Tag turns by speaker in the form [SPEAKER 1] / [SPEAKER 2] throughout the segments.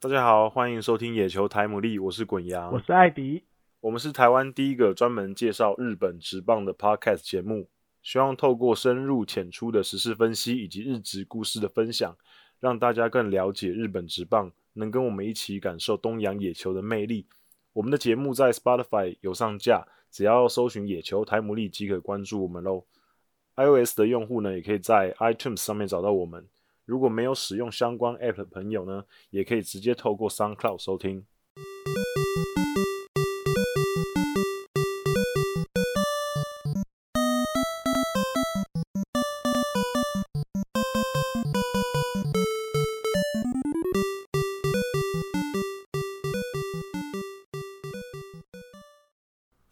[SPEAKER 1] 大家好，欢迎收听《野球台姆利》，我是滚羊，
[SPEAKER 2] 我是艾迪。
[SPEAKER 1] 我们是台湾第一个专门介绍日本职棒的 podcast 节目，希望透过深入浅出的时事分析以及日职故事的分享，让大家更了解日本职棒，能跟我们一起感受东洋野球的魅力。我们的节目在 Spotify 有上架，只要搜寻“野球台姆利”即可关注我们喽。iOS 的用户呢，也可以在 iTunes 上面找到我们。如果没有使用相关 App 的朋友呢，也可以直接透过 SoundCloud 收听。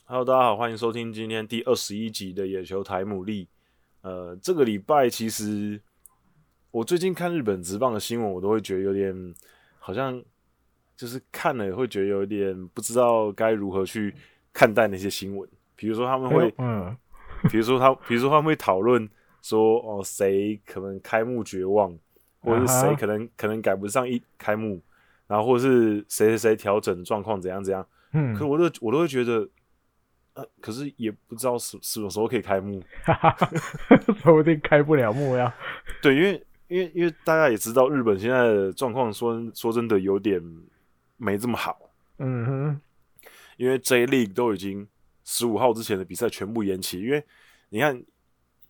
[SPEAKER 1] Hello，大家好，欢迎收听今天第二十一集的野球台姆利。呃，这个礼拜其实我最近看日本职棒的新闻，我都会觉得有点好像就是看了也会觉得有点不知道该如何去看待那些新闻。比如说他们会，
[SPEAKER 2] 嗯，
[SPEAKER 1] 比如说他，比如说他们会讨论说，哦，谁可能开幕绝望，或者是
[SPEAKER 2] 啊
[SPEAKER 1] 谁
[SPEAKER 2] 哈
[SPEAKER 1] 可能可能赶不上一开幕，然后或者是谁谁谁调整状况怎样怎样。
[SPEAKER 2] 嗯
[SPEAKER 1] 可是我都我都会觉得，呃，可是也不知道什什么时候可以开幕。
[SPEAKER 2] 哈哈，说不定开不了幕呀。
[SPEAKER 1] 对，因为因为因为大家也知道，日本现在的状况说说真的有点没这么好，
[SPEAKER 2] 嗯哼，
[SPEAKER 1] 因为 J League 都已经十五号之前的比赛全部延期，因为你看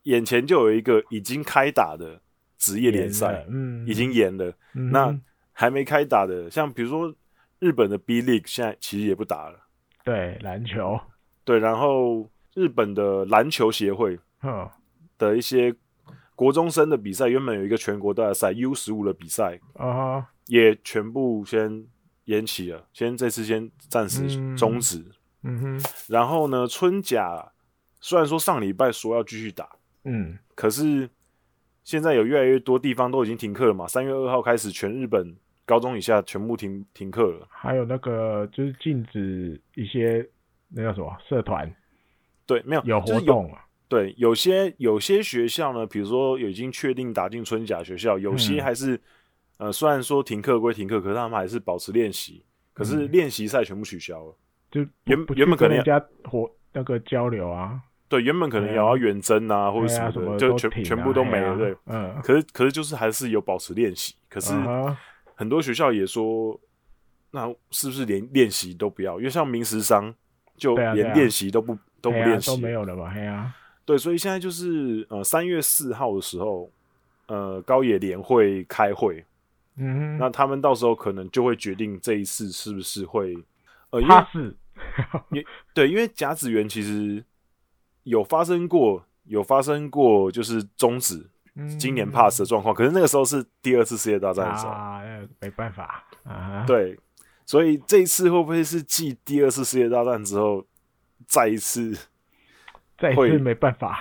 [SPEAKER 1] 眼前就有一个已经开打的职业联赛
[SPEAKER 2] 了，嗯，
[SPEAKER 1] 已经延了，
[SPEAKER 2] 嗯哼
[SPEAKER 1] 那还没开打的，像比如说日本的 B League 现在其实也不打了，
[SPEAKER 2] 对篮球，
[SPEAKER 1] 对，然后日本的篮球协会
[SPEAKER 2] 嗯
[SPEAKER 1] 的一些国中生的比赛，原本有一个全国大赛 U 十五的比赛，
[SPEAKER 2] 啊哈，
[SPEAKER 1] 也全部先延期了，先这次先暂时
[SPEAKER 2] 嗯
[SPEAKER 1] 终止。
[SPEAKER 2] 嗯哼，
[SPEAKER 1] 然后呢，春假虽然说上礼拜说要继续打，
[SPEAKER 2] 嗯
[SPEAKER 1] 可是现在有越来越多地方都已经停课了嘛。三月二号开始，全日本高中以下全部停停课了。
[SPEAKER 2] 还有那个就是禁止一些那叫什么社团
[SPEAKER 1] 对，没有
[SPEAKER 2] 有
[SPEAKER 1] 就
[SPEAKER 2] 活
[SPEAKER 1] 是有
[SPEAKER 2] 动啊，
[SPEAKER 1] 对，有些有些学校呢，比如说已经确定打进春假学校，有些
[SPEAKER 2] 嗯
[SPEAKER 1] 还是、呃，虽然说停课归停课，可是他们还是保持练习。可是
[SPEAKER 2] 嗯
[SPEAKER 1] 练习赛全部取消了。
[SPEAKER 2] 就不
[SPEAKER 1] 原
[SPEAKER 2] 不去
[SPEAKER 1] 原本可能
[SPEAKER 2] 跟人家活那个交流啊，
[SPEAKER 1] 对，原本可能也要远征啊，或者
[SPEAKER 2] 哎
[SPEAKER 1] 什
[SPEAKER 2] 呀
[SPEAKER 1] 么
[SPEAKER 2] 什
[SPEAKER 1] 的，
[SPEAKER 2] 么
[SPEAKER 1] 就
[SPEAKER 2] 都
[SPEAKER 1] 全
[SPEAKER 2] 停啊
[SPEAKER 1] 全部都没了。
[SPEAKER 2] 哎
[SPEAKER 1] 对
[SPEAKER 2] 呀，嗯，
[SPEAKER 1] 可是可是就是还是有保持练习，可是
[SPEAKER 2] 啊哈
[SPEAKER 1] 很多学校也说，那是不是连练习都不要？因为像明石商就
[SPEAKER 2] 对啊对
[SPEAKER 1] 连
[SPEAKER 2] 啊
[SPEAKER 1] 练习都不、都不
[SPEAKER 2] 哎呀
[SPEAKER 1] 练
[SPEAKER 2] 都
[SPEAKER 1] 习，
[SPEAKER 2] 没有了嘛，哎呀，
[SPEAKER 1] 对，所以现在就是呃三月四号的时候，呃高野联会开会，
[SPEAKER 2] 嗯
[SPEAKER 1] 那
[SPEAKER 2] 哼，
[SPEAKER 1] 他们到时候可能就会决定这一次是不是会呃因为
[SPEAKER 2] 他是，
[SPEAKER 1] 对，因为甲子园其实有发生过，有发生过就是终止今年
[SPEAKER 2] 嗯
[SPEAKER 1] pass 的状况，可是那个时候是第二次世界大战的时候，
[SPEAKER 2] 啊，那没办法啊，，
[SPEAKER 1] 对，所以这一次会不会是继第二次世界大战之后再一次
[SPEAKER 2] 再一
[SPEAKER 1] 会
[SPEAKER 2] 次没办法，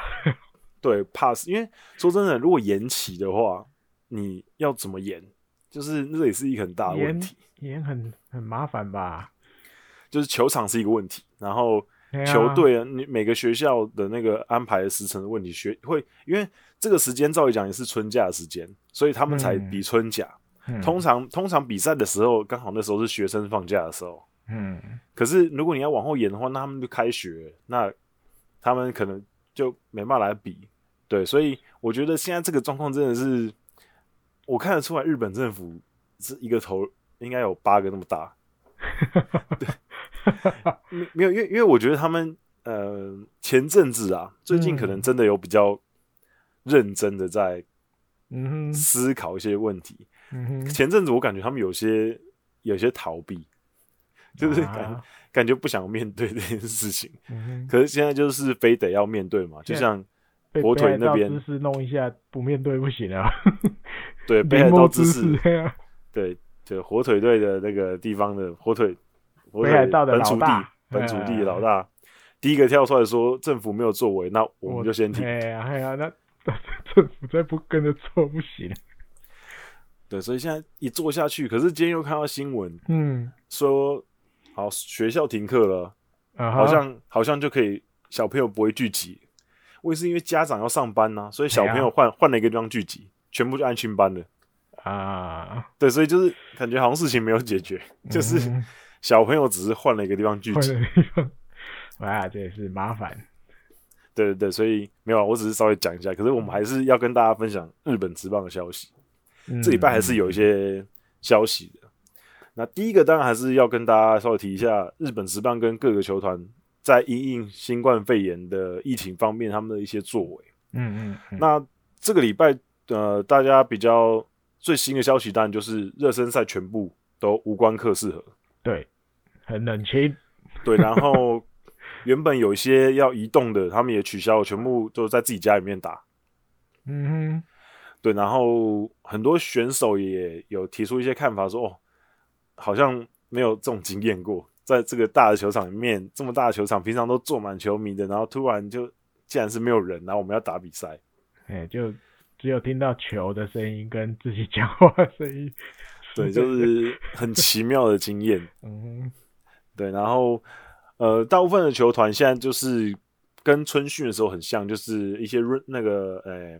[SPEAKER 1] 对 pass？因为说真的，如果延期的话，你要怎么延？就是那也是一个很大的问
[SPEAKER 2] 延
[SPEAKER 1] 题，
[SPEAKER 2] 延很很麻烦吧？
[SPEAKER 1] 就是球场是一个问题，然后
[SPEAKER 2] 对啊
[SPEAKER 1] 球队啊，你每个学校的那个安排的时程的问题，学会因为这个时间照理讲也是春假的时间，所以他们才
[SPEAKER 2] 嗯
[SPEAKER 1] 比春假。
[SPEAKER 2] 嗯
[SPEAKER 1] 通常通常比赛的时候，刚好那时候是学生放假的时候。
[SPEAKER 2] 嗯
[SPEAKER 1] 可是如果你要往后延的话，那他们就开学，那他们可能就没办法来比。对，所以我觉得现在这个状况真的是，我看得出来日本政府是一个头应该有八个那么大。没没有，因为因为我觉得他们呃前阵子啊，最近可能真的有比较认真的在
[SPEAKER 2] 嗯哼
[SPEAKER 1] 思考一些问题。
[SPEAKER 2] 嗯哼，
[SPEAKER 1] 前阵子我感觉他们有些有些逃避，就是感、
[SPEAKER 2] 啊
[SPEAKER 1] 感觉不想面对这件事情。
[SPEAKER 2] 嗯哼
[SPEAKER 1] 可是现在就是非得要面对嘛，就
[SPEAKER 2] 现在
[SPEAKER 1] 像
[SPEAKER 2] 被
[SPEAKER 1] 火腿
[SPEAKER 2] 北海道
[SPEAKER 1] 那边
[SPEAKER 2] 知识弄一下，不面对不行啊，
[SPEAKER 1] 对北
[SPEAKER 2] 临
[SPEAKER 1] 海道
[SPEAKER 2] 摹
[SPEAKER 1] 知
[SPEAKER 2] 知
[SPEAKER 1] 识，
[SPEAKER 2] 对啊
[SPEAKER 1] 对对火腿队的那个地方的火腿，火
[SPEAKER 2] 北
[SPEAKER 1] 腿
[SPEAKER 2] 海道的
[SPEAKER 1] 本
[SPEAKER 2] 老
[SPEAKER 1] 土地
[SPEAKER 2] 大
[SPEAKER 1] 本土地
[SPEAKER 2] 嗯
[SPEAKER 1] 老大。第一个跳出来说政府没有作为，那我
[SPEAKER 2] 我
[SPEAKER 1] 们就先停。
[SPEAKER 2] 哎呀哎呀，那 政府再不跟着做不行，
[SPEAKER 1] 对，所以现在一做下去，可是今天又看到新闻
[SPEAKER 2] 嗯
[SPEAKER 1] 说，好学校停课了，
[SPEAKER 2] 啊哈，
[SPEAKER 1] 好像、好像就可以小朋友不会聚集。
[SPEAKER 2] 哎
[SPEAKER 1] 我也是因为家长要上班呐、所以小朋友换换、了一个地方聚集，全部就安亲班了。
[SPEAKER 2] 啊，
[SPEAKER 1] 对，所以就是感觉好像事情没有解决，就是
[SPEAKER 2] 嗯
[SPEAKER 1] 小朋友只是换了一个地方聚
[SPEAKER 2] 换
[SPEAKER 1] 集。
[SPEAKER 2] 了地方，哇，这也是麻烦。
[SPEAKER 1] 对对对，所以没有啊，我只是稍微讲一下。可是我们还是要跟大家分享日本职棒的消息。
[SPEAKER 2] 嗯
[SPEAKER 1] 这礼拜还是有一些消息的。那第一个当然还是要跟大家稍微提一下，日本职棒跟各个球团在因应新冠肺炎的疫情方面他们的一些作为。
[SPEAKER 2] 嗯嗯嗯，
[SPEAKER 1] 那这个礼拜呃，大家比较最新的消息当然就是热身赛全部都无关课适合，
[SPEAKER 2] 对，很冷清。
[SPEAKER 1] 对，然后原本有一些要移动的，他们也取消了，全部都在自己家里面打。
[SPEAKER 2] 嗯
[SPEAKER 1] 对，然后很多选手也有提出一些看法说，哦，好像没有这种经验过，在这个大的球场里面，这么大的球场，平常都坐满球迷的，然后突然就竟然是没有人，然后我们要打比赛，
[SPEAKER 2] 哼，哎、就只有听到球的声音跟自己讲话的声音。
[SPEAKER 1] 对，就是很奇妙的经验。
[SPEAKER 2] 嗯
[SPEAKER 1] 对，然后呃，大部分的球团现在就是跟春训的时候很像，就是一些 run- 那个呃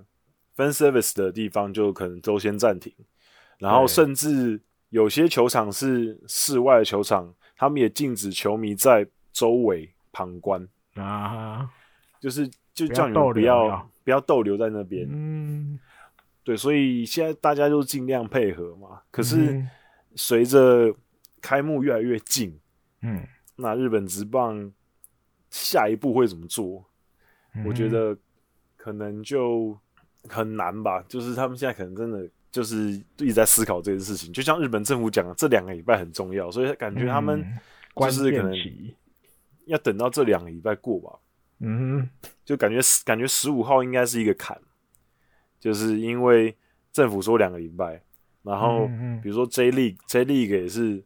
[SPEAKER 1] fan service 的地方就可能都先暂停，然后
[SPEAKER 2] 对
[SPEAKER 1] 甚至有些球场是室外的球场，他们也禁止球迷在周围旁观，
[SPEAKER 2] 哼啊，
[SPEAKER 1] 就是就
[SPEAKER 2] 不要
[SPEAKER 1] 叫你
[SPEAKER 2] 逗
[SPEAKER 1] 们不
[SPEAKER 2] 留
[SPEAKER 1] 要
[SPEAKER 2] 啊
[SPEAKER 1] 不要逗留在那边。
[SPEAKER 2] 嗯，
[SPEAKER 1] 对，所以现在大家就尽量配合嘛。可是
[SPEAKER 2] 嗯
[SPEAKER 1] 随着开幕越来越近，
[SPEAKER 2] 嗯，
[SPEAKER 1] 那日本职棒下一步会怎么做？
[SPEAKER 2] 嗯
[SPEAKER 1] 我觉得可能就很难吧。就是他们现在可能真的就是一直在思考这件事情。就像日本政府讲的，这两个礼拜很重要，所以感觉他们
[SPEAKER 2] 嗯
[SPEAKER 1] 就
[SPEAKER 2] 关
[SPEAKER 1] 是可
[SPEAKER 2] 键
[SPEAKER 1] 能
[SPEAKER 2] 期。
[SPEAKER 1] 要等到这两个礼拜过吧。
[SPEAKER 2] 嗯哼，
[SPEAKER 1] 就感觉感觉十五号应该是一个坎，就是因为政府说两个礼拜，然后
[SPEAKER 2] 嗯嗯
[SPEAKER 1] 比如说 J League J League 也是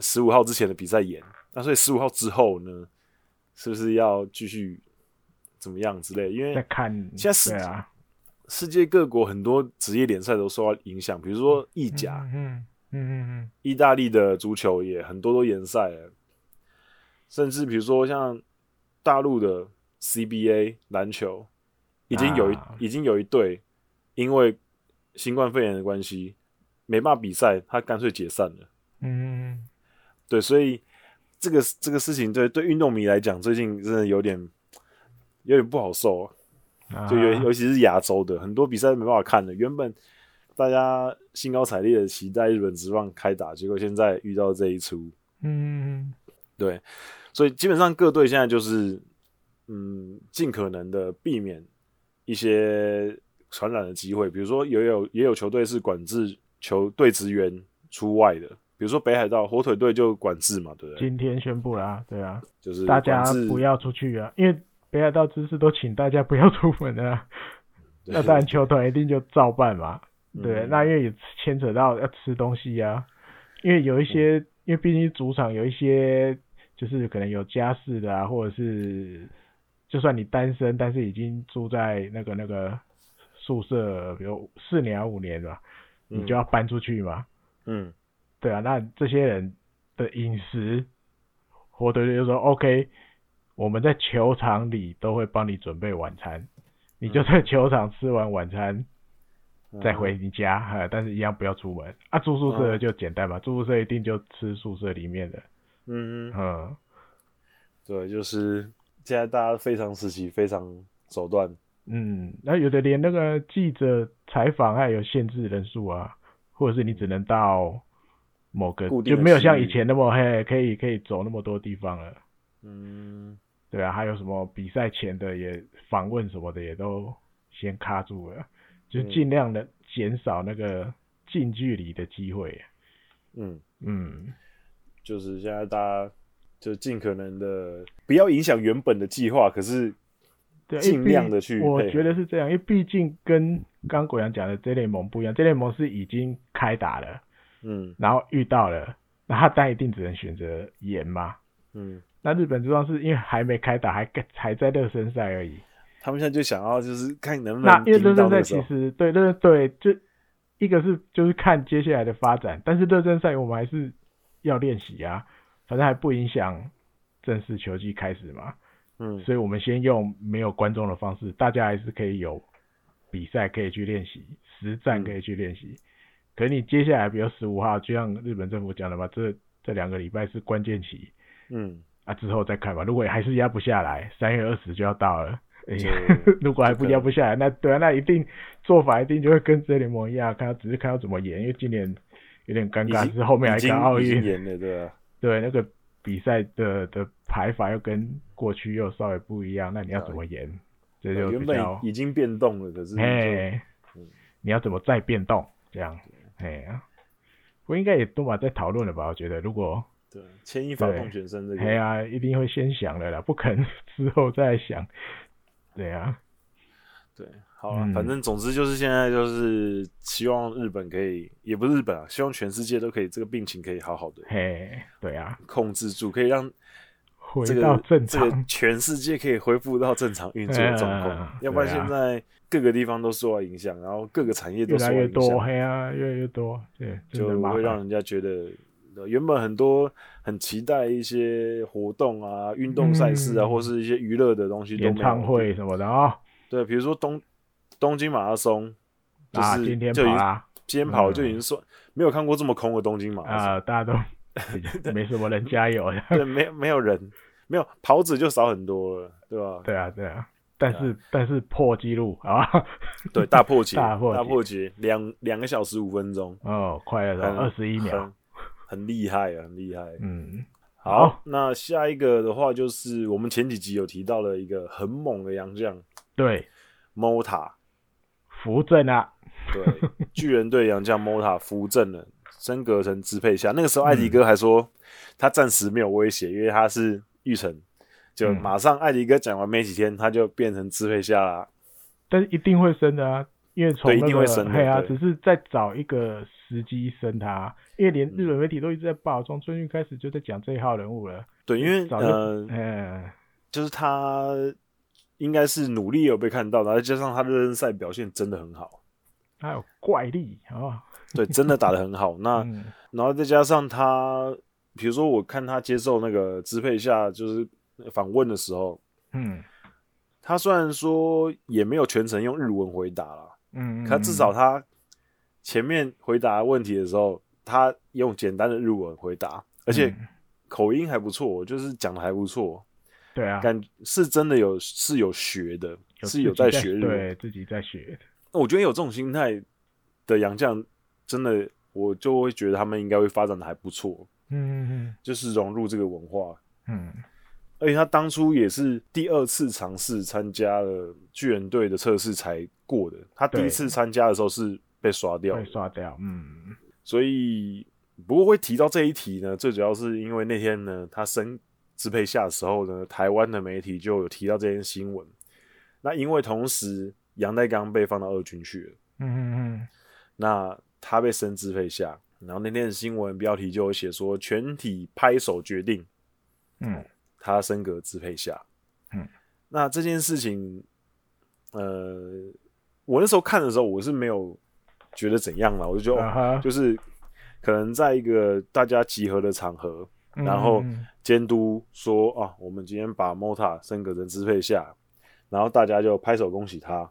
[SPEAKER 1] 十五号之前的比赛演，那所以十五号之后呢，是不是要继续怎么样之类？因
[SPEAKER 2] 再
[SPEAKER 1] 为
[SPEAKER 2] 看。
[SPEAKER 1] 现在是
[SPEAKER 2] 对啊，
[SPEAKER 1] 世界各国很多职业联赛都受到影响，比如说意甲，
[SPEAKER 2] 嗯嗯嗯嗯
[SPEAKER 1] 意大利的足球也很多都延赛了，甚至比如说像大陆的 CBA 篮球，已经有一、
[SPEAKER 2] 啊
[SPEAKER 1] 已经有一队因为新冠肺炎的关系没办法比赛，他干脆解散了。
[SPEAKER 2] 嗯嗯
[SPEAKER 1] 对，所以这个这个事情对对运动迷来讲，最近真的有点有点不好受、啊。
[SPEAKER 2] 嗯，啊
[SPEAKER 1] 就尤尤其是亚洲的很多比赛没办法看了。原本大家兴高采烈的期待日本职棒开打，结果现在遇到这一出，
[SPEAKER 2] 嗯
[SPEAKER 1] 对，所以基本上各队现在就是嗯，尽可能的避免一些传染的机会。比如说，也有也有球队是管制球队职员出外的，比如说北海道火腿队就管制嘛，对不对？
[SPEAKER 2] 今天宣布啦、对啊，
[SPEAKER 1] 就是
[SPEAKER 2] 大家
[SPEAKER 1] 管制
[SPEAKER 2] 不要出去啊，因为北海道知事都请大家不要出门啊。
[SPEAKER 1] 对
[SPEAKER 2] 那当然，球团一定就照办嘛。
[SPEAKER 1] 嗯
[SPEAKER 2] 对，那因为也牵扯到要吃东西呀、啊，因为有一些，
[SPEAKER 1] 嗯
[SPEAKER 2] 因为毕竟主场有一些就是可能有家室的啊，或者是就算你单身，但是已经住在那个那个宿舍，比如四年啊五年吧，你就要搬出去嘛。
[SPEAKER 1] 嗯
[SPEAKER 2] 对啊，那这些人的饮食，火腿队就说 OK，我们在球场里都会帮你准备晚餐，你
[SPEAKER 1] 嗯
[SPEAKER 2] 就在球场吃完晚餐、再回你家，哈，但是一样不要出门。啊，住宿舍的就简单嘛，住宿舍一定就吃宿舍里面的，
[SPEAKER 1] 嗯嗯
[SPEAKER 2] 嗯，
[SPEAKER 1] 对，就是现在大家非常时期，非常手段。
[SPEAKER 2] 嗯，那有的连那个记者采访还有限制人数啊，或者是你只能到某
[SPEAKER 1] 嗯
[SPEAKER 2] 个
[SPEAKER 1] 固定
[SPEAKER 2] 就
[SPEAKER 1] 的
[SPEAKER 2] 没有像
[SPEAKER 1] 区域
[SPEAKER 2] 以前那么嘿可以可以走那么多地方了。
[SPEAKER 1] 嗯，
[SPEAKER 2] 对啊，还有什么比赛前的也访问什么的也都先卡住了，就
[SPEAKER 1] 嗯
[SPEAKER 2] 尽量的减少那个近距离的机会。
[SPEAKER 1] 嗯，
[SPEAKER 2] 嗯，
[SPEAKER 1] 就是现在大家就尽可能的不要影响原本的计划，可是
[SPEAKER 2] 对啊，
[SPEAKER 1] 尽
[SPEAKER 2] 因为毕
[SPEAKER 1] 量地去配合
[SPEAKER 2] 我觉得是这样，因为毕竟跟刚刚国阳讲的这联盟不一样，这联盟是已经开打了，
[SPEAKER 1] 嗯
[SPEAKER 2] 然后遇到了，那他当然一定只能选择延嘛。
[SPEAKER 1] 嗯，
[SPEAKER 2] 那日本这方是因为还没开打，还还在热身赛而已。
[SPEAKER 1] 他们现在就想要就是看能不
[SPEAKER 2] 那
[SPEAKER 1] 能
[SPEAKER 2] 因为热
[SPEAKER 1] 盯到那
[SPEAKER 2] 身赛
[SPEAKER 1] 个时
[SPEAKER 2] 其
[SPEAKER 1] 候。
[SPEAKER 2] 实对热对就一个是就是看接下来的发展，但是热身赛我们还是要练习啊，反正还不影响正式球季开始嘛，
[SPEAKER 1] 嗯
[SPEAKER 2] 所以我们先用没有观
[SPEAKER 1] 嗯
[SPEAKER 2] 众的方式，大家还是可以有比赛可以去练习，实战可以去练习，可你接下来比如十五号，就像日本政府讲的嘛，这这两个礼拜是关键期
[SPEAKER 1] 嗯，
[SPEAKER 2] 啊，之后再看吧。如果还是压不下来，三月二十就要到了。哎呀
[SPEAKER 1] 就
[SPEAKER 2] 如果还不
[SPEAKER 1] 这个
[SPEAKER 2] 压不下来，那对啊，那一定做法一定就会跟职业联盟一样，看他只是看要怎么演，因为今年有点尴
[SPEAKER 1] 已
[SPEAKER 2] 尬，
[SPEAKER 1] 经
[SPEAKER 2] 是后面还
[SPEAKER 1] 已
[SPEAKER 2] 有一
[SPEAKER 1] 经
[SPEAKER 2] 个奥
[SPEAKER 1] 已经
[SPEAKER 2] 运，
[SPEAKER 1] 严了，对啊，
[SPEAKER 2] 对那个比赛的的排法又跟过去又稍微不一样，那你要怎么演？这就
[SPEAKER 1] 原
[SPEAKER 2] 比
[SPEAKER 1] 本
[SPEAKER 2] 较
[SPEAKER 1] 已经变动了，可是就
[SPEAKER 2] 哎
[SPEAKER 1] 嗯，
[SPEAKER 2] 你要怎么再变动？这样，哎呀，我应该也都把在讨论了吧？我觉得如果
[SPEAKER 1] 对啊牵一发
[SPEAKER 2] 对
[SPEAKER 1] 动全身这
[SPEAKER 2] 哎
[SPEAKER 1] 个，
[SPEAKER 2] 呀，一定会先想的啦，不可能 之后再想。对啊呀，
[SPEAKER 1] 对，好了，
[SPEAKER 2] 嗯
[SPEAKER 1] 反正总之就是现在就是希望日本可以，也不是日本啊，希望全世界都可以这个病情可以好好的
[SPEAKER 2] 嘿，对呀，
[SPEAKER 1] 控制住，可以让
[SPEAKER 2] 回
[SPEAKER 1] 这
[SPEAKER 2] 到
[SPEAKER 1] 个
[SPEAKER 2] 正
[SPEAKER 1] 这
[SPEAKER 2] 常。
[SPEAKER 1] 个全世界可以恢复到正常运作
[SPEAKER 2] 哎
[SPEAKER 1] 的
[SPEAKER 2] 呀
[SPEAKER 1] 状况，要不然
[SPEAKER 2] 对啊
[SPEAKER 1] 现在各个地方都受到影响，然后各个产业
[SPEAKER 2] 越
[SPEAKER 1] 都受
[SPEAKER 2] 来
[SPEAKER 1] 到
[SPEAKER 2] 越
[SPEAKER 1] 影
[SPEAKER 2] 多，
[SPEAKER 1] 响，
[SPEAKER 2] 嘿啊，越来越多，对，真
[SPEAKER 1] 就
[SPEAKER 2] 的麻
[SPEAKER 1] 会让
[SPEAKER 2] 烦。
[SPEAKER 1] 人家觉得。呃原本很多很期待一些活动啊、运动赛事啊，
[SPEAKER 2] 嗯
[SPEAKER 1] 或是一些娱乐的东西都没有
[SPEAKER 2] 演唱会什么的啊、
[SPEAKER 1] 对，比如说东东京马拉松，就是、
[SPEAKER 2] 啊，今天
[SPEAKER 1] 就
[SPEAKER 2] 跑
[SPEAKER 1] 已经
[SPEAKER 2] 啦，
[SPEAKER 1] 今天跑
[SPEAKER 2] 嗯
[SPEAKER 1] 就已经算、没有看过这么空的东京马拉松，
[SPEAKER 2] 啊、大家都比较没什么人加油，
[SPEAKER 1] 对，没没有人，没有跑者就少很多了，对吧？
[SPEAKER 2] 对啊，对啊，但是、但是破纪录啊，
[SPEAKER 1] 对，大破节，
[SPEAKER 2] 大破节
[SPEAKER 1] 节，两两个小时五分钟，
[SPEAKER 2] 哦，快了
[SPEAKER 1] 很
[SPEAKER 2] 到二十一秒，
[SPEAKER 1] 很很厉害啊，很厉害。
[SPEAKER 2] 嗯，
[SPEAKER 1] 好
[SPEAKER 2] 好，
[SPEAKER 1] 那下一个的话就是我们前几集有提到了一个很猛的洋将
[SPEAKER 2] 对，
[SPEAKER 1] Mota，
[SPEAKER 2] 扶正啊，
[SPEAKER 1] 对，巨人队洋将 Mota 扶正了升格成支配下。那个时候艾迪
[SPEAKER 2] 嗯
[SPEAKER 1] 哥还说、他暂时没有威胁，因为他是玉成。就
[SPEAKER 2] 嗯
[SPEAKER 1] 马上艾迪哥讲完没几天，他就变成支配下啦。
[SPEAKER 2] 但是一定会升的啊，因为从
[SPEAKER 1] 对一
[SPEAKER 2] 那
[SPEAKER 1] 定会
[SPEAKER 2] 个
[SPEAKER 1] 升的
[SPEAKER 2] 嘿啊，
[SPEAKER 1] 对
[SPEAKER 2] 只是在找一个时机升他，因为连
[SPEAKER 1] 嗯
[SPEAKER 2] 日本媒体都一直在报，从春运开始就在讲这一号人物了，
[SPEAKER 1] 对，因为
[SPEAKER 2] 早就
[SPEAKER 1] 呃，
[SPEAKER 2] 嗯，
[SPEAKER 1] 就是他应该是努力有被看到，然后再加上他热身赛表现真的很好，
[SPEAKER 2] 他有怪力啊、哦，
[SPEAKER 1] 对，真的打得很好。那、
[SPEAKER 2] 嗯。
[SPEAKER 1] 然后再加上他，比如说我看他接受那个支配下就是访问的时候，
[SPEAKER 2] 嗯
[SPEAKER 1] 他虽然说也没有全程用日文回答啦，
[SPEAKER 2] 嗯，
[SPEAKER 1] 可至少他前面回答问题的时候，他用简单的日文回答，而且
[SPEAKER 2] 嗯
[SPEAKER 1] 口音还不错，就是讲的还不错，
[SPEAKER 2] 对啊，
[SPEAKER 1] 感是真的有是有学的，是有
[SPEAKER 2] 自己在
[SPEAKER 1] 学日文。
[SPEAKER 2] 对自己在学的。
[SPEAKER 1] 我觉得有这种心态的洋将，真的我就会觉得他们应该会发展的还不错，
[SPEAKER 2] 嗯
[SPEAKER 1] 就是融入这个文化。
[SPEAKER 2] 嗯
[SPEAKER 1] 而且他当初也是第二次尝试参加了巨人队的测试才过的，他第一
[SPEAKER 2] 对
[SPEAKER 1] 次参加的时候是被刷
[SPEAKER 2] 嗯，
[SPEAKER 1] 掉
[SPEAKER 2] 会
[SPEAKER 1] 的，
[SPEAKER 2] 刷掉。嗯
[SPEAKER 1] 所以不过会提到这一题呢，最主要是因为那天呢他升支配下的时候呢，台湾的媒体就有提到这件新闻。那因为同时杨代刚被放到二军去了，
[SPEAKER 2] 嗯嗯
[SPEAKER 1] 那他被升支配下，然后那天的新闻标题就有写说全体拍手决定
[SPEAKER 2] 嗯嗯
[SPEAKER 1] 他升格支配下。
[SPEAKER 2] 嗯，
[SPEAKER 1] 那这件事情，呃，我那时候看的时候，我是没有觉得怎样啦，我就觉得、
[SPEAKER 2] 啊哈
[SPEAKER 1] 哦就是可能在一个大家集合的场合，
[SPEAKER 2] 嗯，
[SPEAKER 1] 然后
[SPEAKER 2] 嗯
[SPEAKER 1] 监督说啊，我们今天把 Mota 升格成支配下，然后大家就拍手恭喜他。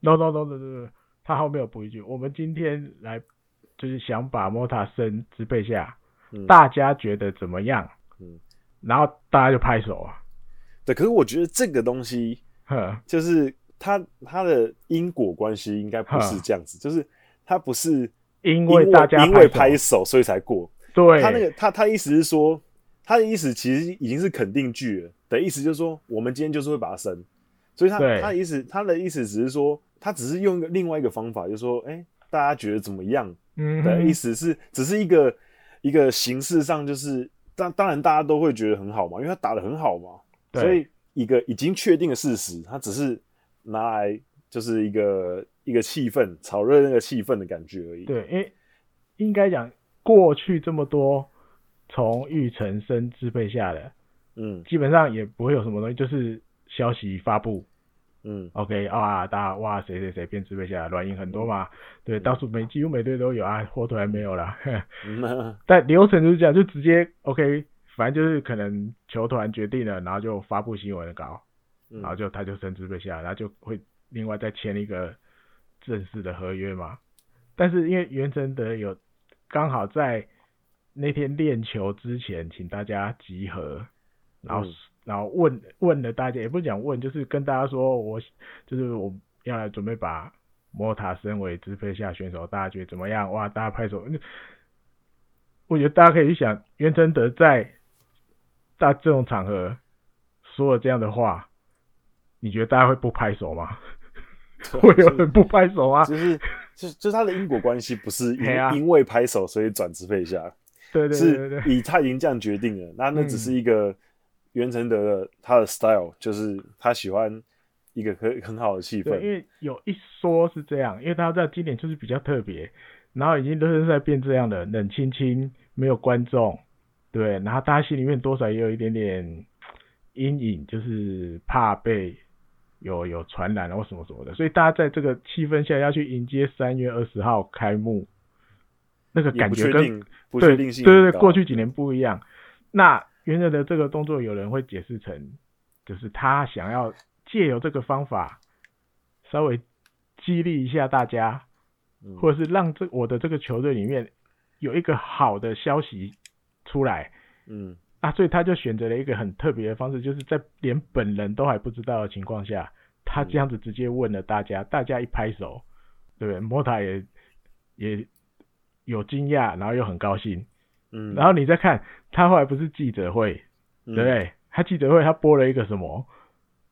[SPEAKER 2] no no no no no，no，他后面有补一句，我们今天来就是想把 Mota 升支配下，
[SPEAKER 1] 嗯，
[SPEAKER 2] 大家觉得怎么样？
[SPEAKER 1] 嗯，
[SPEAKER 2] 然后大家就拍手啊，
[SPEAKER 1] 对，可是我觉得这个东西
[SPEAKER 2] 呵，
[SPEAKER 1] 就是它它的因果关系应该不是这样子，就是它不是
[SPEAKER 2] 因
[SPEAKER 1] 因为
[SPEAKER 2] 为大家
[SPEAKER 1] 因为
[SPEAKER 2] 拍
[SPEAKER 1] 拍
[SPEAKER 2] 手，
[SPEAKER 1] 手所以才过。
[SPEAKER 2] 对，
[SPEAKER 1] 他那个他他意思是说，他的意思其实已经是肯定句了的意思，就是说我们今天就是会把它升，所以他
[SPEAKER 2] 对
[SPEAKER 1] 他的意思他的意思只是说，他只是用一个另外一个方法，就是说，哎、大家觉得怎么样
[SPEAKER 2] 嗯
[SPEAKER 1] 的意
[SPEAKER 2] 哼
[SPEAKER 1] 思是，只是一个一个形式上就是，当当然大家都会觉得很好嘛，因为他打的很好嘛，
[SPEAKER 2] 对
[SPEAKER 1] 所以一个已经确定的事实，他只是拿来就是一个一个气氛炒热那个气氛的感觉而已，
[SPEAKER 2] 对，因为应该讲过去这么多从玉成升支配下的，
[SPEAKER 1] 嗯
[SPEAKER 2] 基本上也不会有什么东西，就是消息发布
[SPEAKER 1] 嗯
[SPEAKER 2] ，OK 啊，大家哇谁谁谁变支配下来，软银很多嘛，对，到处每几乎每队都有啊，火腿还没有啦， 呵
[SPEAKER 1] 嗯，
[SPEAKER 2] 但流程就是这样，就直接 OK，反正就是可能球团决定了，然后就发布新闻稿，
[SPEAKER 1] 嗯
[SPEAKER 2] 然后就他就升支配下来，然后就会另外再签一个正式的合约嘛，但是因为袁成德有刚好在那天练球之前，请大家集合，然后、
[SPEAKER 1] 嗯
[SPEAKER 2] 然后问问了大家，也不是讲问，就是跟大家说我就是我要来准备把莫塔升为支配下选手，大家觉得怎么样？哇，大家拍手。嗯我觉得大家可以去想，袁成德在大这种场合说了这样的话，你觉得大家会不拍手吗？ 会有人不拍手啊？
[SPEAKER 1] 就是就是就是他的因果关系不是因、
[SPEAKER 2] 嘿啊
[SPEAKER 1] 因为拍手所以转支配下，
[SPEAKER 2] 对对对对对
[SPEAKER 1] 是以他已经这样决定了，那那
[SPEAKER 2] 嗯
[SPEAKER 1] 只是一个袁成德的他的 style，就是他喜欢一个很很好的气
[SPEAKER 2] 对，因
[SPEAKER 1] 氛，
[SPEAKER 2] 为有一说是这样，因为大家知道今年就是比较特别，然后已经热身赛变这样了，冷清清，没有观众，对，然后大家心里面多少也有一点点阴影，就是怕被有有传染啊或什么什么的，所以大家在这个气氛下要去迎接三月二十号开幕，那个
[SPEAKER 1] 也
[SPEAKER 2] 感
[SPEAKER 1] 不
[SPEAKER 2] 觉
[SPEAKER 1] 确
[SPEAKER 2] 跟
[SPEAKER 1] 定不
[SPEAKER 2] 对
[SPEAKER 1] 确定性
[SPEAKER 2] 对
[SPEAKER 1] 很
[SPEAKER 2] 对对，
[SPEAKER 1] 高嗯
[SPEAKER 2] 过去几年不一样。那原来的这个动作，有人会解释成，就是他想要借由这个方法，稍微激励一下大家，
[SPEAKER 1] 嗯
[SPEAKER 2] 或者是让这我的这个球队里面有一个好的消息出来。
[SPEAKER 1] 嗯
[SPEAKER 2] 啊，所以他就选择了一个很特别的方式，就是在连本人都还不知道的情况下，他
[SPEAKER 1] 嗯
[SPEAKER 2] 这样子直接问了大家，大家一拍手，对不对？莫塔也也有惊讶，然后又很高兴，
[SPEAKER 1] 嗯，
[SPEAKER 2] 然后你再看他后来不是记者会，
[SPEAKER 1] 嗯
[SPEAKER 2] 对不对？他记者会他播了一个什么？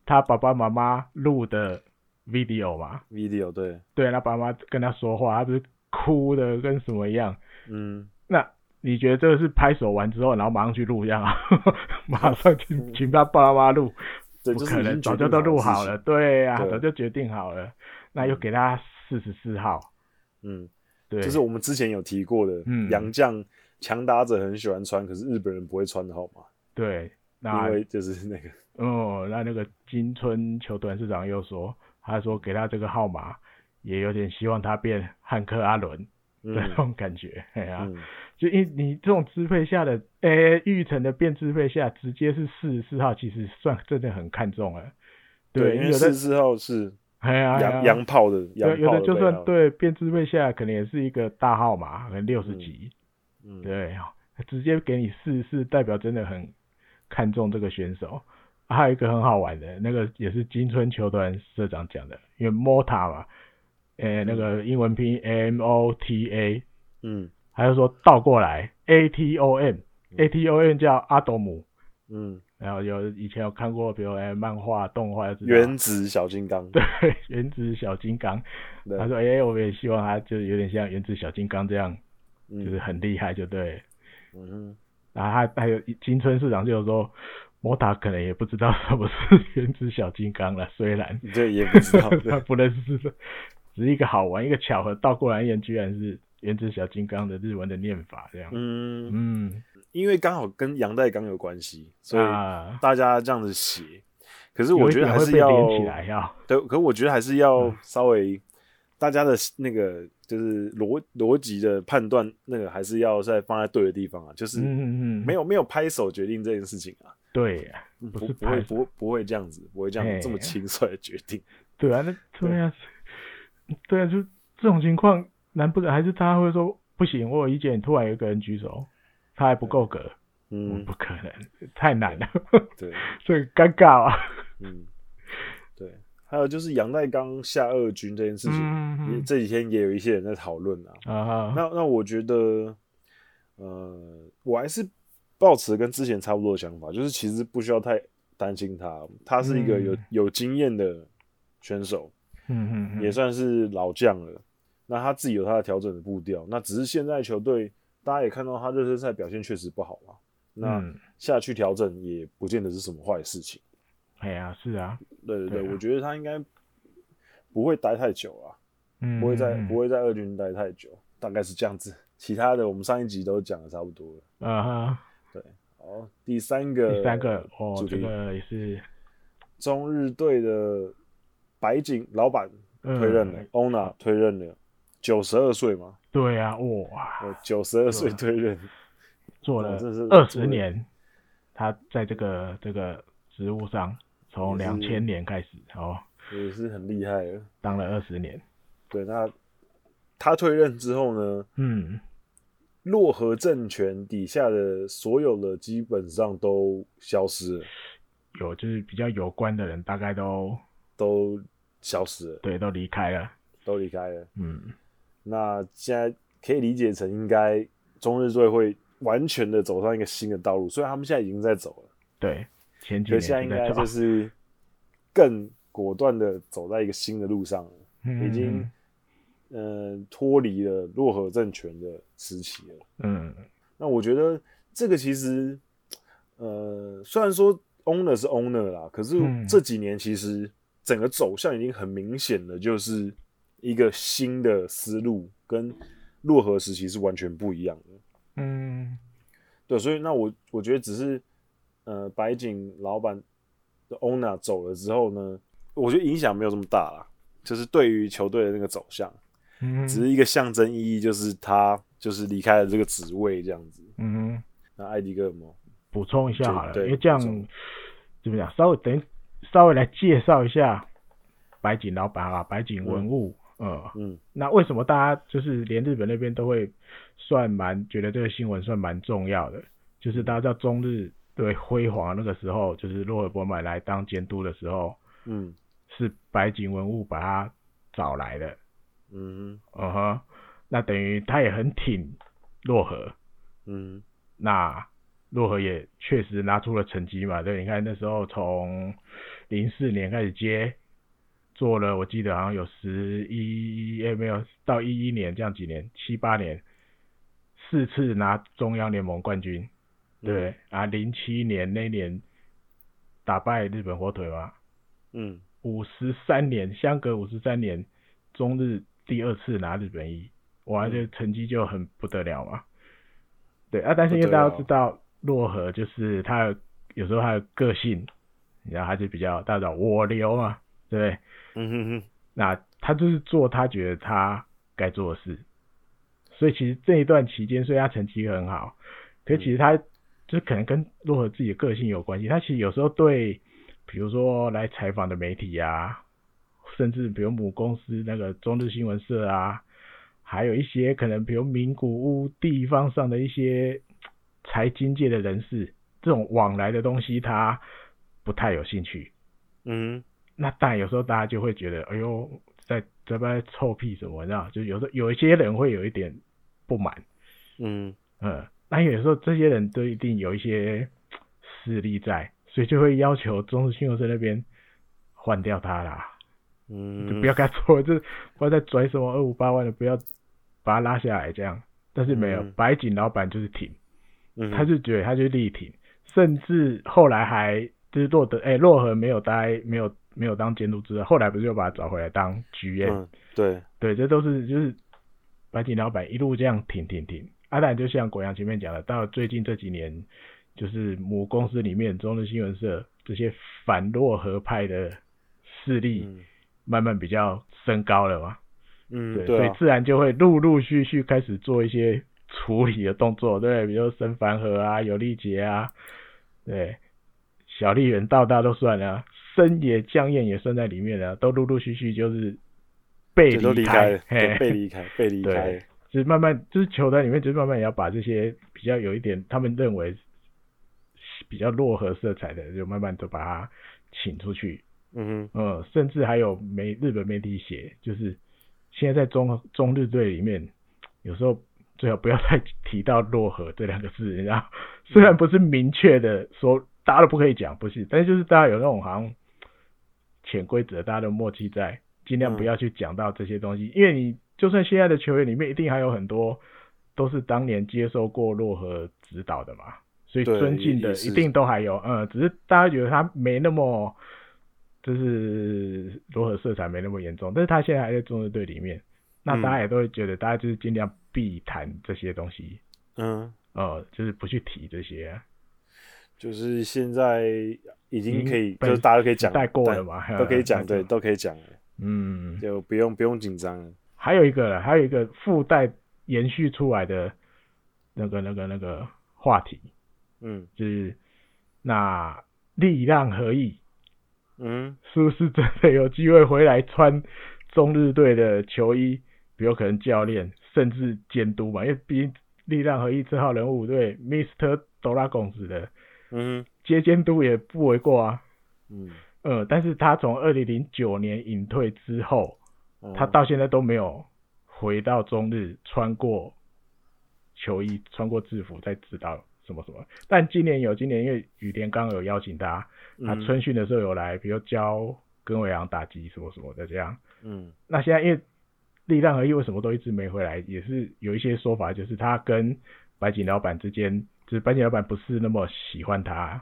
[SPEAKER 2] 他爸爸妈妈录的 video 嘛，
[SPEAKER 1] video 对，
[SPEAKER 2] 对，他爸妈跟他说话，他不是哭的跟什么一样？
[SPEAKER 1] 嗯，
[SPEAKER 2] 那你觉得这个是拍手完之后，然后马上去录一样啊？ 马上请请他爸妈录？
[SPEAKER 1] 嗯对，
[SPEAKER 2] 不
[SPEAKER 1] 就是
[SPEAKER 2] 可
[SPEAKER 1] 已
[SPEAKER 2] 能，
[SPEAKER 1] 经决
[SPEAKER 2] 早就
[SPEAKER 1] 定
[SPEAKER 2] 都录
[SPEAKER 1] 的事
[SPEAKER 2] 好
[SPEAKER 1] 情
[SPEAKER 2] 了。，对呀、
[SPEAKER 1] 对
[SPEAKER 2] 早就决定好了。那又给他四十四号，
[SPEAKER 1] 嗯，
[SPEAKER 2] 对，
[SPEAKER 1] 就是我们之前有提过的
[SPEAKER 2] 嗯，
[SPEAKER 1] 洋将强打者很喜欢穿，可是日本人不会穿的号码，
[SPEAKER 2] 对。那
[SPEAKER 1] 因为就是那个
[SPEAKER 2] 哦，那那个金村球团市长又说，他说给他这个号码，也有点希望他变汉克阿伦 的那
[SPEAKER 1] 嗯
[SPEAKER 2] 种感觉，哎呀、
[SPEAKER 1] 嗯
[SPEAKER 2] 就因为你这种支配下的，诶、玉成的变支配下，直接是四十四号，其实算真的很看重了，
[SPEAKER 1] 对，因为
[SPEAKER 2] 你有的
[SPEAKER 1] 四，四号是
[SPEAKER 2] 哎呀，哎呀
[SPEAKER 1] 洋洋炮的啊洋
[SPEAKER 2] 对，有
[SPEAKER 1] 炮
[SPEAKER 2] 的就
[SPEAKER 1] 背
[SPEAKER 2] 算
[SPEAKER 1] 号，
[SPEAKER 2] 对变支配下，可能也是一个大号码，可能六十
[SPEAKER 1] 嗯
[SPEAKER 2] 几，
[SPEAKER 1] 嗯
[SPEAKER 2] 对，直接给你试试，代表真的很看重这个选手。啊还有一个很好玩的，那个也是金春球团社长讲的，因为 Mota 嘛，呃，那个英文拼 M O T A，
[SPEAKER 1] 嗯
[SPEAKER 2] 他就说倒过来 A T O M，A T O M 叫阿斗姆，
[SPEAKER 1] 嗯，
[SPEAKER 2] 然后有以前有看过，比如哎、漫画、动画，就知道
[SPEAKER 1] 原子小金刚，
[SPEAKER 2] 啊对原子小金刚，
[SPEAKER 1] 对
[SPEAKER 2] 他说哎、我们也希望他就是有点像原子小金刚这样，
[SPEAKER 1] 嗯
[SPEAKER 2] 就是很厉害，就对了。
[SPEAKER 1] 嗯哼
[SPEAKER 2] 然后他还有金村市长就有说，摩塔可能也不知道什么是原子小金刚了，虽然
[SPEAKER 1] 对，也不 知道，
[SPEAKER 2] 他
[SPEAKER 1] 对，
[SPEAKER 2] 不认识，只是一个好玩一个巧合，倒过来念居然是原子小金刚的日文的念法这样。
[SPEAKER 1] 嗯，
[SPEAKER 2] 嗯，
[SPEAKER 1] 因为刚好跟杨代刚有关系，所以
[SPEAKER 2] 啊，
[SPEAKER 1] 大家这样子写，可是
[SPEAKER 2] 有
[SPEAKER 1] 我
[SPEAKER 2] 一
[SPEAKER 1] 觉得
[SPEAKER 2] 点
[SPEAKER 1] 还
[SPEAKER 2] 会
[SPEAKER 1] 是
[SPEAKER 2] 被
[SPEAKER 1] 要
[SPEAKER 2] 连起来啊要，
[SPEAKER 1] 对，可我觉得还是要
[SPEAKER 2] 嗯
[SPEAKER 1] 稍微大家的那个就是逻逻辑的判断，那个还是要再放在对的地方啊，就是
[SPEAKER 2] 嗯嗯嗯，
[SPEAKER 1] 没有没有拍手决定这件事情啊，
[SPEAKER 2] 对
[SPEAKER 1] 嗯
[SPEAKER 2] 不
[SPEAKER 1] 不
[SPEAKER 2] 是
[SPEAKER 1] 不会
[SPEAKER 2] 拍手
[SPEAKER 1] 不会不会这样子，不会这
[SPEAKER 2] 嘿
[SPEAKER 1] 样这么轻率的决定，
[SPEAKER 2] 对啊，那对啊，对啊，就这种情况，难不成还是他会说不行？我有意见，突然有一个人举手，他还不够格，
[SPEAKER 1] 嗯，
[SPEAKER 2] 不可能，太难了。
[SPEAKER 1] 对，
[SPEAKER 2] 这很尴尬啊。
[SPEAKER 1] 嗯，对，还有就是杨代刚下二军这件事情，也
[SPEAKER 2] 嗯
[SPEAKER 1] 这几天也有一些人在讨论啊，
[SPEAKER 2] 啊，
[SPEAKER 1] 那那我觉得，呃，我还是抱持跟之前差不多的想法，就是其实不需要太担心他，他是一个有、
[SPEAKER 2] 嗯
[SPEAKER 1] 有经验的选手，
[SPEAKER 2] 嗯嗯，
[SPEAKER 1] 也算是老将了。那他自己有他的调整的步调，那只是现在球队大家也看到他热身赛表现确实不好嘛，那
[SPEAKER 2] 嗯，
[SPEAKER 1] 下去调整也不见得是什么坏事情。
[SPEAKER 2] 哎呀，是啊，
[SPEAKER 1] 对对对，
[SPEAKER 2] 对啊
[SPEAKER 1] 我觉得他应该不会待太久啊。
[SPEAKER 2] 嗯，
[SPEAKER 1] 不会在不
[SPEAKER 2] 会
[SPEAKER 1] 会在二军待太久，大概是这样子。其他的我们上一集都讲的差不多了。
[SPEAKER 2] 啊哈。
[SPEAKER 1] 好，第三个
[SPEAKER 2] 第三个哦
[SPEAKER 1] 主，
[SPEAKER 2] 这
[SPEAKER 1] 题
[SPEAKER 2] 个也是
[SPEAKER 1] 中日队的白井老板
[SPEAKER 2] 呃
[SPEAKER 1] 推任
[SPEAKER 2] 嗯
[SPEAKER 1] 了，欧娜推任了，九十二岁嘛，
[SPEAKER 2] 对啊，哇，
[SPEAKER 1] 我九十二岁
[SPEAKER 2] 对啊
[SPEAKER 1] 推任，
[SPEAKER 2] 做了
[SPEAKER 1] 哦这是
[SPEAKER 2] 二十年，他在这个这个职务上，从
[SPEAKER 1] 也是
[SPEAKER 2] 两千年开始哦，
[SPEAKER 1] 也是很厉害了。
[SPEAKER 2] 当了二十年，
[SPEAKER 1] 对，那他退任之后呢，
[SPEAKER 2] 嗯，
[SPEAKER 1] 洛河政权底下的所有的基本上都消失了，
[SPEAKER 2] 有就是比较有关的人大概都
[SPEAKER 1] 都消失了，
[SPEAKER 2] 对都离开了，
[SPEAKER 1] 都离开了。
[SPEAKER 2] 嗯，
[SPEAKER 1] 那现在可以理解成，应该中日队会完全的走上一个新的道路。虽然他们现在已经在走了，
[SPEAKER 2] 对，前几
[SPEAKER 1] 可是
[SPEAKER 2] 年
[SPEAKER 1] 现在应该
[SPEAKER 2] 在
[SPEAKER 1] 就
[SPEAKER 2] 找
[SPEAKER 1] 是更果断的走在一个新的路上了，
[SPEAKER 2] 嗯
[SPEAKER 1] 已经呃脱离了洛河政权的时期了。
[SPEAKER 2] 嗯嗯
[SPEAKER 1] 那我觉得这个其实，呃，虽然说 owner 是 owner 啦，可是
[SPEAKER 2] 嗯
[SPEAKER 1] 这几年其实整个走向已经很明显的，就是一个新的思路，跟洛河时期是完全不一样的。
[SPEAKER 2] 嗯
[SPEAKER 1] 对，所以那我我觉得只是，呃，白井老板的 owner 走了之后呢，我觉得影响没有这么大啦，就是对于球队的那个走向，
[SPEAKER 2] 嗯，
[SPEAKER 1] 只是一个象征意义，就是他就是离开了这个职位这样子。
[SPEAKER 2] 嗯
[SPEAKER 1] 那艾迪哥有没有？
[SPEAKER 2] 补充一下好了，
[SPEAKER 1] 对
[SPEAKER 2] 因为这样
[SPEAKER 1] 补充
[SPEAKER 2] 怎么讲，稍微等稍微来介绍一下白井老板啊，白井文物，呃，
[SPEAKER 1] 嗯
[SPEAKER 2] 那为什么大家就是连日本那边都会算蛮觉得这个新闻算蛮重要的？就是
[SPEAKER 1] 嗯
[SPEAKER 2] 大家知道中日对辉煌那个时候，就是洛尔伯买来当监督的时候，
[SPEAKER 1] 嗯
[SPEAKER 2] 是白井文物把他找来的，
[SPEAKER 1] 嗯
[SPEAKER 2] 嗯哼，那等于他也很挺洛河，
[SPEAKER 1] 嗯
[SPEAKER 2] 那洛河也确实拿出了成绩嘛，对，你看那时候从零四年开始接，做了我记得好像有十一，哎没有到一一年这样几年，七八年，四次拿中央联盟冠军，对不对、啊，零七年那一年打败日本火腿嘛，
[SPEAKER 1] 嗯
[SPEAKER 2] 五十三年，相隔五十三年，中日第二次拿日本一，哇，
[SPEAKER 1] 嗯
[SPEAKER 2] 这成绩就很不得了嘛。对啊，但是因为大家知道洛河就是他有有时候他的个性，然后他就比较大家知道我流嘛，对不对？
[SPEAKER 1] 嗯哼哼，
[SPEAKER 2] 那他就是做他觉得他该做的事，所以其实这一段期间，虽然他成绩很好，可是其实他就是可能跟洛河自己的个性有关系。他其实有时候对，比如说来采访的媒体啊，甚至比如母公司那个中日新闻社啊，还有一些可能比如名古屋地方上的一些嘖财经界的人士，这种往来的东西，他不太有兴趣。
[SPEAKER 1] 嗯
[SPEAKER 2] 那当然有时候大家就会觉得，哎呦，在在边臭屁什么，你知道？就有时候有一些人会有一点不满，
[SPEAKER 1] 嗯
[SPEAKER 2] 嗯，那有时候这些人都一定有一些嘖势力在，所以就会要求中日新闻社那边换掉他啦，
[SPEAKER 1] 嗯，
[SPEAKER 2] 就不要跟他做， 就是不要再拽什么二五八万的，不要把他拉下来这样。但是没有，
[SPEAKER 1] 嗯
[SPEAKER 2] 白井老板就是挺，
[SPEAKER 1] 嗯
[SPEAKER 2] 他就觉得他就力挺，甚至后来还就是洛德哎、洛河没有待没有没有当监督之后，后来不是又把他找回来当 GM，、
[SPEAKER 1] 嗯对，
[SPEAKER 2] 对，这都是就是白井老板一路这样挺挺挺。阿、啊、然就像国阳前面讲的，到了最近这几年，就是母公司里面中日新闻社这些反洛河派的势力
[SPEAKER 1] 嗯
[SPEAKER 2] 慢慢比较升高了嘛，
[SPEAKER 1] 嗯
[SPEAKER 2] 对，
[SPEAKER 1] 对
[SPEAKER 2] 所以
[SPEAKER 1] 啊，
[SPEAKER 2] 自然就会陆陆续续开始做一些处理的动 作，对，比如说申凡和啊、有利杰啊，对，小笠原道大都算了、啊，深野将彦也算在里面了、啊都陆陆续续就是被
[SPEAKER 1] 就都
[SPEAKER 2] 离
[SPEAKER 1] 开
[SPEAKER 2] 开
[SPEAKER 1] 了，，对
[SPEAKER 2] 嘿
[SPEAKER 1] 被离开，被离
[SPEAKER 2] 对
[SPEAKER 1] 开了，
[SPEAKER 2] 就是慢慢就是球队里面就是慢慢也要把这些比较有一点他们认为比较落和色彩的，就慢慢都把它请出去，
[SPEAKER 1] 嗯
[SPEAKER 2] 呃，甚至还有媒日本媒体写，就是现在在中中日队里面，有时候最好不要再提到洛河这两个字， 你知道？虽然不是明确的说大家都不可以讲，不是，但是就是大家有那种好像潜规则，大家的默契在，尽量不要去讲到这些东西，因为你就算现在的球员里面，一定还有很多都是当年接受过洛河指导的嘛，所以
[SPEAKER 1] 对
[SPEAKER 2] 尊敬
[SPEAKER 1] 也
[SPEAKER 2] 的
[SPEAKER 1] 也是
[SPEAKER 2] 一定都还有，嗯，只是大家觉得他没那么。就是罗河色彩没那么严重，但是他现在还在中日队里面，
[SPEAKER 1] 嗯
[SPEAKER 2] 那大家也都会觉得，大家就是尽量避谈这些东西，
[SPEAKER 1] 嗯，
[SPEAKER 2] 呃，就是不去提这些啊，
[SPEAKER 1] 就是现在已经可以，
[SPEAKER 2] 已经
[SPEAKER 1] 就
[SPEAKER 2] 被
[SPEAKER 1] 是大家都可以讲
[SPEAKER 2] 带过了
[SPEAKER 1] 但
[SPEAKER 2] 嘛嗯
[SPEAKER 1] 都可以讲，
[SPEAKER 2] 带过
[SPEAKER 1] 对，都可以讲了，
[SPEAKER 2] 嗯，
[SPEAKER 1] 就不用不用紧张了。
[SPEAKER 2] 还有一个啦，还有一个附带延续出来的那个那个那个话题，
[SPEAKER 1] 嗯
[SPEAKER 2] 就是那力量合一
[SPEAKER 1] 嗯
[SPEAKER 2] 是不是真的有机会回来穿中日队的球衣比如可能教练甚至监督嘛，因为毕竟力量合一这号人物对 Mr. 哆啦贡子的
[SPEAKER 1] 嗯哼
[SPEAKER 2] 接监督也不为过啊。
[SPEAKER 1] 嗯，
[SPEAKER 2] 呃，但是他从二零零九年隐退之后，
[SPEAKER 1] 哦
[SPEAKER 2] 他到现在都没有回到中日穿过球衣、穿过制服再指导什么什么。但今年有，今年因为羽田刚好有邀请他，他
[SPEAKER 1] 嗯
[SPEAKER 2] 春训的时候有来，比如教跟伟阳打击什么什么的这样。
[SPEAKER 1] 嗯
[SPEAKER 2] 那现在因为力量合一为什么都一直没回来，也是有一些说法，就是他跟白井老板之间，就是白井老板不是那么喜欢他，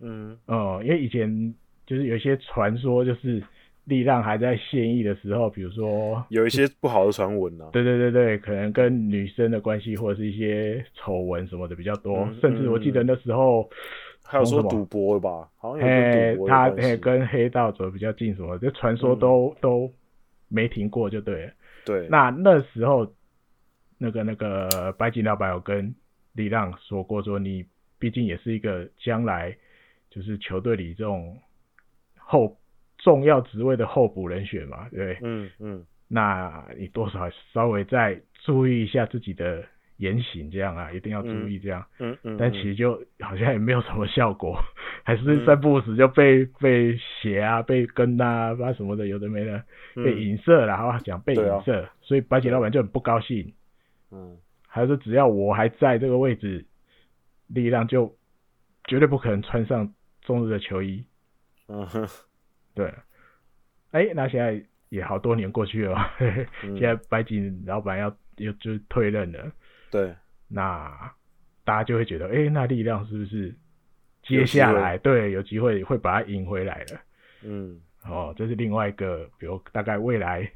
[SPEAKER 1] 嗯
[SPEAKER 2] 哦、因为以前就是有一些传说，就是力量还在现役的时候，比如说，
[SPEAKER 1] 有一些不好的传闻啊呐，
[SPEAKER 2] 对对对对，可能跟女生的关系或者是一些丑闻什么的比较多，
[SPEAKER 1] 嗯
[SPEAKER 2] 甚至我记得那时候，
[SPEAKER 1] 还有说
[SPEAKER 2] 什么
[SPEAKER 1] 赌博吧，好像有
[SPEAKER 2] 哎
[SPEAKER 1] 跟赌，博
[SPEAKER 2] 他
[SPEAKER 1] 有关
[SPEAKER 2] 哎
[SPEAKER 1] 系。嗯
[SPEAKER 2] 跟黑道走得比较近什么的，就传说都、都没停过就对了。
[SPEAKER 1] 对，
[SPEAKER 2] 那那时候，那个那个白井老板有跟李浪说过，说你毕竟也是一个将来就是球队里这种后重要职位的候补人选嘛，对不对？
[SPEAKER 1] 嗯嗯
[SPEAKER 2] 那你多少稍微再注意一下自己的言行，这样啊，一定要注意这样。
[SPEAKER 1] 嗯嗯，
[SPEAKER 2] 但其
[SPEAKER 1] 嗯
[SPEAKER 2] 实就好像也没有什么效果，还是三不五时就被、被血啊、被跟啊、把什么的，有的没的。被
[SPEAKER 1] 嗯
[SPEAKER 2] 影射了，好吧，讲被
[SPEAKER 1] 对啊
[SPEAKER 2] 影射，所以白起老板就很不高兴，
[SPEAKER 1] 嗯
[SPEAKER 2] 还说只要我还在这个位置，力量就绝对不可能穿上中日的球衣。
[SPEAKER 1] 嗯 哼
[SPEAKER 2] 对，哎、那现在也好多年过去了嘛， 嘿嘿
[SPEAKER 1] 嗯
[SPEAKER 2] 现在白井老板要又就是退任了，
[SPEAKER 1] 对，
[SPEAKER 2] 那大家就会觉得，哎、那力量是不是
[SPEAKER 1] 有
[SPEAKER 2] 接
[SPEAKER 1] 机
[SPEAKER 2] 下
[SPEAKER 1] 会
[SPEAKER 2] 来对有机会会把它赢回来了？
[SPEAKER 1] 嗯，
[SPEAKER 2] 哦，这是另外一个，比如大概未来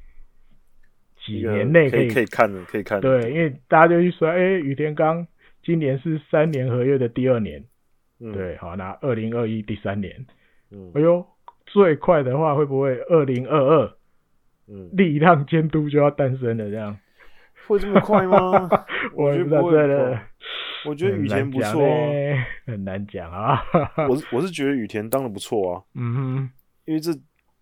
[SPEAKER 2] 几
[SPEAKER 1] 一个
[SPEAKER 2] 年内
[SPEAKER 1] 可
[SPEAKER 2] 以
[SPEAKER 1] 以可以看的，可以看的，
[SPEAKER 2] 对，因为大家就去说，哎、雨天刚今年是三年合约的第二年，
[SPEAKER 1] 嗯，
[SPEAKER 2] 对，好，那二零二一第三年，
[SPEAKER 1] 嗯
[SPEAKER 2] 哎呦，最快的话会不会二零二二
[SPEAKER 1] 嗯，
[SPEAKER 2] 力量监督就要诞生了？这样，？
[SPEAKER 1] 会这么快吗
[SPEAKER 2] 我
[SPEAKER 1] 觉
[SPEAKER 2] 也
[SPEAKER 1] 得
[SPEAKER 2] 不知道
[SPEAKER 1] 不会吧
[SPEAKER 2] 这个，
[SPEAKER 1] 我觉得
[SPEAKER 2] 很
[SPEAKER 1] 雨
[SPEAKER 2] 难
[SPEAKER 1] 田不
[SPEAKER 2] 讲
[SPEAKER 1] 错啊，
[SPEAKER 2] 嘞很难讲啊。
[SPEAKER 1] 我是我是觉得雨田当的不错啊，
[SPEAKER 2] 嗯
[SPEAKER 1] 因为这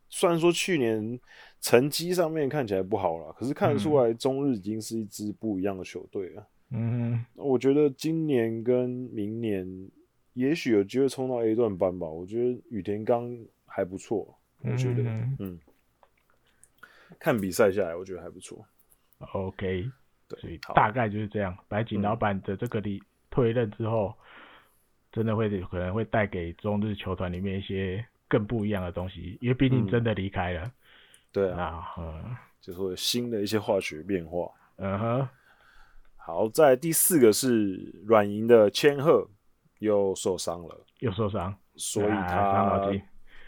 [SPEAKER 1] 虽然说去年成绩上面看起来不好了，可是看得
[SPEAKER 2] 嗯
[SPEAKER 1] 出来中日已经是一支不一样的球队了。
[SPEAKER 2] 哼，嗯
[SPEAKER 1] 我觉得今年跟明年也许有机会冲到 A 段班吧。我觉得羽田刚还不错，
[SPEAKER 2] 哼，
[SPEAKER 1] 我觉得，
[SPEAKER 2] 嗯
[SPEAKER 1] 嗯，看比赛下来，我觉得还不错。
[SPEAKER 2] OK，所
[SPEAKER 1] 对
[SPEAKER 2] 以，
[SPEAKER 1] 好，
[SPEAKER 2] 大概就是这样。白井
[SPEAKER 1] 嗯
[SPEAKER 2] 老板的这个离退任之后，真的会可能会带给中日球团里面一些更不一样的东西，因为毕竟
[SPEAKER 1] 嗯
[SPEAKER 2] 真的离开了。
[SPEAKER 1] 对啊，
[SPEAKER 2] 那嗯
[SPEAKER 1] 就是会有新的一些化学变化。
[SPEAKER 2] 嗯哼，
[SPEAKER 1] 好，在第四个是软银的千鹤又受伤了，
[SPEAKER 2] 又受伤，
[SPEAKER 1] 所以
[SPEAKER 2] 啊伤
[SPEAKER 1] 他
[SPEAKER 2] 脑筋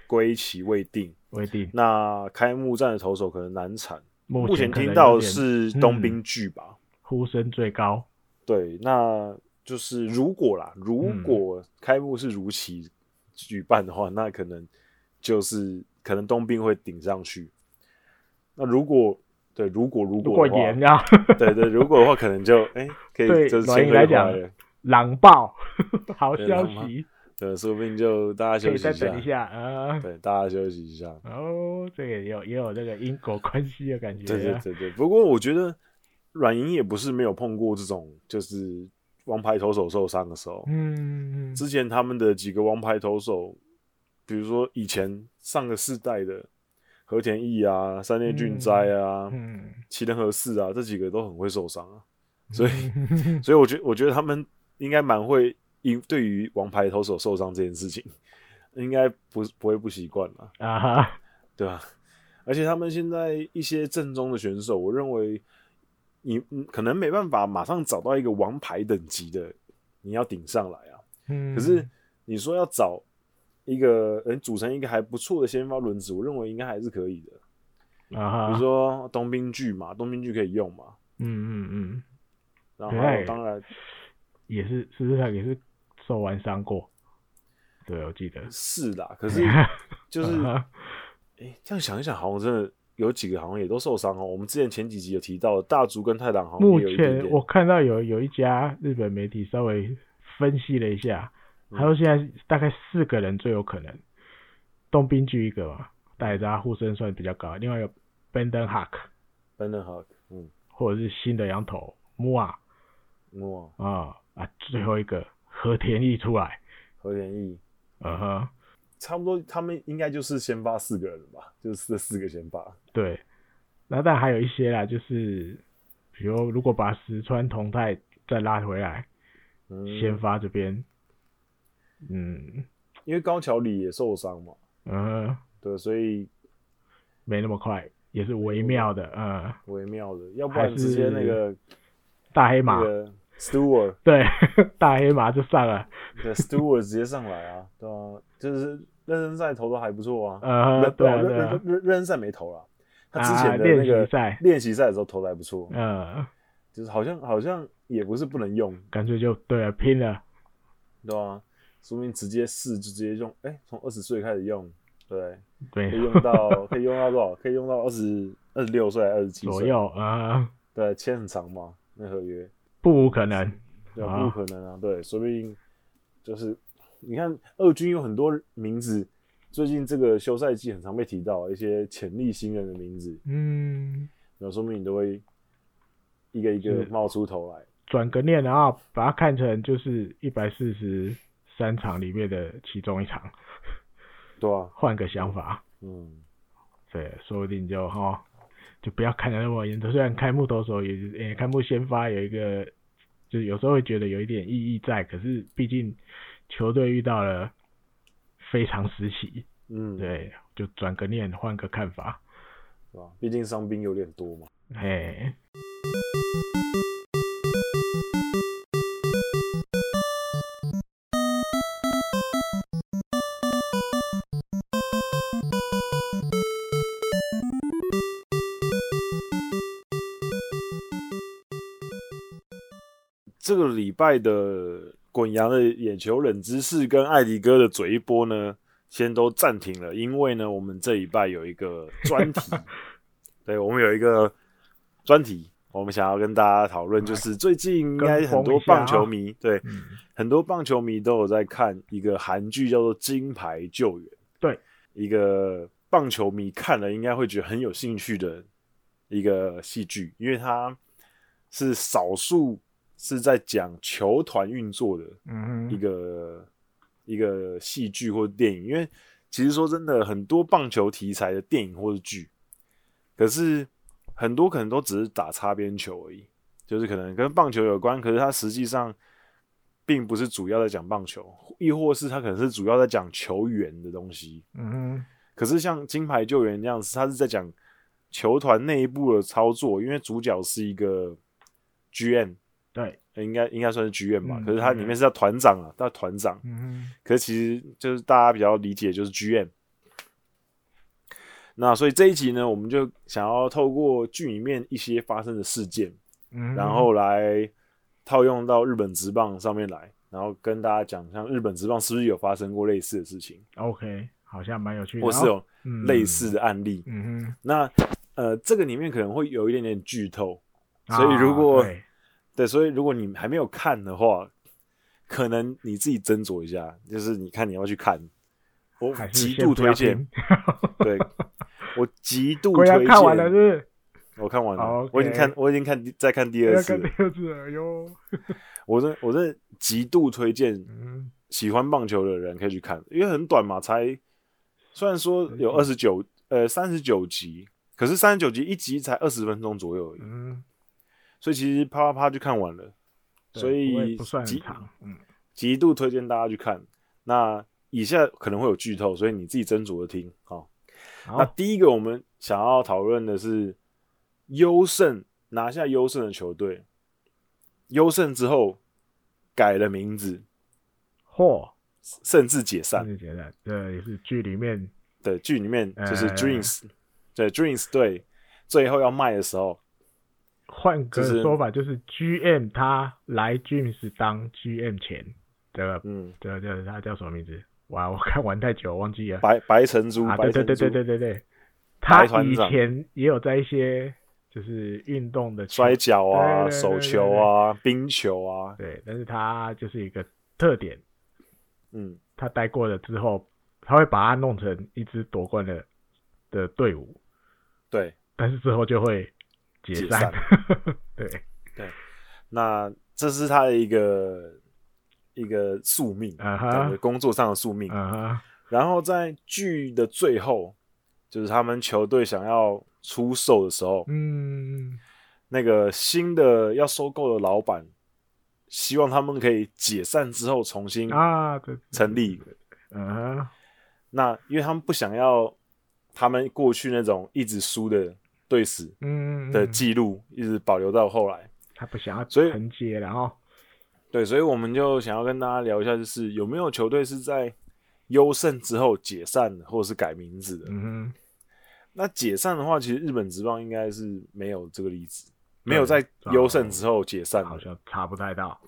[SPEAKER 1] 归期未定。
[SPEAKER 2] 未定。
[SPEAKER 1] 那开幕战的投手可能难产，目前
[SPEAKER 2] 可能
[SPEAKER 1] 听到
[SPEAKER 2] 有
[SPEAKER 1] 的
[SPEAKER 2] 点嗯
[SPEAKER 1] 是东滨巨吧。
[SPEAKER 2] 呼声最高，
[SPEAKER 1] 对，那就是如果啦，如
[SPEAKER 2] 嗯
[SPEAKER 1] 果开幕是如期举办的话，那可能就是可能冬兵会顶上去。那如果对，如果如
[SPEAKER 2] 如
[SPEAKER 1] 果
[SPEAKER 2] 果
[SPEAKER 1] 的话
[SPEAKER 2] 严啊，
[SPEAKER 1] 对对，如果的话，可能就哎、可以
[SPEAKER 2] 对
[SPEAKER 1] 就是
[SPEAKER 2] 软
[SPEAKER 1] 签
[SPEAKER 2] 银
[SPEAKER 1] 回
[SPEAKER 2] 来
[SPEAKER 1] 来
[SPEAKER 2] 讲
[SPEAKER 1] 了，
[SPEAKER 2] 狼爆， 好
[SPEAKER 1] 对
[SPEAKER 2] 消
[SPEAKER 1] 狼爆
[SPEAKER 2] 息，
[SPEAKER 1] 对，说不定就大家
[SPEAKER 2] 可
[SPEAKER 1] 休
[SPEAKER 2] 以
[SPEAKER 1] 息
[SPEAKER 2] 再
[SPEAKER 1] 一
[SPEAKER 2] 等
[SPEAKER 1] 下，
[SPEAKER 2] 一下啊。呃
[SPEAKER 1] 对，大家休息一 下。
[SPEAKER 2] 哦，这个也有也有这个因果关系的感觉啊。
[SPEAKER 1] 对对对对，不过我觉得软银也不是没有碰过这种，就是王牌投手受伤的时候，
[SPEAKER 2] 嗯，
[SPEAKER 1] 之前他们的几个王牌投手，比如说以前上个世代的和田义啊、山内俊哉啊、
[SPEAKER 2] 嗯，
[SPEAKER 1] 齐藤和四啊，这几个都很会受伤啊，所以 所以我觉得我觉得他们应该蛮会应对于王牌投手受伤这件事情，应该不不会不习惯啦，
[SPEAKER 2] 啊哈，
[SPEAKER 1] 对吧、而且他们现在一些正宗的选手，我认为你嗯可能没办法马上找到一个王牌等级的，你要顶上来啊。
[SPEAKER 2] 嗯
[SPEAKER 1] 可是你说要找一个人组成一个还不错的先发轮子，我认为应该还是可以的。
[SPEAKER 2] 啊哈，
[SPEAKER 1] 比如说东兵剧嘛，东兵剧可以用嘛，
[SPEAKER 2] 嗯嗯嗯，
[SPEAKER 1] 然后还有
[SPEAKER 2] 对
[SPEAKER 1] 当然
[SPEAKER 2] 也是，事实上也是受完伤过，对我记得，
[SPEAKER 1] 是啦，可 是就是
[SPEAKER 2] 啊哈
[SPEAKER 1] 诶，这样想一想，好像真的有几个好像也都受伤哦。我们之前前几集有提到大竹跟太郎好像
[SPEAKER 2] 目
[SPEAKER 1] 也有一点
[SPEAKER 2] 前
[SPEAKER 1] 点
[SPEAKER 2] 我看到有有一家日本媒体稍微分析了一下，
[SPEAKER 1] 嗯
[SPEAKER 2] 他说现在大概四个人最有可能，东滨居一个嘛，大家呼声算比较高，另外有 Benden Hark，
[SPEAKER 1] 班登好，嗯
[SPEAKER 2] 或者是新的羊头木啊
[SPEAKER 1] 哇，
[SPEAKER 2] 啊啊，最后一个和田义出来，
[SPEAKER 1] 和田义，
[SPEAKER 2] 嗯哼，
[SPEAKER 1] 差不多他们应该就是先发四个人吧，就是这四个先发。
[SPEAKER 2] 对，那但还有一些啦，就是比如如果把石川同泰再拉回来，
[SPEAKER 1] 嗯，
[SPEAKER 2] 先发这边，嗯
[SPEAKER 1] 因为高桥里也受伤嘛，
[SPEAKER 2] 嗯哼，
[SPEAKER 1] 对，所以
[SPEAKER 2] 没那么快，也是微妙的，嗯，
[SPEAKER 1] 微妙的，要不
[SPEAKER 2] 还
[SPEAKER 1] 然直接那
[SPEAKER 2] 是
[SPEAKER 1] 个
[SPEAKER 2] 大黑马
[SPEAKER 1] 那，个 Stewart
[SPEAKER 2] 对， 大黑马就上了，
[SPEAKER 1] 对 Stewart 直接上来啊，对啊，就是热身赛投的还不错啊，
[SPEAKER 2] 呃，
[SPEAKER 1] 热
[SPEAKER 2] 对啊
[SPEAKER 1] 哦
[SPEAKER 2] 对
[SPEAKER 1] 热热
[SPEAKER 2] 啊，
[SPEAKER 1] 热热身赛没投啦，他之
[SPEAKER 2] 啊
[SPEAKER 1] 前的那
[SPEAKER 2] 练
[SPEAKER 1] 个
[SPEAKER 2] 习赛
[SPEAKER 1] 练习赛的时候投的还不错，
[SPEAKER 2] 呃，
[SPEAKER 1] 就是好像好像也不是不能用，
[SPEAKER 2] 干脆就对了，拼了，
[SPEAKER 1] 对啊，说明直接试就直接用，哎、从二十岁开始用，对，
[SPEAKER 2] 对
[SPEAKER 1] 可以，用到可以用到多少？可以用到二十二十六岁、二十七
[SPEAKER 2] 左
[SPEAKER 1] 岁，
[SPEAKER 2] 右，呃，
[SPEAKER 1] 对，签很长嘛，那合约。
[SPEAKER 2] 不无可能，
[SPEAKER 1] 对、
[SPEAKER 2] 啊
[SPEAKER 1] 啊，不可能啊，对，说不定就是你看二军有很多名字，最近这个休赛季很常被提到一些潜力新人的名字，
[SPEAKER 2] 嗯，
[SPEAKER 1] 然后说明你都会一个一个
[SPEAKER 2] 是
[SPEAKER 1] 冒出头来。
[SPEAKER 2] 转个念，然后把它看成就是一百四十三场里面的其中一场，
[SPEAKER 1] 对啊，
[SPEAKER 2] 换个想法，
[SPEAKER 1] 嗯，
[SPEAKER 2] 对，说不定就哈，就不要看得那么严重。虽然开幕投手也是，也开幕先发有一个，就是有时候会觉得有一点意义在，可是毕竟球队遇到了非常时期，
[SPEAKER 1] 嗯，
[SPEAKER 2] 对，就转个念，换个看法，
[SPEAKER 1] 对吧？毕竟伤兵有点多嘛。
[SPEAKER 2] 嘿，
[SPEAKER 1] 这个礼拜的滚羊的眼球冷知识跟艾迪哥的嘴一波呢，先都暂停了，因为呢，我们这礼拜有一个专题，对我们有一个专题，我们想要跟大家讨论，就是最近应该很多棒球迷，对
[SPEAKER 2] 嗯，
[SPEAKER 1] 很多棒球迷都有在看一个韩剧叫做《金牌救援》，
[SPEAKER 2] 对，
[SPEAKER 1] 一个棒球迷看了应该会觉得很有兴趣的一个戏剧，因为它是少数是在讲球团运作的
[SPEAKER 2] 嗯
[SPEAKER 1] 一
[SPEAKER 2] 哼，
[SPEAKER 1] 个、一个戏剧或电影。因为其实说真的，很多棒球题材的电影或者剧，可是很多可能都只是打擦边球而已，就是可能跟棒球有关，可是它实际上并不是主要在讲棒球，亦或是它可能是主要在讲球员的东西。
[SPEAKER 2] 嗯哼，
[SPEAKER 1] 可是像金牌救援这样子，他是在讲球团内部的操作，因为主角是一个 GM，
[SPEAKER 2] 对，
[SPEAKER 1] 呃应该应该算是 GM 吧。
[SPEAKER 2] 嗯
[SPEAKER 1] 可是他里面是叫团长啊，叫团长。
[SPEAKER 2] 嗯哼，
[SPEAKER 1] 可是其实就是大家比较理解就是 GM。那所以这一集呢，我们就想要透过剧里面一些发生的事件，
[SPEAKER 2] 嗯哼，
[SPEAKER 1] 然后来套用到日本职棒上面来，然后跟大家讲，像日本职棒是不是有发生过类似的事情，
[SPEAKER 2] OK，好像蛮有趣的，
[SPEAKER 1] 或是有
[SPEAKER 2] 有
[SPEAKER 1] 类，似的案例。
[SPEAKER 2] 嗯哼，
[SPEAKER 1] 那呃，这个里面可能会有一点点剧透，所以如果
[SPEAKER 2] 啊对
[SPEAKER 1] 对，所以如果你还没有看的话，可能你自己斟酌一下，就是你看你要不要去看。我
[SPEAKER 2] 还是
[SPEAKER 1] 极
[SPEAKER 2] 先
[SPEAKER 1] 度
[SPEAKER 2] 不要
[SPEAKER 1] 推荐
[SPEAKER 2] 听，。
[SPEAKER 1] 对，我极度
[SPEAKER 2] 果
[SPEAKER 1] 推
[SPEAKER 2] 然
[SPEAKER 1] 荐。
[SPEAKER 2] 看完了是不是？
[SPEAKER 1] 我看完了，
[SPEAKER 2] 好，OK
[SPEAKER 1] 我已经看，我已经看第在看第
[SPEAKER 2] 要
[SPEAKER 1] 二次
[SPEAKER 2] 看
[SPEAKER 1] 了。
[SPEAKER 2] 第二次了哟。
[SPEAKER 1] 我真我真的极度推荐
[SPEAKER 2] 嗯，
[SPEAKER 1] 喜欢棒球的人可以去看，因为很短嘛，才虽然说有二十九呃三十九集，可是三十九集一集才二十分钟左右而已。
[SPEAKER 2] 嗯，
[SPEAKER 1] 所以其实啪啪啪就看完了，
[SPEAKER 2] 对
[SPEAKER 1] 所
[SPEAKER 2] 不
[SPEAKER 1] 以
[SPEAKER 2] 会不算很
[SPEAKER 1] 极
[SPEAKER 2] 长。嗯，
[SPEAKER 1] 极度推荐大家去看。那以下可能会有剧透，所以你自己斟酌的听好、那
[SPEAKER 2] 好，
[SPEAKER 1] 第一个我们想要讨论的是优胜拿下优胜的球队，优胜之后改了名字，
[SPEAKER 2] 嚯，
[SPEAKER 1] 甚至解散。
[SPEAKER 2] 是觉得这也是剧里面
[SPEAKER 1] 对，剧里面就是
[SPEAKER 2] 呃
[SPEAKER 1] Dreams，、对 Dreams 队最后要卖的时候，
[SPEAKER 2] 换个
[SPEAKER 1] 就是
[SPEAKER 2] 说法，就是 GM 他来 James 当 GM 前的
[SPEAKER 1] 嗯，
[SPEAKER 2] 这这他叫什么名字？哇，我看完太久，忘记了。
[SPEAKER 1] 白白成珠，
[SPEAKER 2] 啊，
[SPEAKER 1] 白
[SPEAKER 2] 对对
[SPEAKER 1] 成珠
[SPEAKER 2] 对对对对对，他
[SPEAKER 1] 团
[SPEAKER 2] 以
[SPEAKER 1] 长
[SPEAKER 2] 前也有在一些就是运动的球
[SPEAKER 1] 摔跤啊、
[SPEAKER 2] 对对对
[SPEAKER 1] 手球啊、冰球啊，
[SPEAKER 2] 对，但是他就是一个特点，
[SPEAKER 1] 嗯，
[SPEAKER 2] 他待过了之后，他会把它弄成一支夺冠的的队伍，
[SPEAKER 1] 对
[SPEAKER 2] 但是之后就会解
[SPEAKER 1] 解
[SPEAKER 2] 散
[SPEAKER 1] 散。
[SPEAKER 2] 对，
[SPEAKER 1] 那这是他的一个一个宿命，
[SPEAKER 2] 啊
[SPEAKER 1] 感觉
[SPEAKER 2] 哈，
[SPEAKER 1] 工作上的宿命。
[SPEAKER 2] 啊哈，
[SPEAKER 1] 然后在剧的最后，就是他们球队想要出售的时候，
[SPEAKER 2] 嗯，
[SPEAKER 1] 那个新的要收购的老板希望他们可以解散之后重新
[SPEAKER 2] 啊，对，
[SPEAKER 1] 成立。
[SPEAKER 2] 嗯哈，
[SPEAKER 1] 那因为他们不想要他们过去那种一直输的队史
[SPEAKER 2] 嗯
[SPEAKER 1] 的，记录一直保留到后来，
[SPEAKER 2] 他不想要
[SPEAKER 1] 所以
[SPEAKER 2] 承接了哦哈，
[SPEAKER 1] 对，所以我们就想要跟大家聊一下，就是有没有球队是在优胜之后解散或者是改名字的？
[SPEAKER 2] 嗯哼，
[SPEAKER 1] 那解散的话，其实日本职棒应该是没有这个例子，没有
[SPEAKER 2] 对啊
[SPEAKER 1] 在优胜之后解散
[SPEAKER 2] 好
[SPEAKER 1] 的。
[SPEAKER 2] 像查不太到，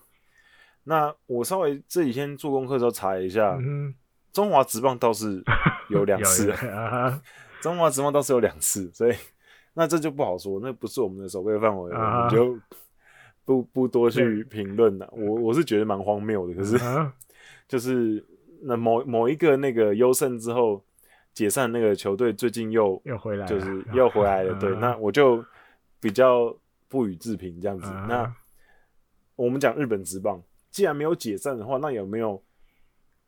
[SPEAKER 1] 那我稍微这几天做功课的时候查了一下，
[SPEAKER 2] 嗯哼，
[SPEAKER 1] 中华职棒倒 是啊有两次，
[SPEAKER 2] 啊
[SPEAKER 1] 中华职棒倒是有两次，所以那这就不好说，那不是我们的守备范围，我
[SPEAKER 2] 啊
[SPEAKER 1] 们就不不多去评论了。我我是觉得蛮荒谬的，可 是
[SPEAKER 2] 哈，啊
[SPEAKER 1] 就是那某某一个那个优胜之后解散那个球队，最近又
[SPEAKER 2] 又回来了，
[SPEAKER 1] 就是又回来了。对，
[SPEAKER 2] 啊
[SPEAKER 1] 那我就比较不予置评这样子。
[SPEAKER 2] 啊
[SPEAKER 1] 那我们讲日本职棒，既然没有解散的话，那有没有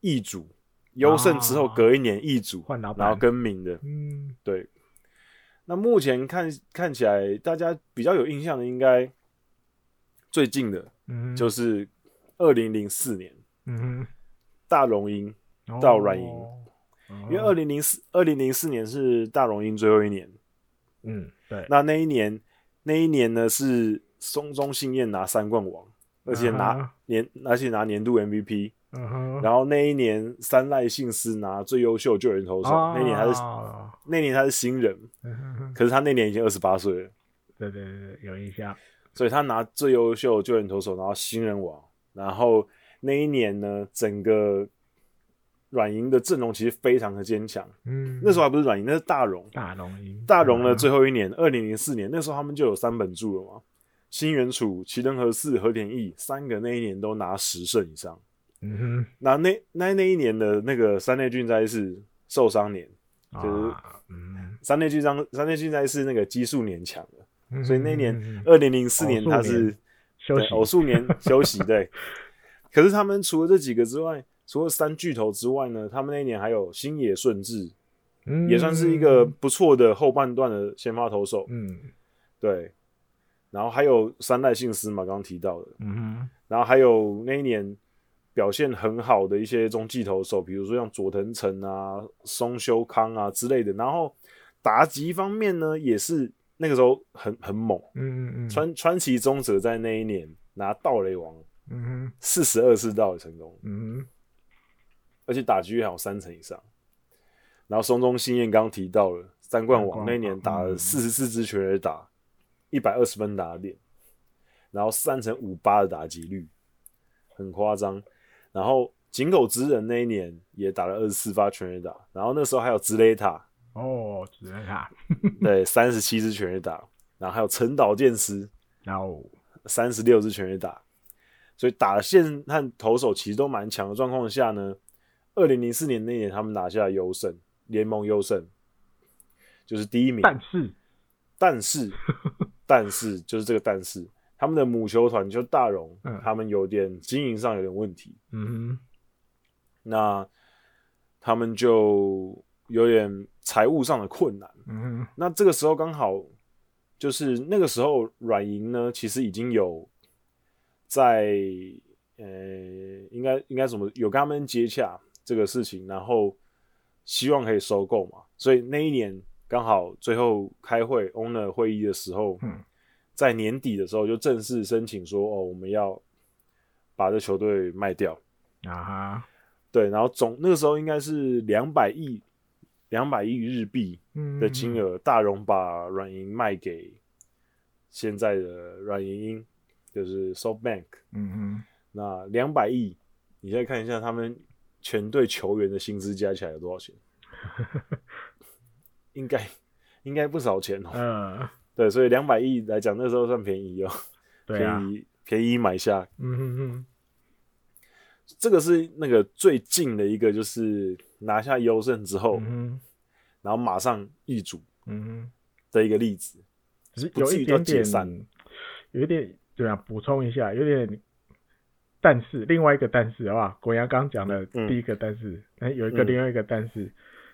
[SPEAKER 1] 易主？优胜之后
[SPEAKER 2] 啊
[SPEAKER 1] 隔一年易主，
[SPEAKER 2] 换老板
[SPEAKER 1] 然后更名的，
[SPEAKER 2] 嗯，
[SPEAKER 1] 对。那目前看看起来，大家比较有印象的，应该最近的
[SPEAKER 2] 嗯哼，
[SPEAKER 1] 就是二零零四年
[SPEAKER 2] 嗯
[SPEAKER 1] 大荣鹰，
[SPEAKER 2] 哼，
[SPEAKER 1] 到软银
[SPEAKER 2] 哦，
[SPEAKER 1] 因
[SPEAKER 2] 因
[SPEAKER 1] 为二零零四二零零四年是大荣鹰最后一年，
[SPEAKER 2] 嗯，对，
[SPEAKER 1] 那那一年，那一年呢是松中信彦拿三冠王，而且拿、
[SPEAKER 2] 啊哈
[SPEAKER 1] 年，而且拿年度 MVP。
[SPEAKER 2] 嗯哼，
[SPEAKER 1] 然后那一年，三赖幸司拿最优秀救援投手。那年他是
[SPEAKER 2] 哦
[SPEAKER 1] 那年他是新人，
[SPEAKER 2] 嗯哼哼
[SPEAKER 1] 可是他那年已经二十八岁了，
[SPEAKER 2] 对对对，对有印象，
[SPEAKER 1] 所以他拿最优秀救援投手，然后新人王。然后那一年呢，整个软银的阵容其实非常的坚强。
[SPEAKER 2] 嗯，
[SPEAKER 1] 那时候还不是软银，那是大荣。
[SPEAKER 2] 大龙鹰，
[SPEAKER 1] 大荣的
[SPEAKER 2] 嗯
[SPEAKER 1] 最后一年，二零零四年，那时候他们就有三本柱了嘛。新元楚、齐藤和四、和田义三个那一年都拿十胜以上。
[SPEAKER 2] 嗯
[SPEAKER 1] 那那那那一年的那个三内俊哉是受伤年，
[SPEAKER 2] 哼，
[SPEAKER 1] 就是
[SPEAKER 2] 啊嗯，
[SPEAKER 1] 三内俊章三内俊哉是那个基数年强的，
[SPEAKER 2] 嗯
[SPEAKER 1] 所以那年
[SPEAKER 2] 嗯嗯嗯
[SPEAKER 1] 二零零四年他
[SPEAKER 2] 偶数
[SPEAKER 1] 是
[SPEAKER 2] 年休
[SPEAKER 1] 对偶哦
[SPEAKER 2] 息，
[SPEAKER 1] 数年 休息对。可是他们除了这几个之外，除了三巨头之外呢，他们那一年还有星野顺志，
[SPEAKER 2] 嗯
[SPEAKER 1] 也算是一个，不错的后半段的先发投手。
[SPEAKER 2] 嗯
[SPEAKER 1] 对，然后还有三代信司嘛，刚刚提到的，
[SPEAKER 2] 嗯哼，
[SPEAKER 1] 然后还有那一年表现很好的一些中继投手，比如说像佐藤诚啊、松修康啊之类的。然后打击方面呢，也是那个时候很很猛，
[SPEAKER 2] 嗯嗯嗯，
[SPEAKER 1] 川川崎宗则在那一年拿盗垒王
[SPEAKER 2] 嗯哼，
[SPEAKER 1] 四十二次盗垒成功，
[SPEAKER 2] 嗯哼，
[SPEAKER 1] 而且打击率还有三成以上。然后松中信彦刚刚提到了三冠
[SPEAKER 2] 三冠
[SPEAKER 1] 王
[SPEAKER 2] 王
[SPEAKER 1] 那一年打了
[SPEAKER 2] 嗯
[SPEAKER 1] 四十四支全垒打，一百二十分打点，然后三乘五八的打击率，很夸张。然后井口之人那一年也打了二十四发全垒打，然后那时候还有直雷塔，
[SPEAKER 2] 哦，只能卡，
[SPEAKER 1] 对，三十七支全垒打，然后还有陈岛健司
[SPEAKER 2] 然后
[SPEAKER 1] 三十六支全垒打，所以打线和投手其实都蛮强的状况下呢，二零零四年那年他们拿下优胜，联盟优胜，就是第一名。
[SPEAKER 2] 但是
[SPEAKER 1] 但 是，但是就是这个但是，他们的母球团就大荣，
[SPEAKER 2] 嗯
[SPEAKER 1] 他们有点经营上有点问题，
[SPEAKER 2] 嗯
[SPEAKER 1] 那他们就有点财务上的困难。
[SPEAKER 2] 哼，嗯哼，
[SPEAKER 1] 那这个时候刚好就是那个时候软银呢，其实已经有在呃，应该应该怎么有跟他们接洽这个事情，然后希望可以收购嘛。所以那一年刚好最后开会 owner 会议的时候，
[SPEAKER 2] 嗯
[SPEAKER 1] 在年底的时候就正式申请说，哦，我们要把这球队卖掉。
[SPEAKER 2] 啊哈，
[SPEAKER 1] 对，然后总那个时候应该是两百亿，两百亿日币，
[SPEAKER 2] 嗯
[SPEAKER 1] 的金，额，大荣把软银卖给现在的软银英，就是 SoftBank。
[SPEAKER 2] 嗯
[SPEAKER 1] 那两百亿，你再看一下他们全队球员的薪资加起来有多少钱？应该应该不少钱哦、
[SPEAKER 2] 哼，呃，
[SPEAKER 1] 对，所以两百亿来讲，那时候算便宜哦、
[SPEAKER 2] 对 啊，
[SPEAKER 1] 便宜便宜买下。
[SPEAKER 2] 嗯哼哼，
[SPEAKER 1] 这个是那个最近的一个，就是拿下优胜之后，
[SPEAKER 2] 嗯哼，
[SPEAKER 1] 然后马上易主
[SPEAKER 2] 嗯哼，
[SPEAKER 1] 的一个例子。
[SPEAKER 2] 只是
[SPEAKER 1] 不
[SPEAKER 2] 有
[SPEAKER 1] 至
[SPEAKER 2] 一
[SPEAKER 1] 于到
[SPEAKER 2] 点
[SPEAKER 1] 解
[SPEAKER 2] 点
[SPEAKER 1] 散，
[SPEAKER 2] 有一点对啊，补充一下，有点，但是另外一个但是好不好？国阳刚讲的
[SPEAKER 1] 嗯
[SPEAKER 2] 第一个但是，但有一个
[SPEAKER 1] 嗯
[SPEAKER 2] 另外一个但是，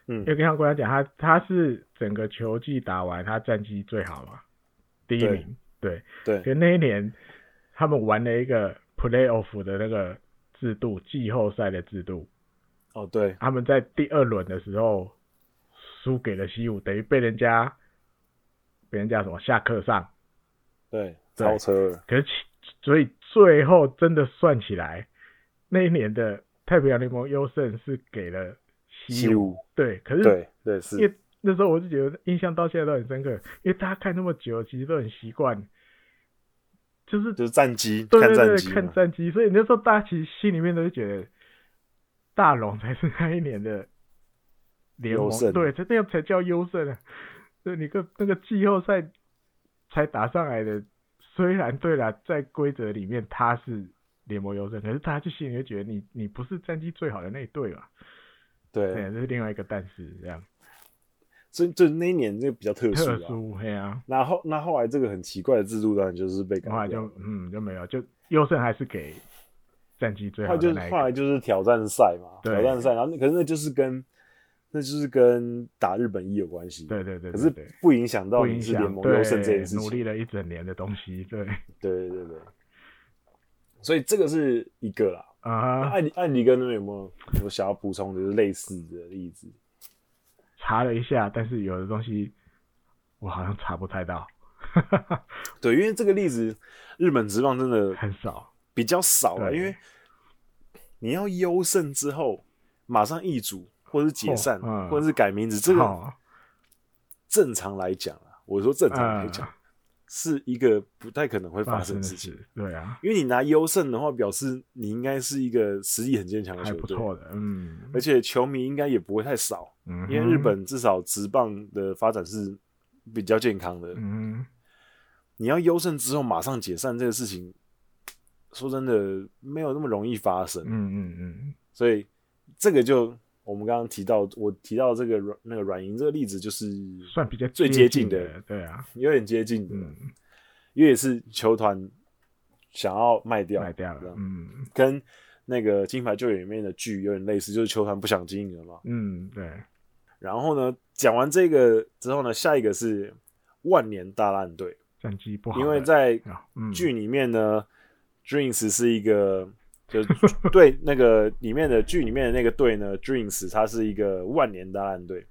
[SPEAKER 1] 嗯
[SPEAKER 2] 因为像国阳讲，他他是整个球季打完，他战绩最好嘛，第一
[SPEAKER 1] 对
[SPEAKER 2] 名，对，
[SPEAKER 1] 对，
[SPEAKER 2] 可那一年他们玩了一个 playoff 的那个制度，季后赛的制度，
[SPEAKER 1] 哦对，
[SPEAKER 2] 他们在第二轮的时候输给了西武，等于被人家被人家什么下课上。
[SPEAKER 1] 对，
[SPEAKER 2] 对
[SPEAKER 1] 超车了，
[SPEAKER 2] 可是其所以最后真的算起来，那一年的太平洋联盟优胜是给了西
[SPEAKER 1] 西
[SPEAKER 2] 武。
[SPEAKER 1] 武，
[SPEAKER 2] 对，可是
[SPEAKER 1] 对对是
[SPEAKER 2] 因，为那时候我就觉得印象到现在都很深刻，因为大家看那么久，其实都很习惯，就是
[SPEAKER 1] 就是战机，
[SPEAKER 2] 对
[SPEAKER 1] 看
[SPEAKER 2] 对
[SPEAKER 1] 战
[SPEAKER 2] 对
[SPEAKER 1] 机嘛，
[SPEAKER 2] 看战绩，所以那时候大家其实心里面都是觉得大龙才是那一年的联
[SPEAKER 1] 优
[SPEAKER 2] 盟
[SPEAKER 1] 胜，
[SPEAKER 2] 对，这这样才叫优胜啊！对，你个那个季后赛才打上来的，虽然对啦，在规则里面他是联盟优胜，可是大家就心里就觉得你你不是战绩最好的那一队吧？
[SPEAKER 1] 对，
[SPEAKER 2] 对，这是另外一个但是这样
[SPEAKER 1] 所以就那一年就比较特殊
[SPEAKER 2] 特
[SPEAKER 1] 啊。
[SPEAKER 2] 殊，嘿啊，
[SPEAKER 1] 那后那后来这个很奇怪的制度当然就是被改
[SPEAKER 2] 后来
[SPEAKER 1] 掉
[SPEAKER 2] 就
[SPEAKER 1] 了，
[SPEAKER 2] 嗯就没有，就优胜还是给战绩最
[SPEAKER 1] 后
[SPEAKER 2] 好
[SPEAKER 1] 来就
[SPEAKER 2] 的
[SPEAKER 1] 是
[SPEAKER 2] 那一
[SPEAKER 1] 后
[SPEAKER 2] 个，
[SPEAKER 1] 来就是挑战赛嘛，
[SPEAKER 2] 对
[SPEAKER 1] 挑战赛，然后那可是那就是跟那就是跟打日本一有关系，
[SPEAKER 2] 对对对，
[SPEAKER 1] 可
[SPEAKER 2] 对
[SPEAKER 1] 是
[SPEAKER 2] 对
[SPEAKER 1] 不影响到
[SPEAKER 2] 不
[SPEAKER 1] 你
[SPEAKER 2] 影
[SPEAKER 1] 是
[SPEAKER 2] 响
[SPEAKER 1] 联盟
[SPEAKER 2] 对
[SPEAKER 1] 优胜这件事
[SPEAKER 2] 努
[SPEAKER 1] 情，
[SPEAKER 2] 力了一整年的东西，对
[SPEAKER 1] 对对对对，所以这个是一个啦。那
[SPEAKER 2] 啊哈，
[SPEAKER 1] 艾迪艾迪哥那边有没有我想要补充的就是类似的例子？
[SPEAKER 2] 查了一下，但是有的东西我好像查不太到，
[SPEAKER 1] 对，因为这个例子日本职棒真的
[SPEAKER 2] 很少，
[SPEAKER 1] 比较少了，
[SPEAKER 2] 对
[SPEAKER 1] 因为你要优胜之后马上易主，或者是解散，
[SPEAKER 2] 哦嗯
[SPEAKER 1] 或者是改名字，这个
[SPEAKER 2] 好
[SPEAKER 1] 正常来讲啊，我说正常来
[SPEAKER 2] 嗯啊
[SPEAKER 1] 讲、是一个不太可能会发
[SPEAKER 2] 发
[SPEAKER 1] 生
[SPEAKER 2] 生
[SPEAKER 1] 的
[SPEAKER 2] 的
[SPEAKER 1] 事情，
[SPEAKER 2] 事，对啊，
[SPEAKER 1] 因为你拿优胜的话，表示你应该是一个实力很坚强的
[SPEAKER 2] 还
[SPEAKER 1] 球
[SPEAKER 2] 不
[SPEAKER 1] 队，
[SPEAKER 2] 错的，嗯
[SPEAKER 1] 而且球迷应该也不会太少，
[SPEAKER 2] 嗯哼，
[SPEAKER 1] 因为日本至少职棒的发展是比较健康的，
[SPEAKER 2] 嗯
[SPEAKER 1] 你要优胜之后马上解散这个事情，说真的没有那么容易发生。
[SPEAKER 2] 嗯嗯嗯
[SPEAKER 1] 所以这个就我们刚刚提到，我提到这个软那个软银这个例子，就是
[SPEAKER 2] 嗯，算比较
[SPEAKER 1] 最接近的
[SPEAKER 2] 的，对啊，
[SPEAKER 1] 有点接近的，
[SPEAKER 2] 嗯，
[SPEAKER 1] 因为也是球团想要卖掉，
[SPEAKER 2] 卖掉
[SPEAKER 1] 这
[SPEAKER 2] 了
[SPEAKER 1] 样，
[SPEAKER 2] 嗯
[SPEAKER 1] 跟那个金牌救援里面的剧有点类似，就是球团不想经营了嘛。
[SPEAKER 2] 嗯，对，
[SPEAKER 1] 然后呢，讲完这个之后呢，下一个是万年大烂队，
[SPEAKER 2] 战绩不好的，
[SPEAKER 1] 因为在
[SPEAKER 2] 啊嗯
[SPEAKER 1] 剧里面呢、d r e a m s 是一个，就是对那个里面的剧里面的那个队呢，Dreams 它是一个万年大烂队。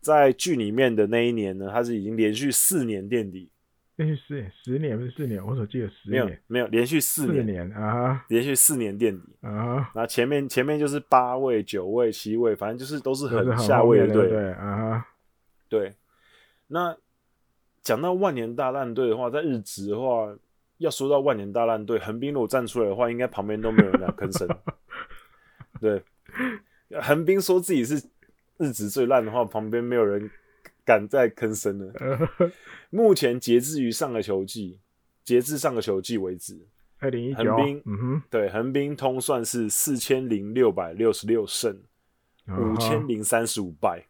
[SPEAKER 1] 在剧里面的那一年呢，它是已经连续四年垫底，
[SPEAKER 2] 那是十年，十年不是四年，我只记得十
[SPEAKER 1] 没有
[SPEAKER 2] 年，
[SPEAKER 1] 没有连续四
[SPEAKER 2] 四
[SPEAKER 1] 年，
[SPEAKER 2] 年啊
[SPEAKER 1] 连续四年垫底。
[SPEAKER 2] 啊哈，
[SPEAKER 1] 那前面前面就是八位、九位、七位，反正就是都是
[SPEAKER 2] 就是
[SPEAKER 1] 很
[SPEAKER 2] 很
[SPEAKER 1] 下
[SPEAKER 2] 后
[SPEAKER 1] 位
[SPEAKER 2] 面
[SPEAKER 1] 的
[SPEAKER 2] 对
[SPEAKER 1] 队。
[SPEAKER 2] 不对啊哈。
[SPEAKER 1] 对，那讲到万年大烂队的话，在日职的话，要说到万年大烂队，横滨如果站出来的话，应该旁边都没有人敢吭声。对，横滨说自己是日职最烂的话，旁边没有人敢再吭声了。目前截至于上个球季，截至上个球季为止，
[SPEAKER 2] 二零一
[SPEAKER 1] 横
[SPEAKER 2] 九
[SPEAKER 1] 滨，
[SPEAKER 2] 嗯
[SPEAKER 1] 对横滨通算是四千零六百六十六胜，
[SPEAKER 2] 哼，
[SPEAKER 1] 五千零三十五败，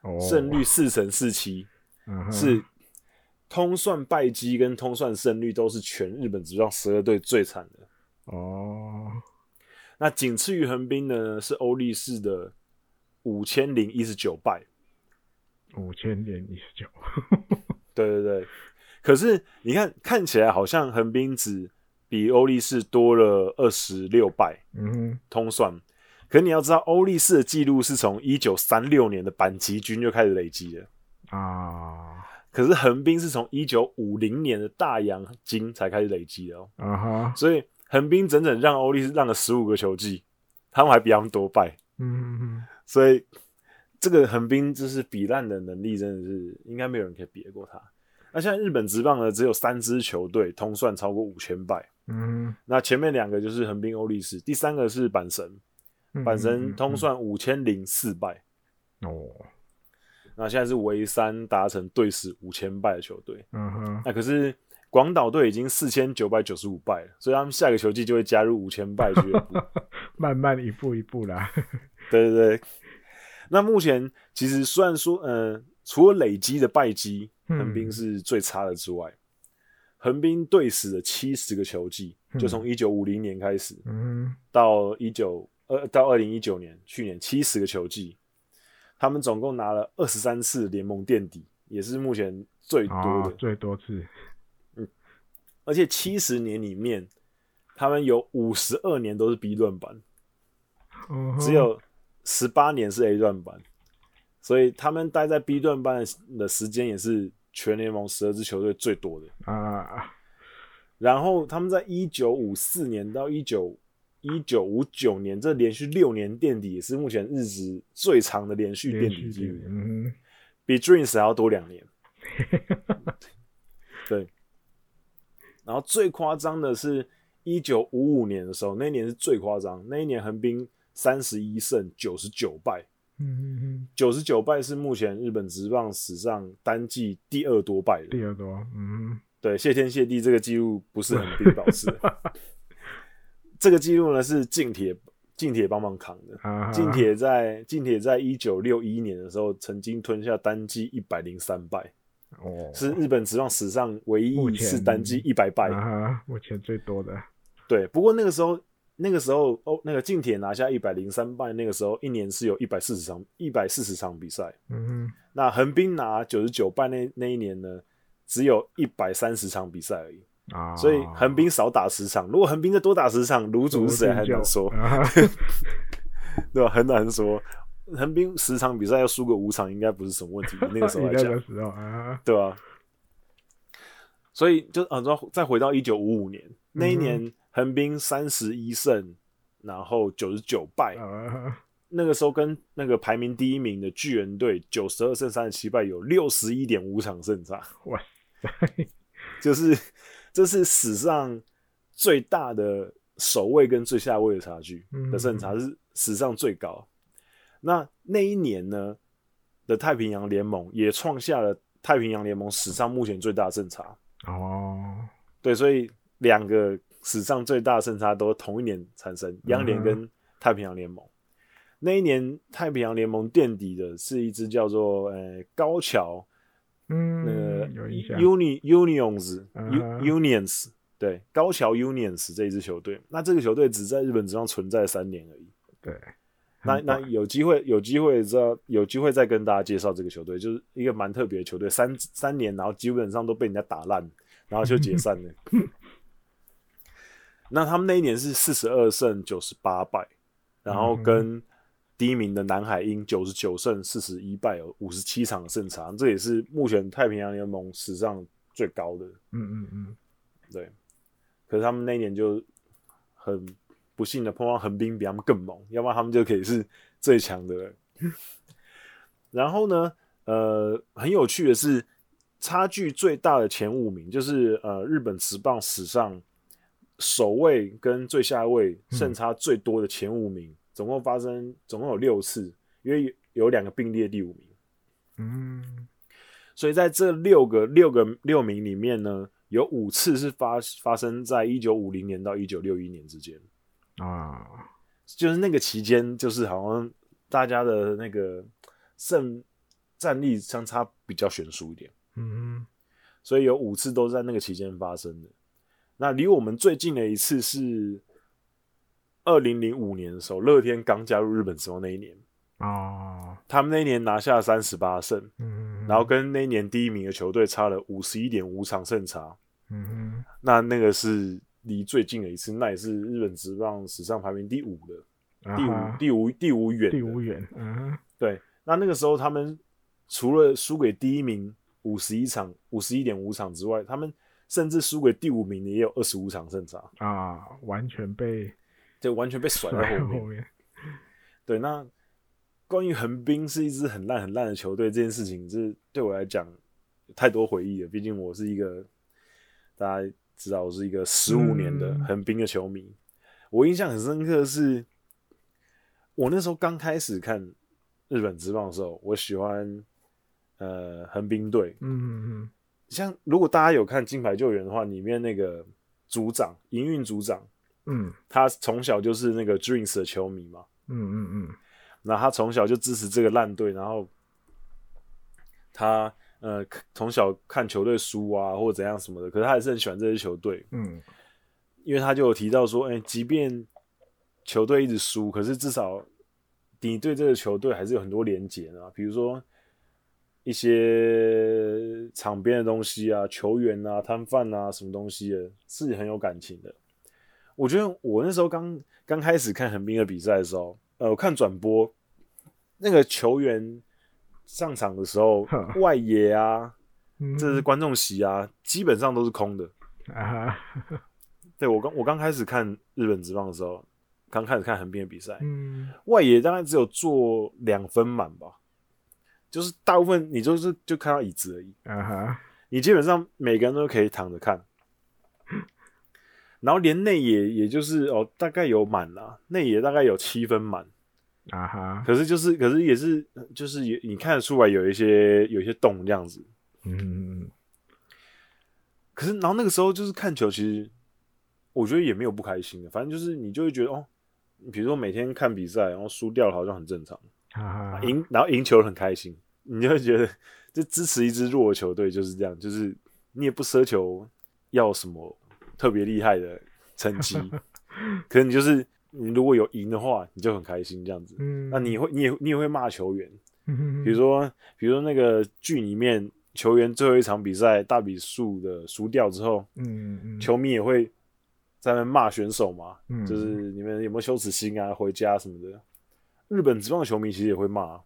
[SPEAKER 2] 哦
[SPEAKER 1] 胜率四成四七。
[SPEAKER 2] 嗯
[SPEAKER 1] 是通算败绩跟通算胜率都是全日本职棒十二队最惨的。
[SPEAKER 2] 哦，
[SPEAKER 1] 那仅次于横滨的呢是欧力士的五千零一十九败。
[SPEAKER 2] 五千点一十九，
[SPEAKER 1] 对对对，可是你看看起来好像横滨只比欧力士多了二十六败
[SPEAKER 2] 嗯哼，
[SPEAKER 1] 通算，可你要知道欧力士的记录是从一九三六年的板崎军就开始累积了。
[SPEAKER 2] 啊
[SPEAKER 1] 可是横滨是从一九五零年的大洋金才开始累积的哦，
[SPEAKER 2] 啊哈，
[SPEAKER 1] 所以横滨整整让欧力士让了十五个球季，他们还比他们多败，
[SPEAKER 2] 嗯
[SPEAKER 1] 所以这个横滨就是比烂的能力真的是应该没有人可以比得过他。那现在日本职棒呢，只有三支球队通算超过五千败，
[SPEAKER 2] 嗯
[SPEAKER 1] 那前面两个就是横滨欧力士，第三个是阪神，
[SPEAKER 2] 嗯，
[SPEAKER 1] 阪神通算五千零四败，
[SPEAKER 2] 哦，
[SPEAKER 1] 那现在是唯三达成队史五千败的球队。
[SPEAKER 2] 嗯哼，
[SPEAKER 1] 那可是广岛队已经四千九百九十五败了，所以他们下个球季就会加入五千败俱乐部。
[SPEAKER 2] 慢慢一步一步啦，
[SPEAKER 1] 对对对。那目前其实虽然说，呃，除了累积的败绩，
[SPEAKER 2] 嗯
[SPEAKER 1] 横滨是最差的之外，横滨队史的七十个球季，就从一九五零年开始
[SPEAKER 2] 嗯
[SPEAKER 1] 到一九呃到二零一九年，去年七十个球季，他们总共拿了二十三次联盟垫底，也是目前最多的。
[SPEAKER 2] 哦，最多次，
[SPEAKER 1] 而且七十年里面，他们有五十二年都是 B 段版，
[SPEAKER 2] 嗯哼
[SPEAKER 1] 只有十八年是 A 段版，所以他们待在 B 段班的时间也是全联盟十二支球队最多的。
[SPEAKER 2] 啊，
[SPEAKER 1] 然后他们在一九五四年到一九一九五九年这连续六年垫底，也是目前日职最长的连续垫
[SPEAKER 2] 连
[SPEAKER 1] 底
[SPEAKER 2] 续
[SPEAKER 1] 记
[SPEAKER 2] 点
[SPEAKER 1] 录，，
[SPEAKER 2] 嗯
[SPEAKER 1] 比 Dreams 还要多两 年。对。然后最夸张的是，一九五五年的时候，那一年是最夸张，那一年横滨三十一胜九十九败，
[SPEAKER 2] 哼嗯嗯，
[SPEAKER 1] 九十九败是目前日本职棒史上单季第二多败的。
[SPEAKER 2] 第二多，嗯
[SPEAKER 1] 对，谢天谢地，这个记录不是很冰保持的。这个记录呢是近铁近铁帮忙扛的。
[SPEAKER 2] 啊，
[SPEAKER 1] 近铁在近铁在一九六一年的时候，曾经吞下单季一百零三败，
[SPEAKER 2] 哦
[SPEAKER 1] 是日本职棒史上唯一
[SPEAKER 2] 目
[SPEAKER 1] 一
[SPEAKER 2] 前
[SPEAKER 1] 次单季一百败。
[SPEAKER 2] 啊哈，目前最多的，
[SPEAKER 1] 对，不过那个时候，那个时候哦，那个近铁拿下一百零三败，那个时候一年是有一百四十场一百四十场比赛。
[SPEAKER 2] 嗯
[SPEAKER 1] 那横滨拿九十九败那那一年呢，只有一百三十场比赛而已，
[SPEAKER 2] 哼啊，
[SPEAKER 1] 所以横滨少打十场。如果横滨再多打十场，卢
[SPEAKER 2] 足
[SPEAKER 1] 竹是嗯谁还难说，
[SPEAKER 2] 啊哈
[SPEAKER 1] 对吧？很难说。横滨十场比赛要输个五场，应该不是什么问题。以那个时 候
[SPEAKER 2] 你
[SPEAKER 1] 来
[SPEAKER 2] 那
[SPEAKER 1] 讲
[SPEAKER 2] 个，时候啊，
[SPEAKER 1] 对啊？所以就啊，再再回到一九五五年那一年，横滨三十一胜，然后九十九败，
[SPEAKER 2] 啊，
[SPEAKER 1] 那个时候跟那个排名第一名的巨人队九十二胜三十七败，有六十一点五场胜差，
[SPEAKER 2] 哇
[SPEAKER 1] 就是这是史上最大的首位跟最下位的差距
[SPEAKER 2] 嗯
[SPEAKER 1] 的胜差是史上最高。那那一年呢的太平洋联盟也创下了太平洋联盟史上目前最大的胜差。
[SPEAKER 2] 哦，
[SPEAKER 1] 对，所以两个史上最大的胜差都同一年产生，央
[SPEAKER 2] 嗯
[SPEAKER 1] 联跟太平洋联盟。那一年太平洋联盟垫底的是一支叫做呃高桥那个
[SPEAKER 2] 嗯，有印象，
[SPEAKER 1] Uni Unions
[SPEAKER 2] 嗯
[SPEAKER 1] U- Unions 对高桥 Unions 这一支球队。那这个球队只在日本职棒存在三年而已。
[SPEAKER 2] 对，
[SPEAKER 1] 那
[SPEAKER 2] 很
[SPEAKER 1] 那
[SPEAKER 2] 棒
[SPEAKER 1] 有机会有机会知道有机会再跟大家介绍这个球队，就是一个蛮特别的球队，三三年然后基本上都被人家打烂，然后就解散了。 那他们那一年是四十二胜九十八败，然
[SPEAKER 2] 嗯
[SPEAKER 1] 后跟第一名的南海鹰九十九胜四十一败，有五十七场的胜差，这也是目前太平洋联盟史上最高的。
[SPEAKER 2] 嗯嗯嗯，
[SPEAKER 1] 对，可是他们那一年就很不幸的碰到横滨比他们更猛，要不然他们就可以是最强的了。 然后呢，呃，很有趣的是，差距最大的前五名就是呃日本职棒史上首位跟最下位胜差最多的前五名，总共发生总共有六次，因为有有两个并列第五名。
[SPEAKER 2] 嗯，
[SPEAKER 1] 所以在这六个六个六名里面呢，有五次是发发生在一九五零年到一九六一年之间，
[SPEAKER 2] 啊，
[SPEAKER 1] 就是那个期间，就是好像大家的那个胜战力相差比较悬殊一点，
[SPEAKER 2] 嗯
[SPEAKER 1] 所以有五次都在那个期间发生的。那离我们最近的一次是二零零五年的时候，乐天刚加入日本时候那一年，
[SPEAKER 2] 哼，哦，
[SPEAKER 1] 他们那一年拿下三十八胜，
[SPEAKER 2] 嗯，
[SPEAKER 1] 然后，跟那一年第一名的球队差了五十一点五场胜差。
[SPEAKER 2] 嗯
[SPEAKER 1] 那那个是离最近的一次，那也是日本职棒史上排名第五的，
[SPEAKER 2] 哼，
[SPEAKER 1] 第五、
[SPEAKER 2] 啊哈
[SPEAKER 1] 第五第五远的
[SPEAKER 2] 第五远，嗯
[SPEAKER 1] 对，那那个时候他们除了输给第一名五十一场五十一点五场之外，他们甚至输给第五名的也有二十五场胜差，
[SPEAKER 2] 啊，完全被
[SPEAKER 1] 对，完全被甩
[SPEAKER 2] 甩
[SPEAKER 1] 在
[SPEAKER 2] 后
[SPEAKER 1] 后面。
[SPEAKER 2] 面，
[SPEAKER 1] 对，那关于横滨是一支很烂很烂的球队这件事情，这对我来讲太多回忆了。毕竟我是一个大家知道，我是一个十五年的
[SPEAKER 2] 嗯
[SPEAKER 1] 横滨的球迷。我印象很深刻的是，我那时候刚开始看日本职棒的时候，我喜欢呃横滨队。
[SPEAKER 2] 嗯嗯
[SPEAKER 1] 像如果大家有看《金牌救援》的话，里面那个组长营运组长，
[SPEAKER 2] 嗯
[SPEAKER 1] 他从小就是那个 Dreams 的球迷嘛。
[SPEAKER 2] 嗯嗯嗯，
[SPEAKER 1] 然后他从小就支持这个烂队，然后他呃从小看球队输啊，或者怎样什么的，可是他还是很喜欢这支球队，
[SPEAKER 2] 嗯，，
[SPEAKER 1] 因为他就有提到说，哎、即便球队一直输，可是至少你对这个球队还是有很多连结的啊，比如说一些场边的东西啊、球员啊、摊贩啊什么东西的，是很有感情的。我觉得我那时候刚刚开始看横滨的比赛的时候，呃，我看转播，那个球员上场的时候外野啊，
[SPEAKER 2] 嗯
[SPEAKER 1] 这是观众席啊，基本上都是空的。
[SPEAKER 2] 啊哈，
[SPEAKER 1] 对我刚我刚开始看日本职棒的时候，刚开始看横滨的比赛，
[SPEAKER 2] 嗯
[SPEAKER 1] 外野大概只有坐两分满吧，就是大部分你就是就看到椅子而已，
[SPEAKER 2] 啊哈，
[SPEAKER 1] 你基本上每个人都可以躺着看，然后连内野也就是哦大概有满啦、内野大概有七分满，
[SPEAKER 2] 啊哈，
[SPEAKER 1] 可是就是可是也是就是也你看得出来有一些有一些洞这样子，
[SPEAKER 2] 嗯
[SPEAKER 1] 可是然后那个时候就是看球，其实我觉得也没有不开心的，反正就是你就会觉得哦，比如说每天看比赛，然后输掉了好像很正常，
[SPEAKER 2] 啊哈，
[SPEAKER 1] 赢然后赢球了很开心，你就会觉得就支持一支弱的球队就是这样，就是你也不奢求要什么特别厉害的成 绩，可是你就是你如果有赢的话，你就很开心这样子。
[SPEAKER 2] 嗯，
[SPEAKER 1] 那你会你也你也会骂球员，
[SPEAKER 2] 嗯，
[SPEAKER 1] 比如说，比如说那个剧里面球员最后一场比赛大比数的输掉之后，
[SPEAKER 2] 嗯嗯
[SPEAKER 1] 球迷也会在那边骂选手嘛，
[SPEAKER 2] 嗯
[SPEAKER 1] 就是你们有没有羞耻心啊，回家什么的。日本职棒球迷其实也会骂，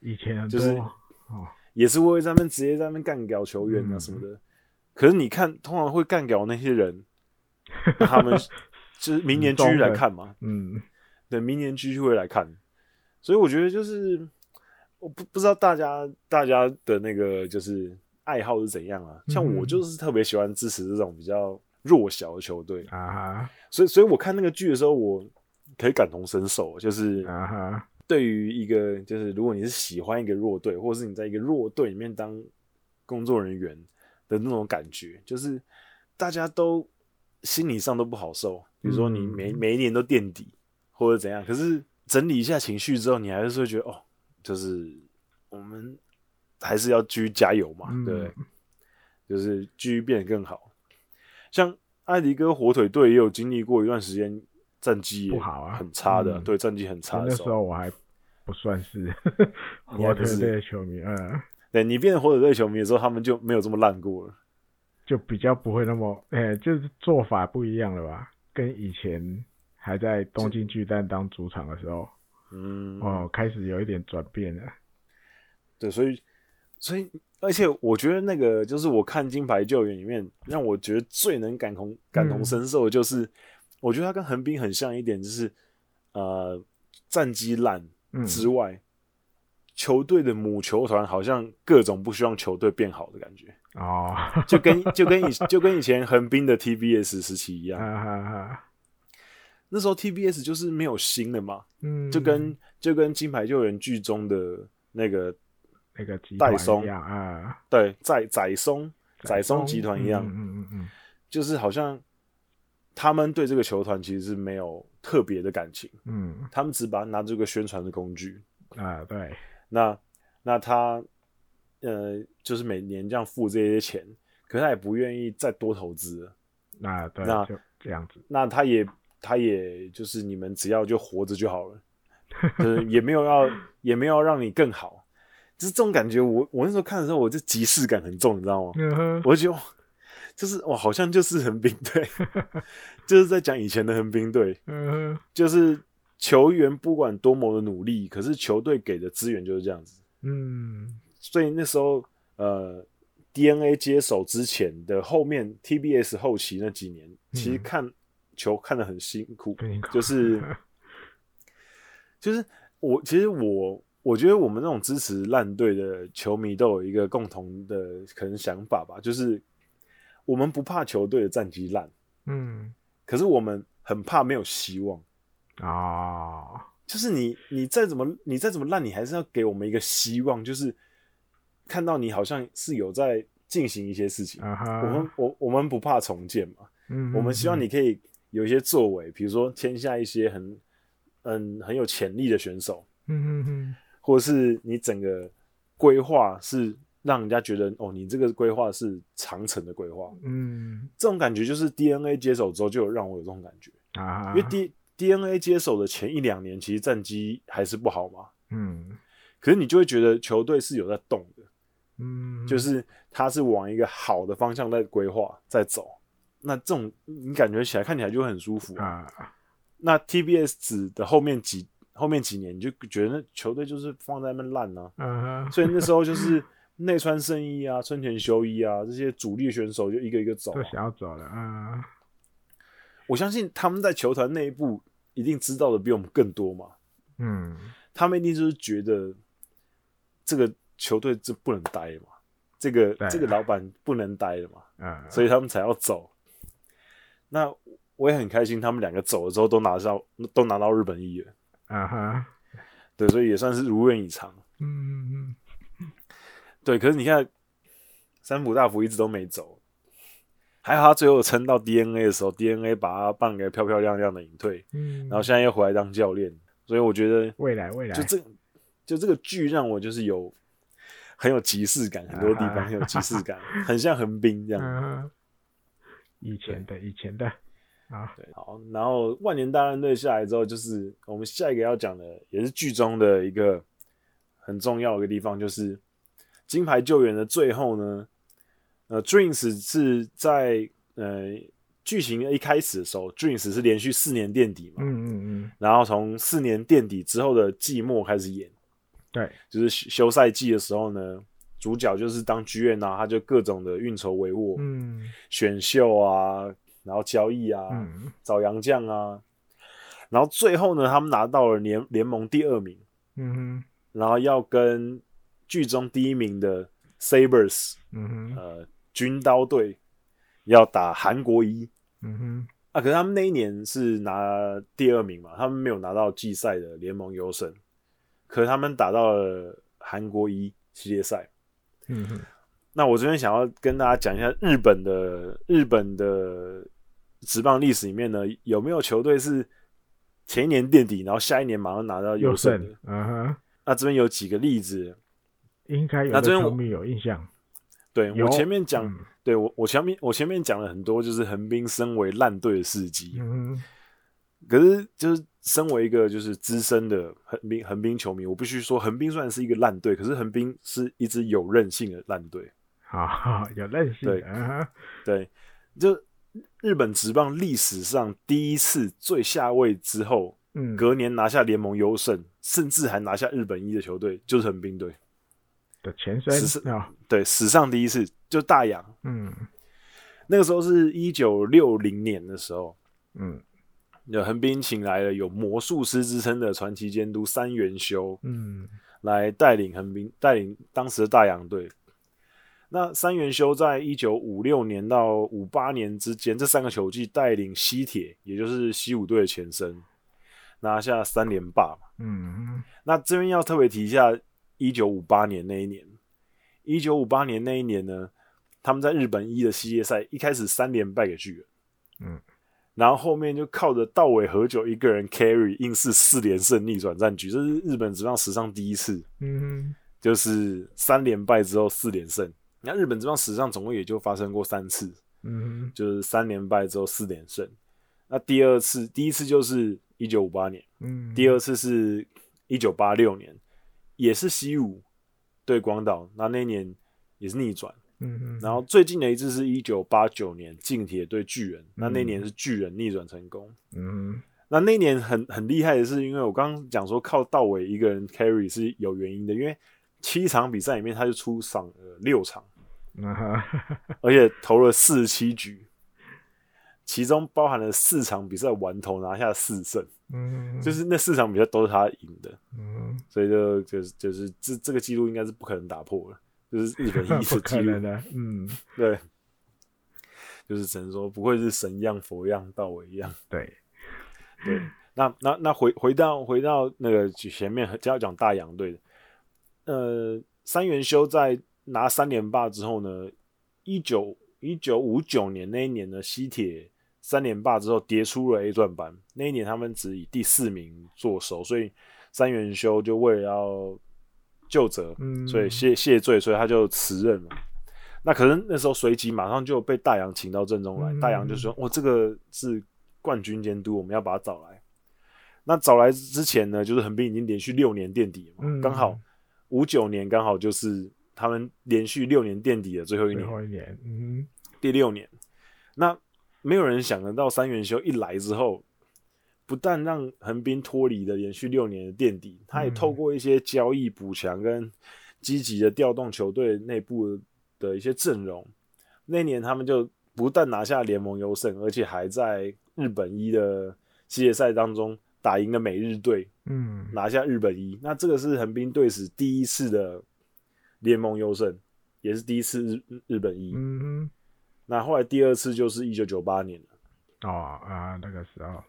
[SPEAKER 2] 以前很
[SPEAKER 1] 就是
[SPEAKER 2] 多哦，
[SPEAKER 1] 也是会在那边直接在那边干掉球员啊
[SPEAKER 2] 嗯
[SPEAKER 1] 什么的。可是你看，通常会干掉那些人，那他 们就是明年继续来看嘛，
[SPEAKER 2] 嗯
[SPEAKER 1] 对，明年继续会来看。所以我觉得就是，我不不知道大家大家的那个就是爱好是怎样啊。像我
[SPEAKER 2] 嗯
[SPEAKER 1] 就是特别喜欢支持这种比较弱小的球队，
[SPEAKER 2] 啊哈
[SPEAKER 1] 所以所以我看那个剧的时候，我可以感同身受，就是
[SPEAKER 2] 啊哈，
[SPEAKER 1] 对于一个就是如果你是喜欢一个弱队，或者是你在一个弱队里面当工作人员的那种感觉，就是大家都心理上都不好受。比如说你
[SPEAKER 2] 嗯
[SPEAKER 1] 每每一年都垫底或者怎样，可是整理一下情绪之后，你还是会觉得哦，就是我们还是要继续加油嘛，
[SPEAKER 2] 嗯
[SPEAKER 1] 对不对，就是继续变得更好。像艾迪哥火腿队也有经历过一段时间战绩也
[SPEAKER 2] 不好啊
[SPEAKER 1] 很差的，
[SPEAKER 2] 嗯
[SPEAKER 1] 对战绩很差的
[SPEAKER 2] 那
[SPEAKER 1] 时
[SPEAKER 2] 时
[SPEAKER 1] 候。
[SPEAKER 2] 候我还不算 是
[SPEAKER 1] 哦你还不
[SPEAKER 2] 火腿
[SPEAKER 1] 是
[SPEAKER 2] 队的球迷，嗯，
[SPEAKER 1] 对你变成火腿队球迷的时候，他们就没有这么烂过了。
[SPEAKER 2] 就比较不会那么，哎，就是做法不一样了吧，跟以前还在东京巨蛋当主场的时候，
[SPEAKER 1] 嗯，
[SPEAKER 2] 哦，开始有一点转变了，
[SPEAKER 1] 对，所以，所以，而且我觉得那个就是我看《金牌救援》里面，让我觉得最能感同感
[SPEAKER 2] 嗯
[SPEAKER 1] 同身受，的就是、我觉得他跟横滨很像一点，就是呃，战绩烂
[SPEAKER 2] 嗯，
[SPEAKER 1] 之外，球队的母球团好像各种不希望球队变好的感觉，
[SPEAKER 2] 哦，
[SPEAKER 1] 就跟就跟以就跟以前横滨的 TBS 时期一
[SPEAKER 2] 啊
[SPEAKER 1] 样，
[SPEAKER 2] 哈哈，
[SPEAKER 1] 那时候 TBS 就是没有新的嘛，
[SPEAKER 2] 嗯，
[SPEAKER 1] 就跟就跟《金牌救援》剧中的那个
[SPEAKER 2] 那个集
[SPEAKER 1] 戴
[SPEAKER 2] 团
[SPEAKER 1] 松
[SPEAKER 2] 一样啊，
[SPEAKER 1] 对载载松载松集团一样，
[SPEAKER 2] 嗯嗯嗯嗯
[SPEAKER 1] 就是好像他们对这个球团其实是没有特别的感情，
[SPEAKER 2] 嗯
[SPEAKER 1] 他们只把它拿这个宣传的工具。
[SPEAKER 2] 嗯啊，对，
[SPEAKER 1] 那那他呃，就是每年这样付这些钱，可是他也不愿意再多投资了。
[SPEAKER 2] 那啊对，
[SPEAKER 1] 那
[SPEAKER 2] 就这样子，
[SPEAKER 1] 那他也他也就是你们只要就活着就好了，就是也没有要也没有要让你更好，就是这种感觉我。我那时候看的时候，我就即视感很重，你知道吗？
[SPEAKER 2] 嗯哼
[SPEAKER 1] 我就觉得哇就是我好像就是横滨队，就是在讲以前的横滨队，
[SPEAKER 2] 嗯哼
[SPEAKER 1] 就是球员不管多么的努力，可是球队给的资源就是这样子。
[SPEAKER 2] 嗯
[SPEAKER 1] 所以那时候呃，DNA 接手之前的后面 TBS 后期那几年，其实看球看得很辛苦，
[SPEAKER 2] 很辛苦
[SPEAKER 1] 就是就是我其实我我觉得我们那种支持烂队的球迷都有一个共同的可能想法吧，就是我们不怕球队的战绩烂，
[SPEAKER 2] 嗯
[SPEAKER 1] 可是我们很怕没有希望。
[SPEAKER 2] 哦，
[SPEAKER 1] 就是你你再怎么你再怎么烂，你还是要给我们一个希望，就是看到你好像是有在进行一些事情。
[SPEAKER 2] 啊哈，
[SPEAKER 1] 我们我我们不怕重建嘛，
[SPEAKER 2] 嗯
[SPEAKER 1] 我们希望你可以有一些作为，比如说签下一些很嗯很有潜力的选手，
[SPEAKER 2] 嗯嗯嗯
[SPEAKER 1] 或者是你整个规划是让人家觉得哦，你这个规划是长程的规划。
[SPEAKER 2] 嗯
[SPEAKER 1] 这种感觉就是 DNA 接手之后，就有让我有这种感觉，
[SPEAKER 2] 啊，
[SPEAKER 1] 因为 D DNA 接手的前一两年，其实战绩还是不好嘛。
[SPEAKER 2] 嗯
[SPEAKER 1] 可是你就会觉得球队是有在动的，
[SPEAKER 2] 嗯，
[SPEAKER 1] 就是它是往一个好的方向在规划在走。那这种你感觉起来看起来就会很舒服啊
[SPEAKER 2] 啊，
[SPEAKER 1] 那 TBS 指的后面几后面几年，你就觉得那球队就是放在那边烂啊，
[SPEAKER 2] 嗯
[SPEAKER 1] 所以那时候就是内川圣一啊、春田修一啊这些主力选手就一个一个走啊、
[SPEAKER 2] 都想要走了，嗯
[SPEAKER 1] 我相信他们在球团内部一定知道的比我们更多嘛，
[SPEAKER 2] 嗯
[SPEAKER 1] 他们一定就是觉得这个球队这不能待嘛，这个
[SPEAKER 2] 对啊
[SPEAKER 1] 这个老板不能待了嘛，
[SPEAKER 2] 嗯，
[SPEAKER 1] 所以他们才要走。那我也很开心，他们两个走了之后都拿到都拿到日本一了，
[SPEAKER 2] 啊哈，
[SPEAKER 1] 对，所以也算是如愿以偿。
[SPEAKER 2] 嗯嗯
[SPEAKER 1] 对，可是你看，三浦大辅一直都没走，还好他最后撑到 DNA 的时候，DNA 把他办个漂漂亮亮的隐退，
[SPEAKER 2] 嗯，
[SPEAKER 1] 然后现在又回来当教练，所以我觉得
[SPEAKER 2] 未来未来
[SPEAKER 1] 就这就这个剧让我就是有很有即视感，很多地方很有即视感，很像横滨这样。
[SPEAKER 2] 嗯，以前的以前的啊，
[SPEAKER 1] 对，好，然后万年大战队下来之后，就是我们下一个要讲的，也是剧中的一个很重要的一个地方，就是金牌救援的最后呢，呃，Dreams 是在呃剧情的一开始的时候，Dreams 是连续四年垫底嘛，
[SPEAKER 2] 嗯嗯嗯，
[SPEAKER 1] 然后从四年垫底之后的季末开始演，
[SPEAKER 2] 对，
[SPEAKER 1] 就是休休赛季的时候呢，主角就是当剧院啊，他就各种的运筹帷幄，
[SPEAKER 2] 嗯
[SPEAKER 1] 选秀啊，然后交易啊，
[SPEAKER 2] 嗯
[SPEAKER 1] 找洋将啊，然后最后呢，他们拿到了联联盟第二名，
[SPEAKER 2] 嗯
[SPEAKER 1] 然后要跟剧中第一名的 Sabers
[SPEAKER 2] 嗯嗯
[SPEAKER 1] 呃军刀队要打韩国一
[SPEAKER 2] 嗯哼，
[SPEAKER 1] 啊，可是他们那一年是拿第二名嘛，他们没有拿到季赛的联盟优胜，可是他们打到了韩国一系列赛。
[SPEAKER 2] 嗯哼，
[SPEAKER 1] 那我这边想要跟大家讲一下日本的日本的职棒历史里面呢，有没有球队是前一年垫底，然后下一年马上拿到优
[SPEAKER 2] 优
[SPEAKER 1] 胜
[SPEAKER 2] 胜
[SPEAKER 1] 的？，
[SPEAKER 2] 嗯哼，
[SPEAKER 1] 那这边有几个例子，
[SPEAKER 2] 应该有的球迷有印象，
[SPEAKER 1] 对
[SPEAKER 2] 有
[SPEAKER 1] 我前面讲，
[SPEAKER 2] 嗯
[SPEAKER 1] 对我我前面我前面讲了很多，就是横滨身为烂队的事迹，
[SPEAKER 2] 嗯
[SPEAKER 1] 可是就是身为一个就是资深的横滨横滨球迷，我必须说横滨虽然是一个烂队，可是横滨是一支有韧性的烂队。
[SPEAKER 2] 好有韧性，嗯哼，
[SPEAKER 1] 对，就日本职棒历史上第一次最下位之后，
[SPEAKER 2] 嗯，
[SPEAKER 1] 隔年拿下联盟优胜，甚至还拿下日本一的球队就是横滨队。
[SPEAKER 2] 的前身啊，
[SPEAKER 1] 对，史上第一次就大洋，
[SPEAKER 2] 嗯
[SPEAKER 1] 那个时候是一九六零年的时候，
[SPEAKER 2] 嗯
[SPEAKER 1] 有横滨请来了有魔术师之称的传奇监督三元修，
[SPEAKER 2] 嗯
[SPEAKER 1] 来带领横滨，带领当时的大洋队。那三元修在一九五六年到五八年之间，这三个球季带领西铁，也就是西武队的前身，拿下三连霸嘛。
[SPEAKER 2] 嗯
[SPEAKER 1] 那这边要特别提一下，一九五八年那一年，一九五八年那一年呢，他们在日本一的系列赛一开始三连败给巨人，
[SPEAKER 2] 嗯，
[SPEAKER 1] 然后后面就靠着道尾和久一个人 carry，硬是四连胜逆转战局，这是日本职棒史上第一次。
[SPEAKER 2] 嗯
[SPEAKER 1] 就是三连败之后四连胜。你看日本这棒史上总共也就发生过三次，
[SPEAKER 2] 嗯
[SPEAKER 1] 就是三连败之后四连胜。那第二次，第一次就是一九五八年，
[SPEAKER 2] 嗯，
[SPEAKER 1] 第二次是一九八六年，也是西武对广岛，那那一年也是逆转。
[SPEAKER 2] 嗯
[SPEAKER 1] 然后最近的一次是一九八九年近铁对巨人，那那年是巨人逆转成功。
[SPEAKER 2] 嗯
[SPEAKER 1] 那那一年很很厉害的是，因为我刚刚讲说靠道伟一个人 carry 是有原因的，因为七场比赛里面他就出场了六场，
[SPEAKER 2] 嗯哈，
[SPEAKER 1] 而且投了四十七局，其中包含了四场比赛完投拿下四胜，
[SPEAKER 2] 嗯
[SPEAKER 1] 就是那四场比赛都是他赢的，
[SPEAKER 2] 嗯，
[SPEAKER 1] 所以就就是就是这这个记录应该是不可能打破了，就是日本一 的记
[SPEAKER 2] 不可
[SPEAKER 1] 录
[SPEAKER 2] 能，的，嗯，
[SPEAKER 1] 对，就是只能说不愧是神样佛样道伟一样。
[SPEAKER 2] 对，
[SPEAKER 1] 对，那那那回回到回到那个前面就要讲大洋队的，呃，三元修在拿三连霸之后呢，一九一九五九年那一年呢，西铁三连霸之后跌出了 A 段班，那一年他们只以第四名做收，所以三元修就为了要就责，
[SPEAKER 2] 嗯，
[SPEAKER 1] 所以谢谢罪，所以他就辞任了。那可能那时候随即马上就被大洋请到阵中来，
[SPEAKER 2] 嗯
[SPEAKER 1] 大洋就说：“我、这个是冠军监督，我们要把他找来。”那找来之前呢，就是横滨已经连续六年垫底了嘛，
[SPEAKER 2] 嗯
[SPEAKER 1] 刚、好五九年刚好就是他们连续六年垫底的最后一
[SPEAKER 2] 最
[SPEAKER 1] 年，
[SPEAKER 2] 后一年，嗯，
[SPEAKER 1] 第六年。那没有人想得到三元修一来之后，不但让横滨脱离了连续六年的垫底，他也
[SPEAKER 2] 嗯
[SPEAKER 1] 透过一些交易补强跟积极的调动球队内部的一些阵容，那年他们就不但拿下联盟优胜，而且还在日本一的系列赛当中打赢了美日队，
[SPEAKER 2] 嗯，
[SPEAKER 1] 拿下日本一。那这个是横滨队史第一次的联盟优胜，也是第一次日日本一。
[SPEAKER 2] 嗯
[SPEAKER 1] 那后来第二次就是一九九八年了，
[SPEAKER 2] 哼，哦啊，那个时候，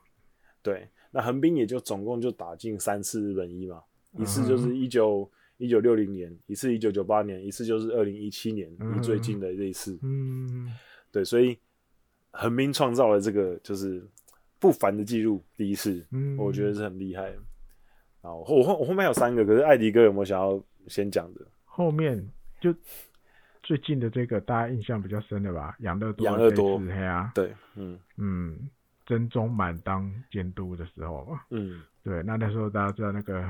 [SPEAKER 1] 对，那横滨也就总共就打进三次日本一嘛，一次
[SPEAKER 2] 嗯
[SPEAKER 1] 就是一九一九六零年，一次一九九八年，一次就是二零一七年，
[SPEAKER 2] 嗯
[SPEAKER 1] 离最近的这一次，
[SPEAKER 2] 嗯，
[SPEAKER 1] 对，所以横滨创造了这个就是不凡的记录，第一次，
[SPEAKER 2] 嗯
[SPEAKER 1] 我觉得是很厉害的。啊，我后我后我后面还有三个，可是艾迪哥有没有想要先讲的？
[SPEAKER 2] 后面就最近的这个大家印象比较深的吧，养乐多，
[SPEAKER 1] 养乐多
[SPEAKER 2] 黑啊，
[SPEAKER 1] 对，嗯
[SPEAKER 2] 嗯，真宗满当监督的时候嘛，
[SPEAKER 1] 嗯
[SPEAKER 2] 对，那那时候大家知道那个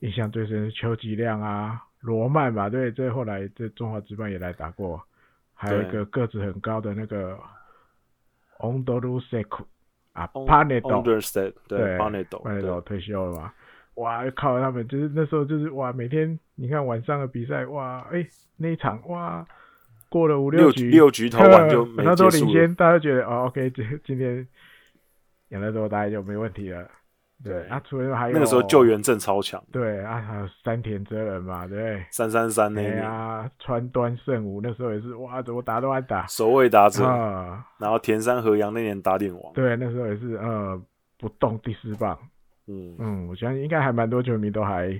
[SPEAKER 2] 印象最深是邱吉亮啊、罗曼嘛，对，这后来这中华职棒也来打过，还有一个个子很高的那个 Ondoru Seku 啊 p a n e d o
[SPEAKER 1] ，Understand，对哦
[SPEAKER 2] 对
[SPEAKER 1] p a n e d o
[SPEAKER 2] 外野
[SPEAKER 1] 对，
[SPEAKER 2] 手退休了嘛。哇靠！他们就是那时候就是哇，每天你看晚上的比赛哇，哎、那一场哇，过了五
[SPEAKER 1] 六
[SPEAKER 2] 局
[SPEAKER 1] 六 局投完就
[SPEAKER 2] 呵
[SPEAKER 1] 没
[SPEAKER 2] 那都
[SPEAKER 1] 结束
[SPEAKER 2] 领
[SPEAKER 1] 了
[SPEAKER 2] 先，大家觉得哦，OK，这今天养乐多大概就没问题了。
[SPEAKER 1] 对
[SPEAKER 2] 啊，除了还有
[SPEAKER 1] 那个时候救援正超强，
[SPEAKER 2] 对啊，还有山田哲人嘛，对不对？
[SPEAKER 1] 三三三那一
[SPEAKER 2] 哎
[SPEAKER 1] 年，
[SPEAKER 2] 呀，川端圣武那时候也是哇，怎么打都安打
[SPEAKER 1] 首位打者，
[SPEAKER 2] 啊，
[SPEAKER 1] 然后田山和洋那年打点王，
[SPEAKER 2] 对，那时候也是呃不动第四棒，
[SPEAKER 1] 嗯，
[SPEAKER 2] 嗯，我相信应该还蛮多球迷都还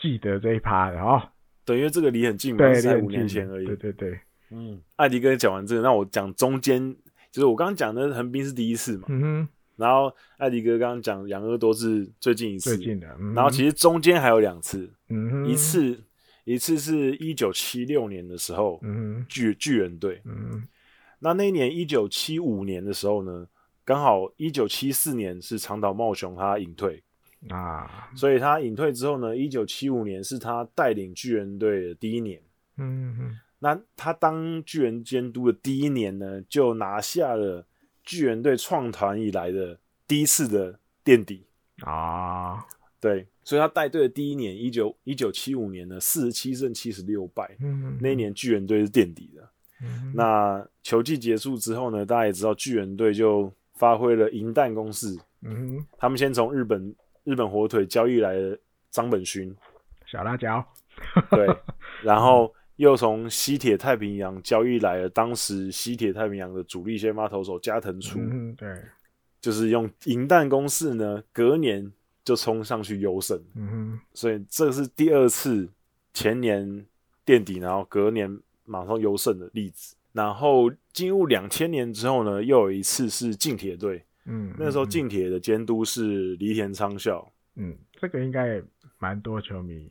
[SPEAKER 2] 记得这一趴的哦。
[SPEAKER 1] 对，因为这个离很近嘛，
[SPEAKER 2] 对，
[SPEAKER 1] 是在
[SPEAKER 2] 练
[SPEAKER 1] 五年
[SPEAKER 2] 技
[SPEAKER 1] 前而已
[SPEAKER 2] 对。对对，
[SPEAKER 1] 嗯，艾迪哥讲完这个，那我讲中间，就是我刚刚讲的横滨是第一次嘛，
[SPEAKER 2] 嗯哼，
[SPEAKER 1] 然后艾迪哥刚刚讲养乐多是最近一次
[SPEAKER 2] 最，近的。嗯、
[SPEAKER 1] 然后其
[SPEAKER 2] 实
[SPEAKER 1] 实中间还有两次，
[SPEAKER 2] 嗯哼
[SPEAKER 1] 一，次一次是一九七六年的时候，
[SPEAKER 2] 嗯哼
[SPEAKER 1] 巨巨人队，
[SPEAKER 2] 嗯
[SPEAKER 1] 那那一年一九七五年的时候呢，刚好一九七四年是长岛茂雄他隐退。
[SPEAKER 2] 哼啊，
[SPEAKER 1] 所以他隐退之后呢，一九七五年是他带领巨人队的第一年。
[SPEAKER 2] 嗯哼，
[SPEAKER 1] 那他当巨人监督的第一年呢，就拿下了巨人队创团以来的第一次的垫底。
[SPEAKER 2] 啊，
[SPEAKER 1] 对，所以他带队的第一年，一九一九七五年呢，四十七胜七十六败，
[SPEAKER 2] 嗯哼，
[SPEAKER 1] 那一年巨人队是垫底的。
[SPEAKER 2] 嗯哼，
[SPEAKER 1] 那球季结束之后呢，大家也知道巨人队就发挥了银弹攻势，
[SPEAKER 2] 嗯哼，
[SPEAKER 1] 他们先从日本日本火腿交易来的张本勋，
[SPEAKER 2] 小辣椒，
[SPEAKER 1] 对，然后又从西铁太平洋交易来了当时西铁太平洋的主力先发投手加藤初，
[SPEAKER 2] 嗯哼，对，
[SPEAKER 1] 就是用银弹攻势呢，隔年就冲上去优胜，
[SPEAKER 2] 嗯
[SPEAKER 1] 所以这是第二次前年垫底，然后隔年马上优胜的例子。然后进入两千年之后呢，又有一次是近铁队，
[SPEAKER 2] 哼，嗯，
[SPEAKER 1] 那时候
[SPEAKER 2] 嗯，
[SPEAKER 1] 近铁的监督是梨田昌孝。
[SPEAKER 2] 嗯，这个应该也蛮多球迷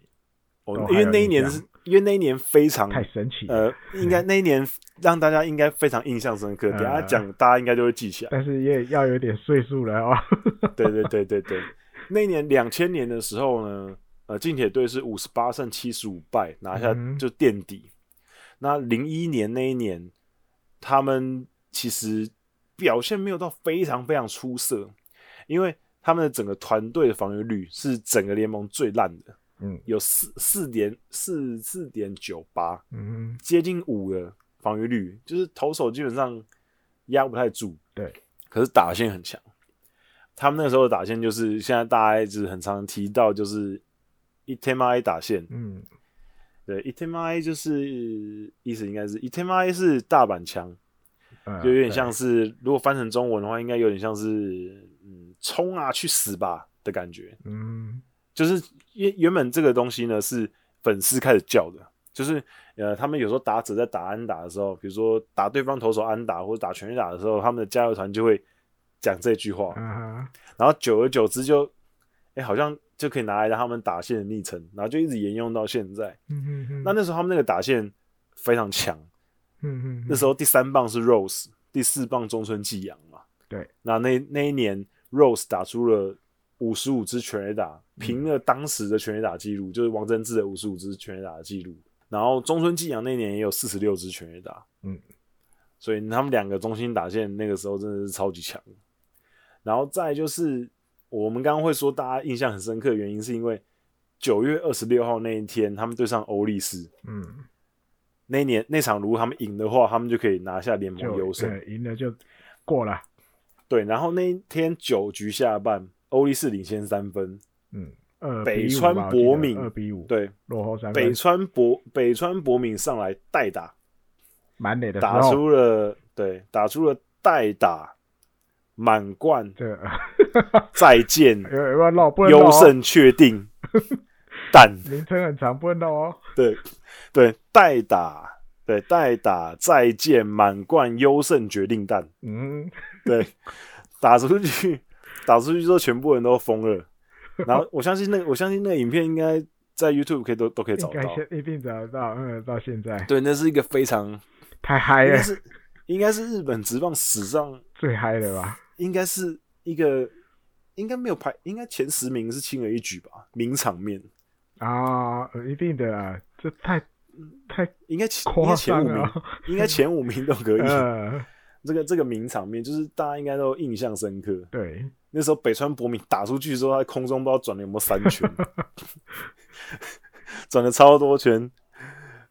[SPEAKER 1] 哦
[SPEAKER 2] 都，还
[SPEAKER 1] 因为
[SPEAKER 2] 有
[SPEAKER 1] 那一
[SPEAKER 2] 印
[SPEAKER 1] 年
[SPEAKER 2] 象
[SPEAKER 1] 是，因为那一年非常
[SPEAKER 2] 太神奇了，
[SPEAKER 1] 呃，应该那一年让大家应该非常印象深刻。
[SPEAKER 2] 嗯
[SPEAKER 1] 等一下讲，大家应该就会记起来。
[SPEAKER 2] 但是也要有点岁数了哦。
[SPEAKER 1] 对对对对对，那一年两千年的时候呢，呃，近铁队是五十八胜七十五败，拿下
[SPEAKER 2] 嗯
[SPEAKER 1] 就垫底。那零一年那一年，他们其实表现没有到非常非常出色，因为他们的整个团队的防御率是整个联盟最烂的，
[SPEAKER 2] 嗯
[SPEAKER 1] 有四四点四四点九八，
[SPEAKER 2] 嗯哼，
[SPEAKER 1] 接近五的防御率，就是投手基本上压不太住，
[SPEAKER 2] 对，
[SPEAKER 1] 可是打线很强。他们那时候的打线就是现在大家一直很常提到，就是一天 I 打线，
[SPEAKER 2] 嗯
[SPEAKER 1] 对，一天 I 就是意思应该是一天 I 是大阪强，
[SPEAKER 2] 呃，
[SPEAKER 1] 就有点
[SPEAKER 2] 对
[SPEAKER 1] 像是如果翻成中文的话，应该有点像是嗯冲啊去死吧的感觉，
[SPEAKER 2] 嗯
[SPEAKER 1] 就是原原本这个东西呢是粉丝开始叫的，就是呃，他们有时候打者在打安打的时候，比如说打对方投手安打或者打全垒打的时候，他们的加油团就会讲这句话，
[SPEAKER 2] 啊哈，
[SPEAKER 1] 然后久而久之就，哎、好像就可以拿来当他们打线的昵称，然后就一直沿用到现在。
[SPEAKER 2] 嗯嗯
[SPEAKER 1] 那那时候他们那个打线非常强，
[SPEAKER 2] 嗯嗯
[SPEAKER 1] 那时候第三棒是 Rose，第四棒中村纪阳嘛。
[SPEAKER 2] 对，
[SPEAKER 1] 那那那一年 Rose 打出了五十五支全垒打，平了当时的全垒打记录，就是王贞治的五十五支全垒打的记录。然后中村纪阳那年也有四十六支全垒打，
[SPEAKER 2] 嗯，
[SPEAKER 1] 所以他们两个中心打线那个时候真的是超级强。然后再就是我们刚刚会说大家印象很深刻的原因，是因为九月二十六号那一天他们对上欧力士，
[SPEAKER 2] 嗯，
[SPEAKER 1] 那一年那场如果他们赢的话，他们就可以拿下联盟
[SPEAKER 2] 就
[SPEAKER 1] 优胜。
[SPEAKER 2] 呃赢了就过了，
[SPEAKER 1] 对，然后那一天九局下半，欧力士领先三分。
[SPEAKER 2] 嗯，二
[SPEAKER 1] 北川博敏
[SPEAKER 2] 二比五，，
[SPEAKER 1] 对，
[SPEAKER 2] 落后三分
[SPEAKER 1] 北，川博北川博敏上来代打，
[SPEAKER 2] 满垒的时
[SPEAKER 1] 打
[SPEAKER 2] 候，
[SPEAKER 1] 出了对，打出了代打满贯
[SPEAKER 2] 这 个
[SPEAKER 1] 再见
[SPEAKER 2] 有有没有漏？不能漏
[SPEAKER 1] 优
[SPEAKER 2] 哦，
[SPEAKER 1] 胜确 定蛋
[SPEAKER 2] 名称很长，不能漏哦。
[SPEAKER 1] 对对代打对代打再见满贯优胜决定蛋
[SPEAKER 2] 嗯，
[SPEAKER 1] 对，打出去，打出去之后，全部人都疯了。然后我相信那个，我相信那个影片应该在 YouTube 可以都都可以找
[SPEAKER 2] 应该
[SPEAKER 1] 到。
[SPEAKER 2] 现一定找得到，嗯，到现在
[SPEAKER 1] 对，那是一个非常，
[SPEAKER 2] 太嗨
[SPEAKER 1] 应
[SPEAKER 2] 了
[SPEAKER 1] 该，是应该是日本职棒史上
[SPEAKER 2] 最嗨了吧？
[SPEAKER 1] 应该是一个，应该没有排，应该前十名是轻而易举吧，名场面。
[SPEAKER 2] 啊、呃一定的啊，这太太
[SPEAKER 1] 应该前应
[SPEAKER 2] 夸
[SPEAKER 1] 该前
[SPEAKER 2] 张
[SPEAKER 1] 五
[SPEAKER 2] 了
[SPEAKER 1] 名，
[SPEAKER 2] 哦，
[SPEAKER 1] 应该前五名都 可以。
[SPEAKER 2] 呃，
[SPEAKER 1] 这个这个名场面，就是大家应该都印象深刻。
[SPEAKER 2] 对，
[SPEAKER 1] 那时候北川博敏打出去之后，他在空中不知道转了有没有三 圈，转了超多圈，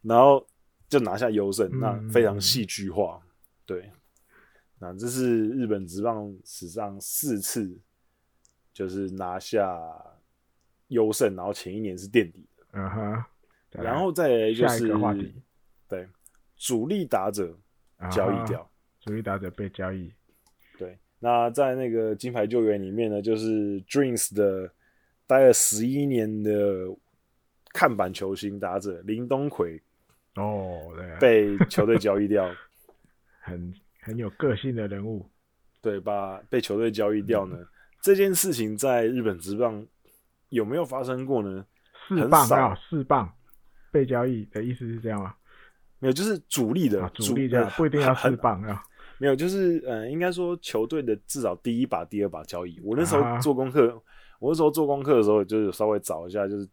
[SPEAKER 1] 然后就拿下优胜，
[SPEAKER 2] 嗯
[SPEAKER 1] 那非常戏剧化。对，那这是日本职棒史上四次就是拿下优胜，然后前一年是垫底的，
[SPEAKER 2] 嗯哼，再来
[SPEAKER 1] 然后再来就
[SPEAKER 2] 下一
[SPEAKER 1] 是
[SPEAKER 2] 个话题，
[SPEAKER 1] 对主力打者交易掉。
[SPEAKER 2] 啊，主力打者被交易，
[SPEAKER 1] 对，那在那个金牌救援里面呢，就是 Dreams 的待了十一年的看板球星打者林东奎
[SPEAKER 2] 哦，对啊，
[SPEAKER 1] 被球队交易掉，
[SPEAKER 2] 很很有个性的人物，
[SPEAKER 1] 对，把被球队交易掉呢，这件事情在日本职棒有没有发生过呢？
[SPEAKER 2] 四
[SPEAKER 1] 很
[SPEAKER 2] 棒
[SPEAKER 1] 少
[SPEAKER 2] 啊，四棒被交易的意思是这样吗？
[SPEAKER 1] 没有，就是主力的、
[SPEAKER 2] 啊，主力这样
[SPEAKER 1] 呃
[SPEAKER 2] 不一定要
[SPEAKER 1] 很
[SPEAKER 2] 四棒啊，
[SPEAKER 1] 没有，就是呃，应该说球队的至少第一把、第二把交易。我那时候
[SPEAKER 2] 啊
[SPEAKER 1] 做功课，我那时候做功课的时候，就是稍微找一下，就是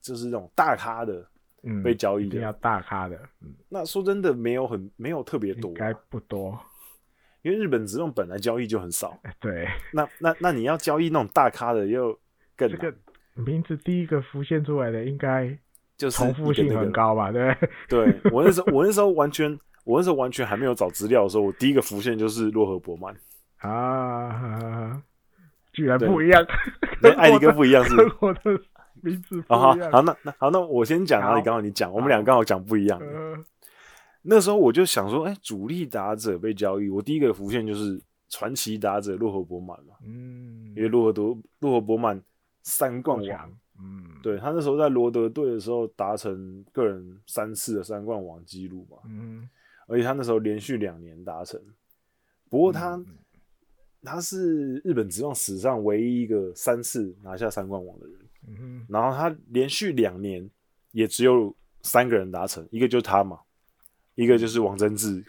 [SPEAKER 1] 就是那种大咖的，
[SPEAKER 2] 嗯，
[SPEAKER 1] 被交易
[SPEAKER 2] 一定
[SPEAKER 1] 的
[SPEAKER 2] 要大咖的，嗯，
[SPEAKER 1] 那说真的，没有很没有特别多啊
[SPEAKER 2] 应，该不多，
[SPEAKER 1] 因为日本职棒本来交易就很 少。
[SPEAKER 2] 哎对，
[SPEAKER 1] 那那那你要交易那种大咖的又更
[SPEAKER 2] 这
[SPEAKER 1] 难，
[SPEAKER 2] 个名字第一个浮现出来的应该
[SPEAKER 1] 就是
[SPEAKER 2] 重复
[SPEAKER 1] 一
[SPEAKER 2] 性
[SPEAKER 1] 个那个
[SPEAKER 2] 很。高吧，对不对？
[SPEAKER 1] 对我那时候，我那时候完全，我那时候完全还没有找资料的时候，我第一个浮现就是洛河伯 曼，
[SPEAKER 2] 啊，居然
[SPEAKER 1] 对
[SPEAKER 2] 不一样，
[SPEAKER 1] 那
[SPEAKER 2] 跟
[SPEAKER 1] 艾
[SPEAKER 2] 我
[SPEAKER 1] 利
[SPEAKER 2] 的
[SPEAKER 1] 哥不一样是不
[SPEAKER 2] 跟
[SPEAKER 1] 是。
[SPEAKER 2] 我的名字不
[SPEAKER 1] 啊好
[SPEAKER 2] 一样。
[SPEAKER 1] 好，那那好，那我先讲，然后
[SPEAKER 2] 好
[SPEAKER 1] 你刚好你讲，我们俩刚好讲不一样的。
[SPEAKER 2] 呃，
[SPEAKER 1] 那时候我就想说，哎、主力打者被交易，我第一个浮现就是传奇打者洛河伯曼嘛，
[SPEAKER 2] 嗯，
[SPEAKER 1] 因为洛河多洛河伯曼三冠
[SPEAKER 2] 够
[SPEAKER 1] 王，
[SPEAKER 2] 强，嗯，，
[SPEAKER 1] 对他那时候在罗德队的时候达成个人三次的三冠王纪录嘛，
[SPEAKER 2] 嗯，
[SPEAKER 1] 而且他那时候连续两年达成。不过他、他是日本职棒史上唯一一个三次拿下三冠王的人，
[SPEAKER 2] 嗯
[SPEAKER 1] 然后他连续两年也只有三个人达成，一个就是他嘛，一个就是王贞治，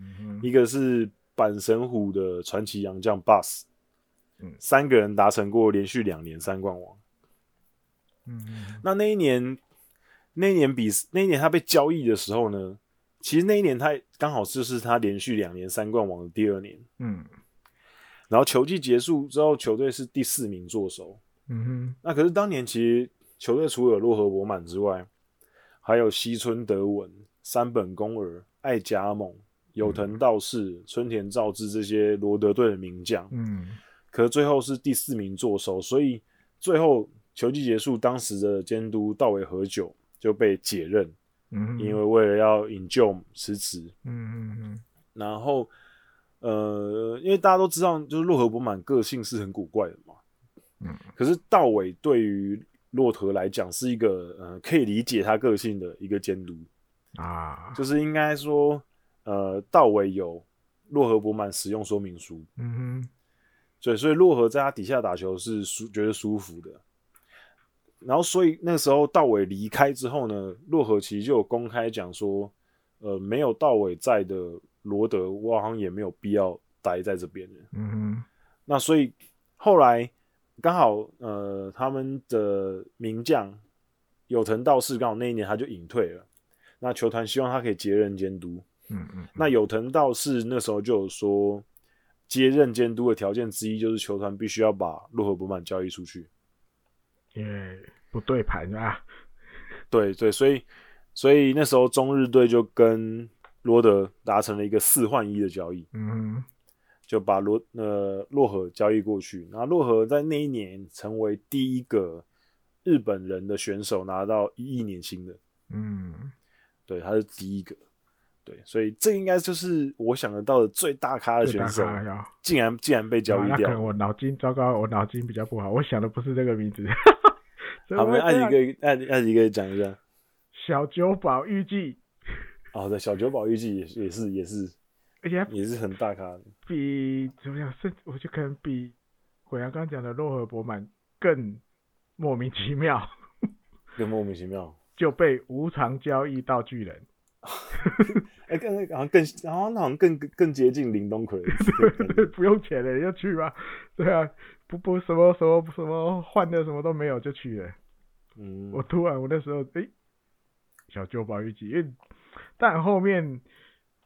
[SPEAKER 2] 嗯
[SPEAKER 1] 一个是阪神虎的传奇洋将 Bus，
[SPEAKER 2] 嗯
[SPEAKER 1] 三个人达成过连续两年三冠王。
[SPEAKER 2] 嗯，
[SPEAKER 1] 那那一年，那一年比那一年他被交易的时候呢，其实那一年他刚好就是他连续两年三冠王的第二年。
[SPEAKER 2] 嗯
[SPEAKER 1] 然后球季结束之后，球队是第四名坐收。
[SPEAKER 2] 嗯
[SPEAKER 1] 那可是当年其实球队除了有洛河伯满之外，还有西村德文、山本公儿、艾加蒙、有藤道士、春田照之这些罗德队的名将。
[SPEAKER 2] 嗯
[SPEAKER 1] 可最后是第四名坐收，所以最后球季结束，当时的监督道尾和久就被解任，
[SPEAKER 2] 嗯，
[SPEAKER 1] 因为为了要引咎辞职。
[SPEAKER 2] 嗯嗯
[SPEAKER 1] 然后，呃，因为大家都知道，就是洛河伯满个性是很古怪的嘛，
[SPEAKER 2] 嗯，
[SPEAKER 1] 可是道尾对于洛河来讲是一个呃可以理解他个性的一个监督，
[SPEAKER 2] 嗯啊，
[SPEAKER 1] 就是应该说，呃，道尾有洛河伯满使用说明书，
[SPEAKER 2] 嗯
[SPEAKER 1] 对，所以洛河在他底下打球是舒觉得舒服的。然后所以那时候道伟离开之后呢，洛河其实就有公开讲说，呃，没有道伟在的罗德，我好像也没有必要待在这边了。
[SPEAKER 2] 嗯
[SPEAKER 1] 那所以后来刚好呃，他们的名将有藤道士刚好那一年他就隐退了，那球团希望他可以接任监督。
[SPEAKER 2] 哼，嗯嗯，
[SPEAKER 1] 那有藤道士那时候就有说，接任监督的条件之一就是球团必须要把洛河博满交易出去。
[SPEAKER 2] 因为不对盘啊，
[SPEAKER 1] 对对，所以所以那时候中日队就跟罗德达成了一个四换一的交易，
[SPEAKER 2] 嗯
[SPEAKER 1] 就把罗呃洛河交易过去。那洛河在那一年成为第一个日本人的选手拿到一亿年薪的，
[SPEAKER 2] 嗯，
[SPEAKER 1] 对，他是第一个。对，所以这应该就是我想得到的最大咖的
[SPEAKER 2] 最大
[SPEAKER 1] 选手，
[SPEAKER 2] 咖要。
[SPEAKER 1] 竟然竟然被交
[SPEAKER 2] 啊
[SPEAKER 1] 易
[SPEAKER 2] 那可
[SPEAKER 1] 掉
[SPEAKER 2] 能
[SPEAKER 1] 了。
[SPEAKER 2] 我脑筋糟糕，我脑筋比较不好，我想的不是这个名 字。怎
[SPEAKER 1] 好，我们
[SPEAKER 2] 么会
[SPEAKER 1] 按
[SPEAKER 2] 这
[SPEAKER 1] 一
[SPEAKER 2] 样
[SPEAKER 1] 个按按一个讲一下。
[SPEAKER 2] 小酒保预计，
[SPEAKER 1] 哦，对，小九保预计也是也是也是
[SPEAKER 2] 而且还
[SPEAKER 1] 也是很大咖的。
[SPEAKER 2] 比怎么样，甚至我就可能比鬼阳刚讲的洛河博满更莫名其妙
[SPEAKER 1] 更莫名其妙。
[SPEAKER 2] 就被无偿交易到巨人。
[SPEAKER 1] 哎、更好像更，然后那好像更更接近林东 奎的感觉。
[SPEAKER 2] 不用钱了，就去吧。对啊，不不什么什么什么换的什么都没有就去了。
[SPEAKER 1] 嗯，
[SPEAKER 2] 我突然我那时候诶、小旧保育机，因为但后面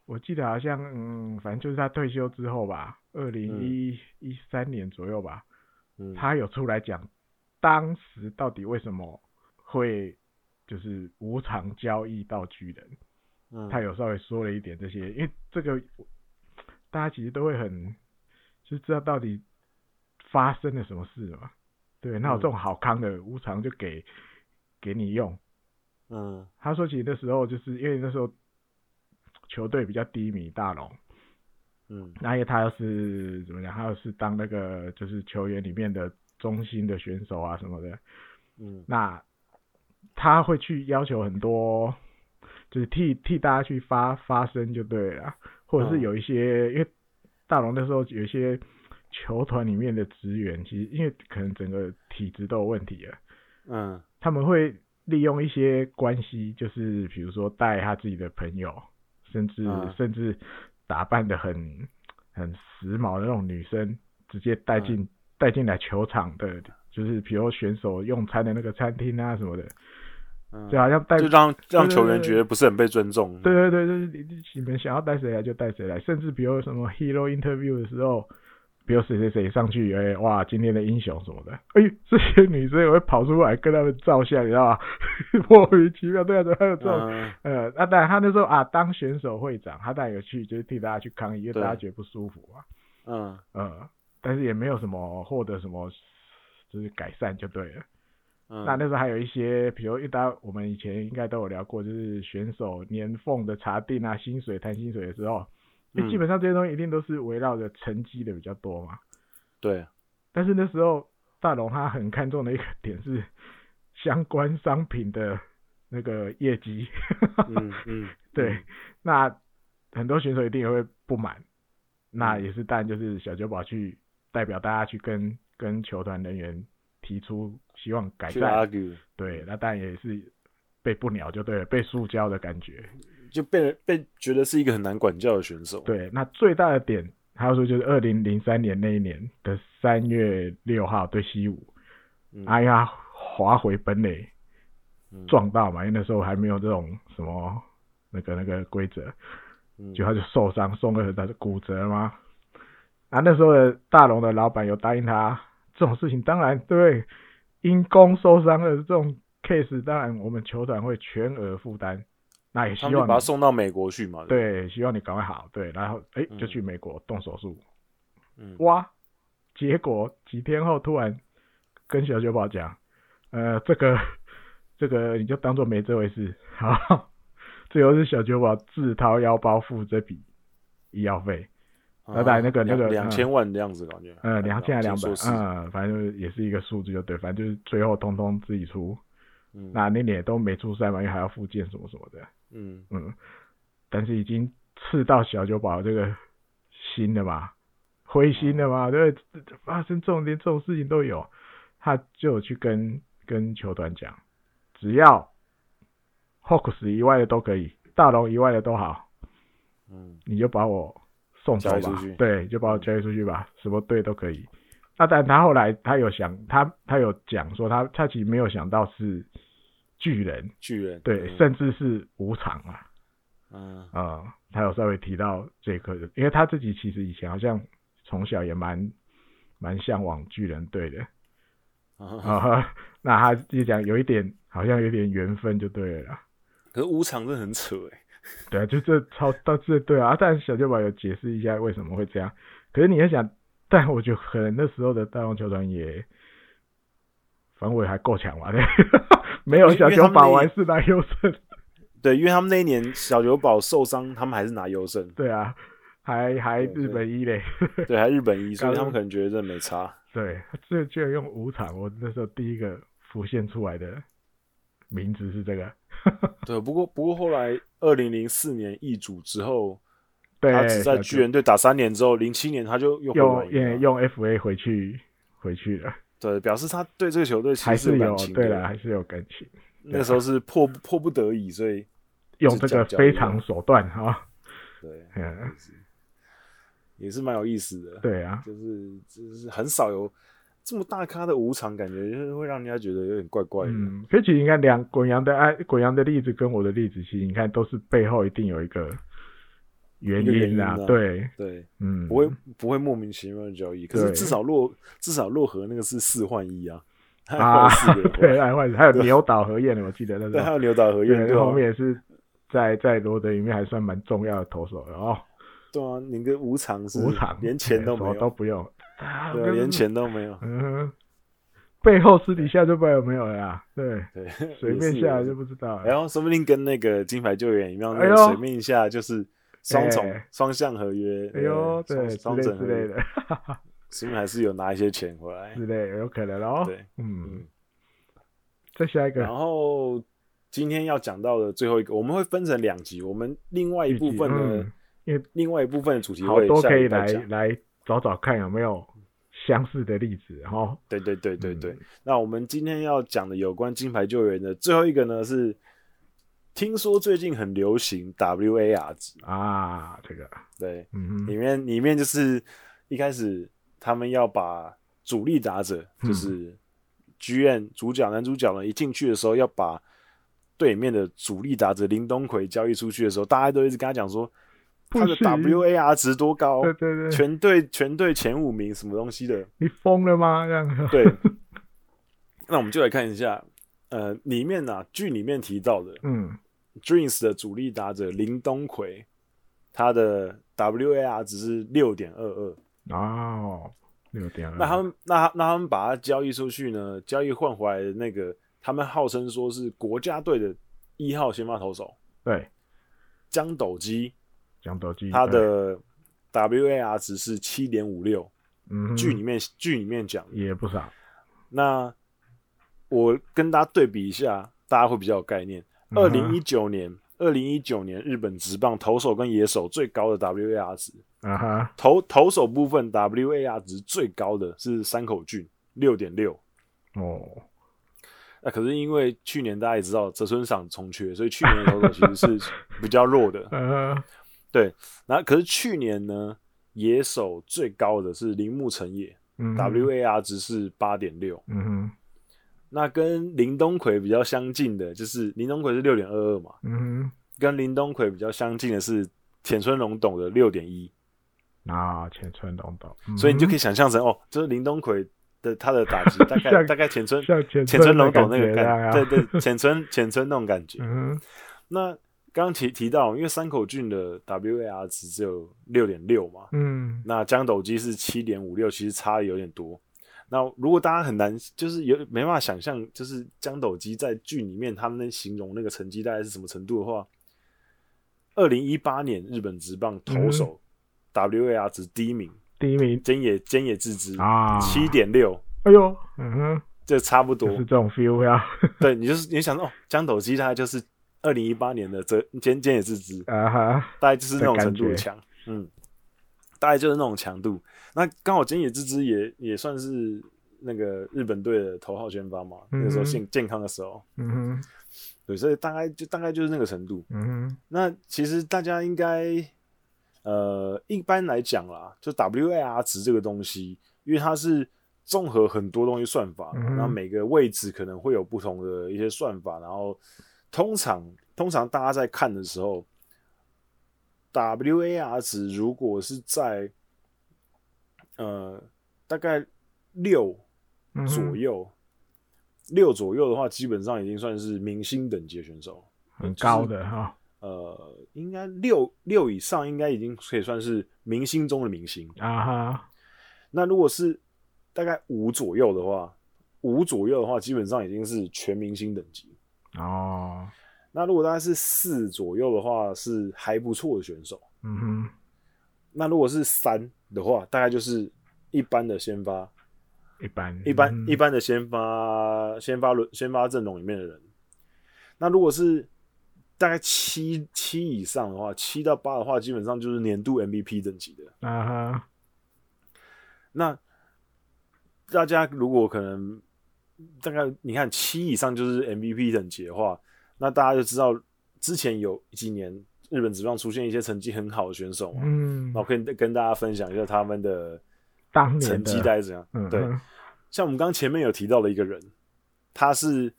[SPEAKER 2] 我记得好像嗯，反正就是他退休之后吧，二零一一三年左右吧，
[SPEAKER 1] 嗯
[SPEAKER 2] 他有出来讲，当时到底为什么会就是无偿交易到巨人。
[SPEAKER 1] 嗯
[SPEAKER 2] 他有稍微说了一点这些，因为这个大家其实都会很就知道到底发生了什么事嘛。对，那有这种好康的无偿就给给你用。
[SPEAKER 1] 嗯
[SPEAKER 2] 他说其实那时候就是因为那时候球队比较低迷，大龙，
[SPEAKER 1] 嗯
[SPEAKER 2] 那因为他又是怎么讲，他又是当那个就是球员里面的中心的选手啊什么的，
[SPEAKER 1] 嗯
[SPEAKER 2] 那他会去要求很多，就是替替大家去发发声就对了啦，或者是
[SPEAKER 1] 嗯
[SPEAKER 2] 有一些，因为大龙那时候有一些球团里面的职员，其实因为可能整个体制都有问题了，
[SPEAKER 1] 嗯
[SPEAKER 2] 他们会利用一些关系，就是比如说带他自己的朋友，甚至、
[SPEAKER 1] 嗯
[SPEAKER 2] 甚至打扮的很很时髦的那种女生，直接带进、
[SPEAKER 1] 啊
[SPEAKER 2] 带进来球场的，就是比如选手用餐的那个餐厅啊什么的，
[SPEAKER 1] 嗯，
[SPEAKER 2] 就好像带
[SPEAKER 1] 就让让
[SPEAKER 2] 啊对对
[SPEAKER 1] 球员
[SPEAKER 2] 对
[SPEAKER 1] 觉得不是很被尊重。
[SPEAKER 2] 对对对，就是你你们想要带谁来就带谁来，甚至比如什么 hero interview 的时候，比如谁谁谁上去，哎、哇，今天的英雄什么的，哎、这些女生也会跑出来跟他们照相，你知道吗？ 莫名其妙，对啊，对啊，有这种。
[SPEAKER 1] 嗯
[SPEAKER 2] 呃，那当然，他那时候啊，当选手会长，他当然有去，就是替大家去抗议，因为
[SPEAKER 1] 对
[SPEAKER 2] 大家觉得不舒服嘛。
[SPEAKER 1] 嗯
[SPEAKER 2] 呃，但是也没有什么获得什么，就是改善就对了。
[SPEAKER 1] 嗯，
[SPEAKER 2] 那那时候还有一些，比如一大家我们以前应该都有聊过，就是选手年俸的查定啊、薪水谈薪水的时候，因
[SPEAKER 1] 嗯
[SPEAKER 2] 为基本上这些东西一定都是围绕着成绩的比较多嘛。
[SPEAKER 1] 对
[SPEAKER 2] 但是那时候大龙他很看重的一个点是相关商品的那个业绩，
[SPEAKER 1] 嗯嗯
[SPEAKER 2] 对
[SPEAKER 1] 嗯，
[SPEAKER 2] 那很多选手一定也会不满，
[SPEAKER 1] 嗯
[SPEAKER 2] 那也是当然就是小酒保去代表大家去跟跟球团人员提出希望改
[SPEAKER 1] 去
[SPEAKER 2] 善。
[SPEAKER 1] argue
[SPEAKER 2] 对，那当然也是被不鸟就对了，被塑胶的感觉。
[SPEAKER 1] 就被人被觉得是一个很难管教的选手。
[SPEAKER 2] 对，那最大的点还要说就是二零零三年那一年的三月六号对西武，
[SPEAKER 1] 嗯，
[SPEAKER 2] 哎呀，滑回本垒
[SPEAKER 1] 嗯
[SPEAKER 2] 撞到嘛，因为那时候还没有这种什么那个那个规则，
[SPEAKER 1] 嗯
[SPEAKER 2] 就他就受伤，送了他就骨折嘛。啊，那时候的大龙的老板有答应他这种事情，当然对不对，因公受伤的这种 case，当然我们球团会全额负担。那也希
[SPEAKER 1] 他
[SPEAKER 2] 望
[SPEAKER 1] 们就把他
[SPEAKER 2] 你
[SPEAKER 1] 送到美国去嘛。不，
[SPEAKER 2] 对，希望你赶快好。对，然后哎、
[SPEAKER 1] 嗯
[SPEAKER 2] 就去美国动手术。
[SPEAKER 1] 嗯
[SPEAKER 2] 哇，结果几天后突然跟小酒保讲，呃，这个这个你就当做没这回事。好，最后是小酒保自掏腰包付这笔医药费，
[SPEAKER 1] 啊
[SPEAKER 2] 拜拜那个那个
[SPEAKER 1] 两两千万的样子感觉。
[SPEAKER 2] 呃，两千还两百
[SPEAKER 1] 听说，是
[SPEAKER 2] 嗯，反正就是也是一个数字就对，反正就是最后通通自己出。
[SPEAKER 1] 嗯
[SPEAKER 2] 那那年也都没出赛嘛，因为还要复健什么什么的。
[SPEAKER 1] 嗯
[SPEAKER 2] 嗯，但是已经刺到小酒保这个心了
[SPEAKER 1] 嗯
[SPEAKER 2] 嘛，灰心了嘛，对不对，这这发生这种连这种事情都有，他就有去跟跟球团讲，只要 Hawks 以外的都可以，大龙以外的都好，
[SPEAKER 1] 嗯，
[SPEAKER 2] 你就把我送走
[SPEAKER 1] 交易
[SPEAKER 2] 吧
[SPEAKER 1] 出去，嗯
[SPEAKER 2] 对，就把我交易出去吧，什么队都可以。那但他后来他有想，他他有讲说他他其实没有想到是巨人，
[SPEAKER 1] 巨人
[SPEAKER 2] 对，
[SPEAKER 1] 嗯
[SPEAKER 2] 甚至是五场啊，
[SPEAKER 1] 嗯
[SPEAKER 2] 啊、他有稍微提到这个，因为他自己其实以前好像从小也蛮蛮向往巨人 队的
[SPEAKER 1] 啊，
[SPEAKER 2] 啊、那他自己讲有一点好像有点缘分就对了啦，
[SPEAKER 1] 可是五场真的很扯哎，
[SPEAKER 2] 对啊，就这超到这对啊，但小舅宝有解释一下为什么会这样，可是你要想，但我觉得可能那时候的大龙球团也防卫还够强吧， 对，没有
[SPEAKER 1] 因为
[SPEAKER 2] 小
[SPEAKER 1] 因为
[SPEAKER 2] 九
[SPEAKER 1] 他们
[SPEAKER 2] 把
[SPEAKER 1] 那
[SPEAKER 2] 完是拿优胜，
[SPEAKER 1] 对，因为他们那一年小酒保受伤，他们还是拿优胜，
[SPEAKER 2] 对啊，还还
[SPEAKER 1] 对
[SPEAKER 2] 日
[SPEAKER 1] 对
[SPEAKER 2] 本一嘞。
[SPEAKER 1] 对，还日本一，所以
[SPEAKER 2] 刚
[SPEAKER 1] 他们可能觉得这没 差。
[SPEAKER 2] 对，这居然用五场，我那时候第一个浮现出来的名字 是这个。
[SPEAKER 1] 对，不过不过后来二零零四年易主之后，
[SPEAKER 2] 对，
[SPEAKER 1] 他只在
[SPEAKER 2] 小
[SPEAKER 1] 巨人队打三年之后，零七年他就又回
[SPEAKER 2] 用也
[SPEAKER 1] 来
[SPEAKER 2] 用 FA 回去回去了，
[SPEAKER 1] 对，表示他对这个球队其
[SPEAKER 2] 还
[SPEAKER 1] 实
[SPEAKER 2] 是
[SPEAKER 1] 有
[SPEAKER 2] 有
[SPEAKER 1] 感情
[SPEAKER 2] 对了，
[SPEAKER 1] 的。
[SPEAKER 2] 还是有感情，
[SPEAKER 1] 那时候是迫迫不得已，所以
[SPEAKER 2] 用这个
[SPEAKER 1] 讲
[SPEAKER 2] 非
[SPEAKER 1] 讲
[SPEAKER 2] 常手段哈、
[SPEAKER 1] 对，
[SPEAKER 2] 嗯，
[SPEAKER 1] 也是蛮有意思的。
[SPEAKER 2] 对啊，
[SPEAKER 1] 就是就是很少有这么大咖的五场，感觉就是会让人家觉得有点怪怪的。
[SPEAKER 2] 嗯，可是其实你看两滚阳的爱滚阳的例子跟我的例子，其实你看都是背后一定有一个原
[SPEAKER 1] 一个原
[SPEAKER 2] 因啊，
[SPEAKER 1] 因啊
[SPEAKER 2] 对，
[SPEAKER 1] 对，
[SPEAKER 2] 嗯，
[SPEAKER 1] 不会不会莫名其妙的交易，可是
[SPEAKER 2] 对
[SPEAKER 1] 至少洛至少洛河那个是四换一啊，他
[SPEAKER 2] 啊
[SPEAKER 1] 换四个人，回
[SPEAKER 2] 对，
[SPEAKER 1] 来，
[SPEAKER 2] 爱坏还有牛岛和彦，我记得那时
[SPEAKER 1] 对，还
[SPEAKER 2] 候。
[SPEAKER 1] 有牛岛和
[SPEAKER 2] 对，
[SPEAKER 1] 彦
[SPEAKER 2] 那
[SPEAKER 1] 对啊
[SPEAKER 2] 后面也是在在罗德里面还算蛮重要的投手了哦，
[SPEAKER 1] 对啊，你个无偿是
[SPEAKER 2] 五场哎
[SPEAKER 1] 连钱都没
[SPEAKER 2] 什么都
[SPEAKER 1] 有，
[SPEAKER 2] 不用，啊
[SPEAKER 1] 对啊，连，钱都没有，
[SPEAKER 2] 嗯，背后私底下就不知道有没有了啦，对，
[SPEAKER 1] 对，
[SPEAKER 2] 随
[SPEAKER 1] 也
[SPEAKER 2] 便
[SPEAKER 1] 是哎
[SPEAKER 2] 下来
[SPEAKER 1] 有
[SPEAKER 2] 就不知道了，
[SPEAKER 1] 然后说不定跟那个金牌救援一样，
[SPEAKER 2] 哎
[SPEAKER 1] 那
[SPEAKER 2] 呦
[SPEAKER 1] 个随便一下就是双重
[SPEAKER 2] 哎
[SPEAKER 1] 双向合约，
[SPEAKER 2] 哎呦，对，
[SPEAKER 1] 对，
[SPEAKER 2] 之
[SPEAKER 1] 双
[SPEAKER 2] 类
[SPEAKER 1] 双整
[SPEAKER 2] 之
[SPEAKER 1] 合
[SPEAKER 2] 类
[SPEAKER 1] 约，
[SPEAKER 2] 的，
[SPEAKER 1] 说明还是有拿一些钱回 来
[SPEAKER 2] 之。类的有可能哦，
[SPEAKER 1] 对，
[SPEAKER 2] 嗯
[SPEAKER 1] 嗯，
[SPEAKER 2] 再下一
[SPEAKER 1] 然
[SPEAKER 2] 个，
[SPEAKER 1] 后今天要讲到的最后一个，我们会分成两集，我们另外一部分的
[SPEAKER 2] 嗯，因为
[SPEAKER 1] 另外一部分的主题
[SPEAKER 2] 好
[SPEAKER 1] 会
[SPEAKER 2] 多
[SPEAKER 1] 下
[SPEAKER 2] 可以
[SPEAKER 1] 礼拜
[SPEAKER 2] 来
[SPEAKER 1] 讲。
[SPEAKER 2] 来找找看有没有相似的例子哦，
[SPEAKER 1] 对对对对对
[SPEAKER 2] 嗯。
[SPEAKER 1] 那我们今天要讲的有关金牌救援的最后一个呢是。听说最近很流行 WAR 值，
[SPEAKER 2] 啊，这个，
[SPEAKER 1] 对，
[SPEAKER 2] 嗯
[SPEAKER 1] 里
[SPEAKER 2] 哼，
[SPEAKER 1] 面里面就是一开始他们要把主力打者，
[SPEAKER 2] 嗯
[SPEAKER 1] 就是剧院主角男主角呢，一进去的时候要把对面的主力打者林东奎交易出去的时候，大家都一直跟他讲说
[SPEAKER 2] 不
[SPEAKER 1] 他的
[SPEAKER 2] 行
[SPEAKER 1] WAR 值多高，
[SPEAKER 2] 对对对，
[SPEAKER 1] 全队全队前五名什么东西的，
[SPEAKER 2] 你疯了吗？这样，
[SPEAKER 1] 对。那我们就来看一下，呃，里面呢、啊、剧里面提到的
[SPEAKER 2] 嗯
[SPEAKER 1] Dreams 的主力打者林东奎，他的 WAR 值是六点二二。
[SPEAKER 2] 哦，六点二。
[SPEAKER 1] 那他们那那他们把它交易出去呢？交易换回来的那个，他们号称说是国家队的一号先发投手
[SPEAKER 2] 对
[SPEAKER 1] 江斗基，
[SPEAKER 2] 江斗基
[SPEAKER 1] 他
[SPEAKER 2] 嗯对
[SPEAKER 1] 的 WAR 值是七点五六，
[SPEAKER 2] 嗯哼
[SPEAKER 1] 剧里面剧里面讲的。
[SPEAKER 2] 也不少。嗯
[SPEAKER 1] 那我跟大家对比一下，大家会比较有概念。
[SPEAKER 2] 嗯
[SPEAKER 1] 二
[SPEAKER 2] 哼
[SPEAKER 1] 零一九年，二零一九年日本职棒投手跟野手最高的 WAR 值，
[SPEAKER 2] 啊哈，
[SPEAKER 1] 投投手部分 WAR 值最高的是山口俊六点六。
[SPEAKER 2] 哦，
[SPEAKER 1] 那、可是因为去年大家也知道泽村赏重缺，所以去年的投手其实是比较弱 的。
[SPEAKER 2] 呃，
[SPEAKER 1] 那可是去年呢，野手最高的是铃木诚也、
[SPEAKER 2] 嗯
[SPEAKER 1] w a r 值是八点六。
[SPEAKER 2] 嗯哼，
[SPEAKER 1] 那跟林东奎比较相近的，就是林东奎是六点二二嘛，
[SPEAKER 2] 嗯
[SPEAKER 1] 跟林东奎比较相近的是田村龙斗的六点一，
[SPEAKER 2] 哼，啊，浅村龙斗，
[SPEAKER 1] 所以你就可
[SPEAKER 2] 以
[SPEAKER 1] 以想象成哦，就是林东奎的他的打击大概
[SPEAKER 2] 像
[SPEAKER 1] 大概田村
[SPEAKER 2] 像浅
[SPEAKER 1] 田村龙斗那
[SPEAKER 2] 的
[SPEAKER 1] 个
[SPEAKER 2] 感觉那
[SPEAKER 1] 感，
[SPEAKER 2] 样啊
[SPEAKER 1] 对，对，浅村浅村那种感觉。
[SPEAKER 2] 嗯哼，
[SPEAKER 1] 那刚刚提提到，因为山口俊的 WAR 值只有六点六嘛，
[SPEAKER 2] 嗯，
[SPEAKER 1] 那江斗基是七点五六，其实差的有点多。那如果大家很难，就是有没办法想象，就是江斗基在剧里面他们那形容那个成绩大概是什么程度的话，二零一八年日本职棒投手 WAR 值第一名，
[SPEAKER 2] 第一名
[SPEAKER 1] 菅野菅野智之
[SPEAKER 2] 啊，
[SPEAKER 1] 七，点六，
[SPEAKER 2] 哎呦，嗯哼，
[SPEAKER 1] 这差不 多
[SPEAKER 2] 就。是这种 feel 呀，
[SPEAKER 1] 对你就是你想说哦，江斗基他就是二零一八年的泽菅菅野智之，
[SPEAKER 2] 啊哈，
[SPEAKER 1] 大概就是那种
[SPEAKER 2] 的
[SPEAKER 1] 程
[SPEAKER 2] 感
[SPEAKER 1] 度的
[SPEAKER 2] 觉
[SPEAKER 1] 强，嗯，大概就是那种强度。那刚好菅野智之也也算是那个日本队的头号先发嘛，
[SPEAKER 2] 嗯
[SPEAKER 1] 那个时候健健康的时候，
[SPEAKER 2] 嗯哼，
[SPEAKER 1] 对，所以大概就大概就是那个程度。
[SPEAKER 2] 嗯哼，
[SPEAKER 1] 那其实大家应该，呃，一般来讲啦，就 WAR 值这个东西，因为它是综合很多东西算法，
[SPEAKER 2] 嗯哼
[SPEAKER 1] 然后每个位置可能会有不同的一些算法，然后通常通常大家在看的时候，WAR 值如果是在呃大概六
[SPEAKER 2] 嗯哼
[SPEAKER 1] 左，右，六左右的话，基本上已经算是明星等级的选手。
[SPEAKER 2] 很
[SPEAKER 1] 就是
[SPEAKER 2] 高的哈
[SPEAKER 1] 呃，应该六六以上，应该已经可以算是明星中的明星。
[SPEAKER 2] 啊哈，
[SPEAKER 1] 那如果是大概五左右的话，五左右的话，基本上已经是全明星等级。
[SPEAKER 2] 哦，
[SPEAKER 1] 那如果大概是四左右的话，是还不错的选手。
[SPEAKER 2] 嗯哼，
[SPEAKER 1] 那如果是三的话，大概就是一般的先发，
[SPEAKER 2] 一般，
[SPEAKER 1] 一般、
[SPEAKER 2] 嗯
[SPEAKER 1] 一般的先发先发轮先发阵容里面的人。那如果是大概七七以上的话，七到八的话，基本上就是年度 MVP 等级的。
[SPEAKER 2] 啊哈，
[SPEAKER 1] 那大家如果可能，大概你看七以上就是 MVP 等级的话，那大家就知道之前有几年日本职棒出现一些成绩很好的选手嘛，
[SPEAKER 2] 嗯
[SPEAKER 1] 那，我可以跟大家分享一下他们的
[SPEAKER 2] 当年
[SPEAKER 1] 成绩
[SPEAKER 2] 的
[SPEAKER 1] 大概是怎样。
[SPEAKER 2] 嗯
[SPEAKER 1] 对，
[SPEAKER 2] 哼
[SPEAKER 1] 像我们刚前面有提到的一个人，他是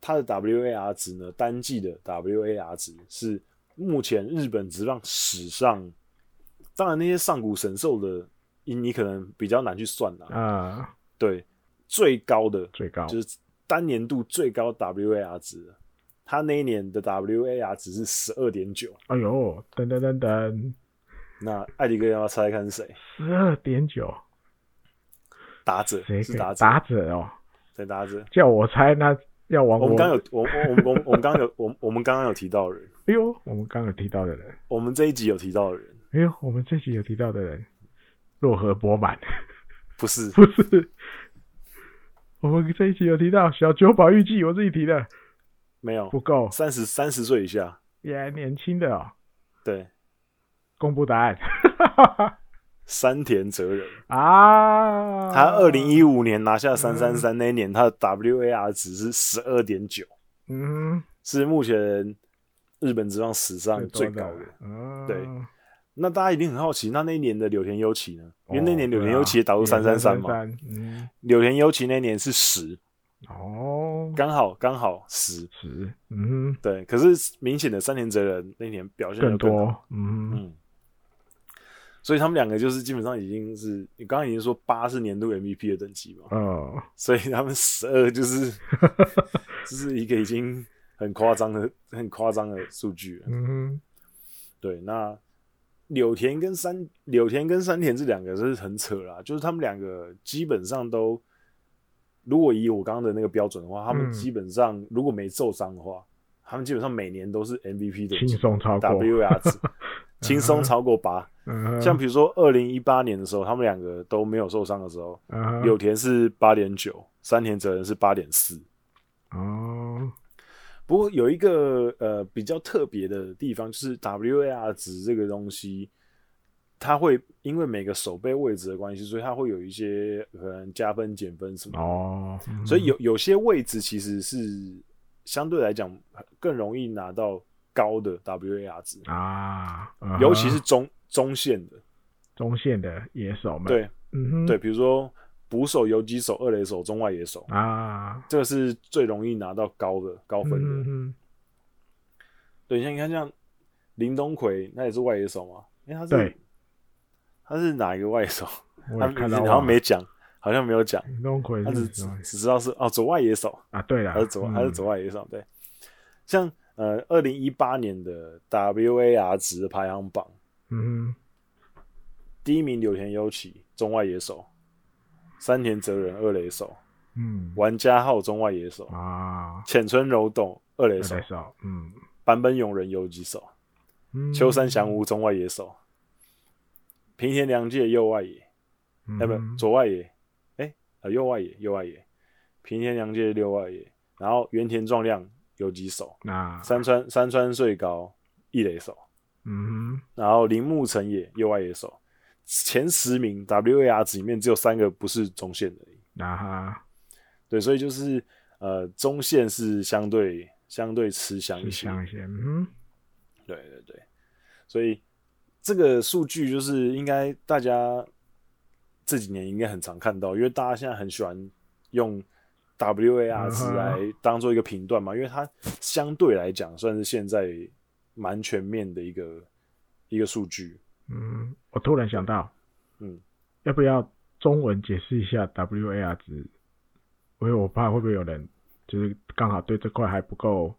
[SPEAKER 1] 他的 WAR 值呢，单季的 WAR 值是目前日本职棒史上，当然那些上古神兽的，你你可能比较难去算啦、
[SPEAKER 2] 啊，
[SPEAKER 1] 对，最高的
[SPEAKER 2] 最高
[SPEAKER 1] 就是单年度最高 WAR 值，他那一年的 WAR 值是十二点九。
[SPEAKER 2] 哎呦，等等等等，
[SPEAKER 1] 那艾迪哥要不要猜猜看是谁？
[SPEAKER 2] 十二点九，
[SPEAKER 1] 打者
[SPEAKER 2] 谁
[SPEAKER 1] 是
[SPEAKER 2] 给
[SPEAKER 1] 打者，
[SPEAKER 2] 打者哦？
[SPEAKER 1] 对打者。
[SPEAKER 2] 叫我猜，那要往
[SPEAKER 1] 我们刚有我我我们我们我们刚有我们我们刚刚有提到的人，
[SPEAKER 2] 哎呦，我们刚刚有提到的人，
[SPEAKER 1] 我们这一集有提到的人，
[SPEAKER 2] 哎呦，我们这集有提到的人，洛河博满，
[SPEAKER 1] 不是
[SPEAKER 2] 不是，我们这一集有提到小九保玉记，我自己提的，
[SPEAKER 1] 没有
[SPEAKER 2] 不够，
[SPEAKER 1] 三十三十岁以下，
[SPEAKER 2] 也年轻的哦。
[SPEAKER 1] 对
[SPEAKER 2] 公布答案
[SPEAKER 1] 山田哲人，
[SPEAKER 2] 啊！
[SPEAKER 1] 他二零，一五年拿下三三三那一年，他的 WAR 值是十二点九，
[SPEAKER 2] 嗯，
[SPEAKER 1] 是目前日本职棒史上最
[SPEAKER 2] 多
[SPEAKER 1] 高的。
[SPEAKER 2] 嗯，
[SPEAKER 1] 对那大家一定很好奇，那那一年的柳田优起呢？因为那年
[SPEAKER 2] 哦
[SPEAKER 1] 柳田优起也打入
[SPEAKER 2] 对啊
[SPEAKER 1] 三三三嘛，
[SPEAKER 2] 333嗯，
[SPEAKER 1] 柳田优起那年是十，
[SPEAKER 2] 哦，
[SPEAKER 1] 刚好刚好十。
[SPEAKER 2] 十，嗯，
[SPEAKER 1] 对，可是明显的山田哲人那年表现得
[SPEAKER 2] 更
[SPEAKER 1] 更好，
[SPEAKER 2] 多，嗯，
[SPEAKER 1] 嗯。所以他们两个就是基本上已经是，你刚刚已经说八是年度 MVP 的等级嘛，
[SPEAKER 2] 哦，
[SPEAKER 1] 所以他们十二就是 就是一个已经很夸张的、很夸张的数据了。
[SPEAKER 2] 嗯，
[SPEAKER 1] 对，那柳田跟山柳田跟山田这两个是很扯啦，就是他们两个基本上都，如果以我刚刚的那个标准的话，他们
[SPEAKER 2] 嗯
[SPEAKER 1] 基本上如果没受伤的话，他们基本上每年都是 MVP 的
[SPEAKER 2] 轻松超过，
[SPEAKER 1] WAR 值，轻松超过八。
[SPEAKER 2] 嗯，
[SPEAKER 1] 像比如说二零一八年的时候，他们两个都没有受伤的时候，
[SPEAKER 2] 嗯
[SPEAKER 1] 柳田是八点九，山田哲人是八点四。
[SPEAKER 2] 哦，
[SPEAKER 1] 不过有一个呃比较特别的地方，就是 WAR 值这个东西，它会因为每个守备位置的关系，所以它会有一些可能加分、减分什么的。
[SPEAKER 2] 哦，嗯
[SPEAKER 1] 所以有有些位置其实是相对来讲更容易拿到高的 WAR 值，
[SPEAKER 2] 啊，嗯
[SPEAKER 1] 尤其是中中线的。
[SPEAKER 2] 中线的野手们，，
[SPEAKER 1] 对
[SPEAKER 2] 嗯哼，
[SPEAKER 1] 对，比如说捕手、游击手、二垒手、中外野手，
[SPEAKER 2] 啊，
[SPEAKER 1] 这个是最容易拿到高的高分的。
[SPEAKER 2] 嗯
[SPEAKER 1] 对，像你看像林东奎，那也是外野手嘛？哎、他是
[SPEAKER 2] 对
[SPEAKER 1] 他是哪一个外野手？
[SPEAKER 2] 哼，我
[SPEAKER 1] 他
[SPEAKER 2] 也看
[SPEAKER 1] 名字
[SPEAKER 2] 到
[SPEAKER 1] 好
[SPEAKER 2] 忘了，嗯
[SPEAKER 1] 像没讲，好像没有讲，
[SPEAKER 2] 弄回
[SPEAKER 1] 他
[SPEAKER 2] 是
[SPEAKER 1] 只
[SPEAKER 2] 什么
[SPEAKER 1] 只知道是哦左外野手，
[SPEAKER 2] 啊，对了，
[SPEAKER 1] 他是左、
[SPEAKER 2] 嗯
[SPEAKER 1] 他是左外野手。对，像呃二零一八年的 WAR 值排行榜，
[SPEAKER 2] 嗯
[SPEAKER 1] 第一名柳田优起中外野手，山田哲人二垒手，
[SPEAKER 2] 嗯
[SPEAKER 1] 玩家号中外野手，
[SPEAKER 2] 啊，
[SPEAKER 1] 浅村柔斗二垒
[SPEAKER 2] 二
[SPEAKER 1] 手
[SPEAKER 2] 垒，手，嗯，
[SPEAKER 1] 坂本勇人游击手。
[SPEAKER 2] 嗯
[SPEAKER 1] 秋山翔吾中外野手，平田良介右外野，
[SPEAKER 2] 嗯
[SPEAKER 1] 哎、不左外野，哎、呃右外野右外野，平田良介右外野，然后原田壮亮游击手，
[SPEAKER 2] 那
[SPEAKER 1] 山川山川穗高一垒手，
[SPEAKER 2] 嗯哼
[SPEAKER 1] 然后铃木成也右外野手，前十名 WAR 值里面只有三个不是中线的而已，
[SPEAKER 2] 那啊哈
[SPEAKER 1] 对，所以就是呃，中线是相对相对吃香一
[SPEAKER 2] 是
[SPEAKER 1] 些，
[SPEAKER 2] 想一些，嗯
[SPEAKER 1] 对对对，所以这个数据就是应该大家这几年应该很常看到，因为大家现在很喜欢用 WAR 值
[SPEAKER 2] 嗯哼
[SPEAKER 1] 来当做一个评断嘛，因为它相对来讲算是现在蛮全面的一个一个数据。
[SPEAKER 2] 嗯，我突然想到，
[SPEAKER 1] 嗯，
[SPEAKER 2] 要不要中文解释一下 WAR 值？因为我怕会不会有人就是刚好对这块还不够，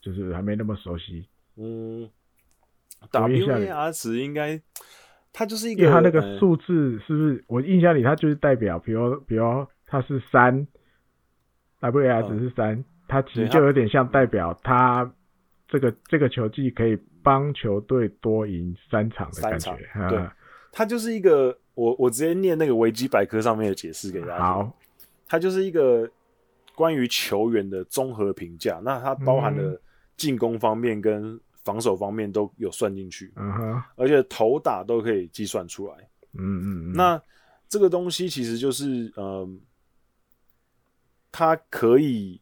[SPEAKER 2] 就是还没那么熟悉，
[SPEAKER 1] 嗯
[SPEAKER 2] 我印象里
[SPEAKER 1] ，WAR 值应该它就是一
[SPEAKER 2] 因
[SPEAKER 1] 个
[SPEAKER 2] 为它那
[SPEAKER 1] 呃
[SPEAKER 2] 个数字是不是？我印象里它就是代表，比如比如它是三，WAR 值是三、它
[SPEAKER 1] 嗯
[SPEAKER 2] 其
[SPEAKER 1] 对
[SPEAKER 2] 实
[SPEAKER 1] 它
[SPEAKER 2] 就有点像代表它这个这个球技可以帮球队多赢三场的
[SPEAKER 1] 三
[SPEAKER 2] 感
[SPEAKER 1] 场
[SPEAKER 2] 觉。
[SPEAKER 1] 对
[SPEAKER 2] 啊
[SPEAKER 1] 它就是一个我我直接念那个维基百科上面的解释给大家听。
[SPEAKER 2] 好，
[SPEAKER 1] 它就是一个关于球员的综合评价，那它包含了
[SPEAKER 2] 嗯
[SPEAKER 1] 进攻方面跟防守方面都有算进去，
[SPEAKER 2] 嗯哼，
[SPEAKER 1] 而且投打都可以计算出来。
[SPEAKER 2] 嗯嗯，嗯
[SPEAKER 1] 那这个东西其实就是，嗯、它可以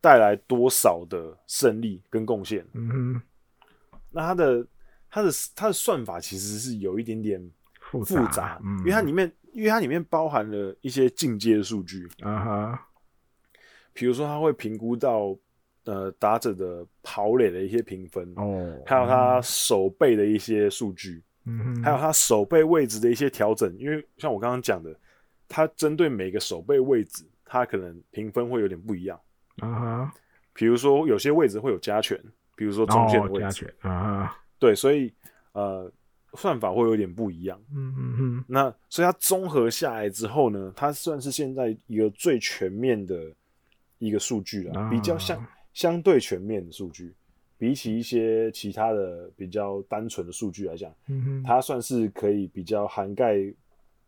[SPEAKER 1] 带来多少的胜利跟贡献？
[SPEAKER 2] 嗯哼，
[SPEAKER 1] 那它的它的它的算法其实是有一点点
[SPEAKER 2] 复
[SPEAKER 1] 复
[SPEAKER 2] 杂，
[SPEAKER 1] 杂，
[SPEAKER 2] 嗯，
[SPEAKER 1] 因为它里面因为它里面包含了一些进阶的数据，
[SPEAKER 2] 啊哈，
[SPEAKER 1] 比如说他会评估到呃打者的跑垒的一些评分，
[SPEAKER 2] 哦，
[SPEAKER 1] 还有他手背的一些数据，
[SPEAKER 2] 嗯，嗯
[SPEAKER 1] 还有他手背位置的一些调整。因为像我刚刚讲的，他针对每个手背位置，他可能评分会有点不一样。
[SPEAKER 2] 啊哈，
[SPEAKER 1] 比如说有些位置会有加权，比如说中线的
[SPEAKER 2] 哦
[SPEAKER 1] 位
[SPEAKER 2] 加
[SPEAKER 1] 置，
[SPEAKER 2] 权啊哈，
[SPEAKER 1] 对，所以呃算法会有点不一样。
[SPEAKER 2] 嗯嗯嗯，
[SPEAKER 1] 那所以它综合下来之后呢，它算是现在一个最全面的一个数据了，
[SPEAKER 2] 啊
[SPEAKER 1] 比较相相对全面的数据，比起一些其他的比较单纯的数据来讲，
[SPEAKER 2] 嗯哼，
[SPEAKER 1] 它算是可以比较涵盖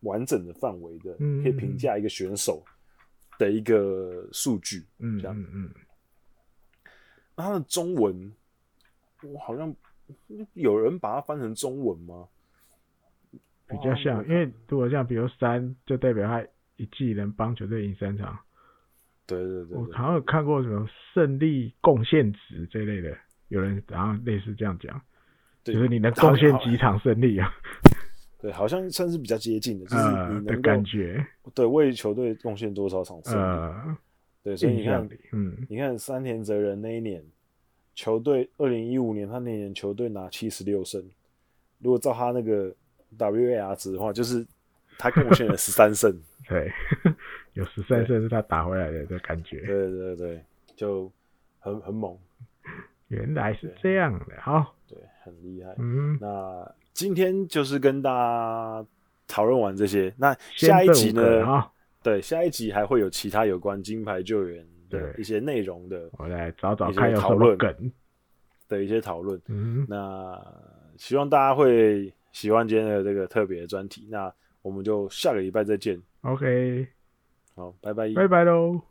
[SPEAKER 1] 完整的范围的，
[SPEAKER 2] 嗯
[SPEAKER 1] 可以评价一个选手的一个数据。
[SPEAKER 2] 嗯
[SPEAKER 1] 这样
[SPEAKER 2] 嗯嗯，
[SPEAKER 1] 那它的中文，我好像有人把它翻成中文吗？
[SPEAKER 2] 比
[SPEAKER 1] 哦
[SPEAKER 2] 较像，因为如果像比如三，就代表他一季能帮球队赢三场。
[SPEAKER 1] 对对对
[SPEAKER 2] 我
[SPEAKER 1] 对，
[SPEAKER 2] 好像有看过什么胜利贡献值这类的，有人然后类似这样讲，
[SPEAKER 1] 对
[SPEAKER 2] 就是你能
[SPEAKER 1] 好
[SPEAKER 2] 贡献
[SPEAKER 1] 好
[SPEAKER 2] 几场胜利啊，
[SPEAKER 1] 对，好像算是比较接近的，就是
[SPEAKER 2] 呃
[SPEAKER 1] 你
[SPEAKER 2] 的
[SPEAKER 1] 能
[SPEAKER 2] 感
[SPEAKER 1] 够
[SPEAKER 2] 觉，
[SPEAKER 1] 对为球队贡献多少场胜利。
[SPEAKER 2] 呃，
[SPEAKER 1] 对，所以
[SPEAKER 2] 印
[SPEAKER 1] 你
[SPEAKER 2] 象
[SPEAKER 1] 看，
[SPEAKER 2] 里，嗯，
[SPEAKER 1] 你看山田哲人那一年，球队二零一五年他那年球队拿七十六胜，如果照他那个 WAR 值的话，就是他贡献了十三 胜。
[SPEAKER 2] 对，有十三胜是他打回来的的感觉，
[SPEAKER 1] 对对对，就很很猛，
[SPEAKER 2] 原来是这样的，好，
[SPEAKER 1] 对，很厉害。
[SPEAKER 2] 嗯，
[SPEAKER 1] 那今天就是跟大家讨论完这些，那
[SPEAKER 2] 先
[SPEAKER 1] 下一
[SPEAKER 2] 这
[SPEAKER 1] 集
[SPEAKER 2] 五
[SPEAKER 1] 呢？
[SPEAKER 2] 个啊，
[SPEAKER 1] 对，下一集还会有其他有关金牌救援的
[SPEAKER 2] 对
[SPEAKER 1] 一些内容的
[SPEAKER 2] 我来找找
[SPEAKER 1] 一些
[SPEAKER 2] 看有
[SPEAKER 1] 讨
[SPEAKER 2] 什么
[SPEAKER 1] 论
[SPEAKER 2] 梗，
[SPEAKER 1] 的一些讨论。
[SPEAKER 2] 嗯，
[SPEAKER 1] 那希望大家会喜欢今天的这个特别的专题。那我们就下个礼拜再见，
[SPEAKER 2] ，OK，
[SPEAKER 1] 好，拜拜，
[SPEAKER 2] 拜拜喽。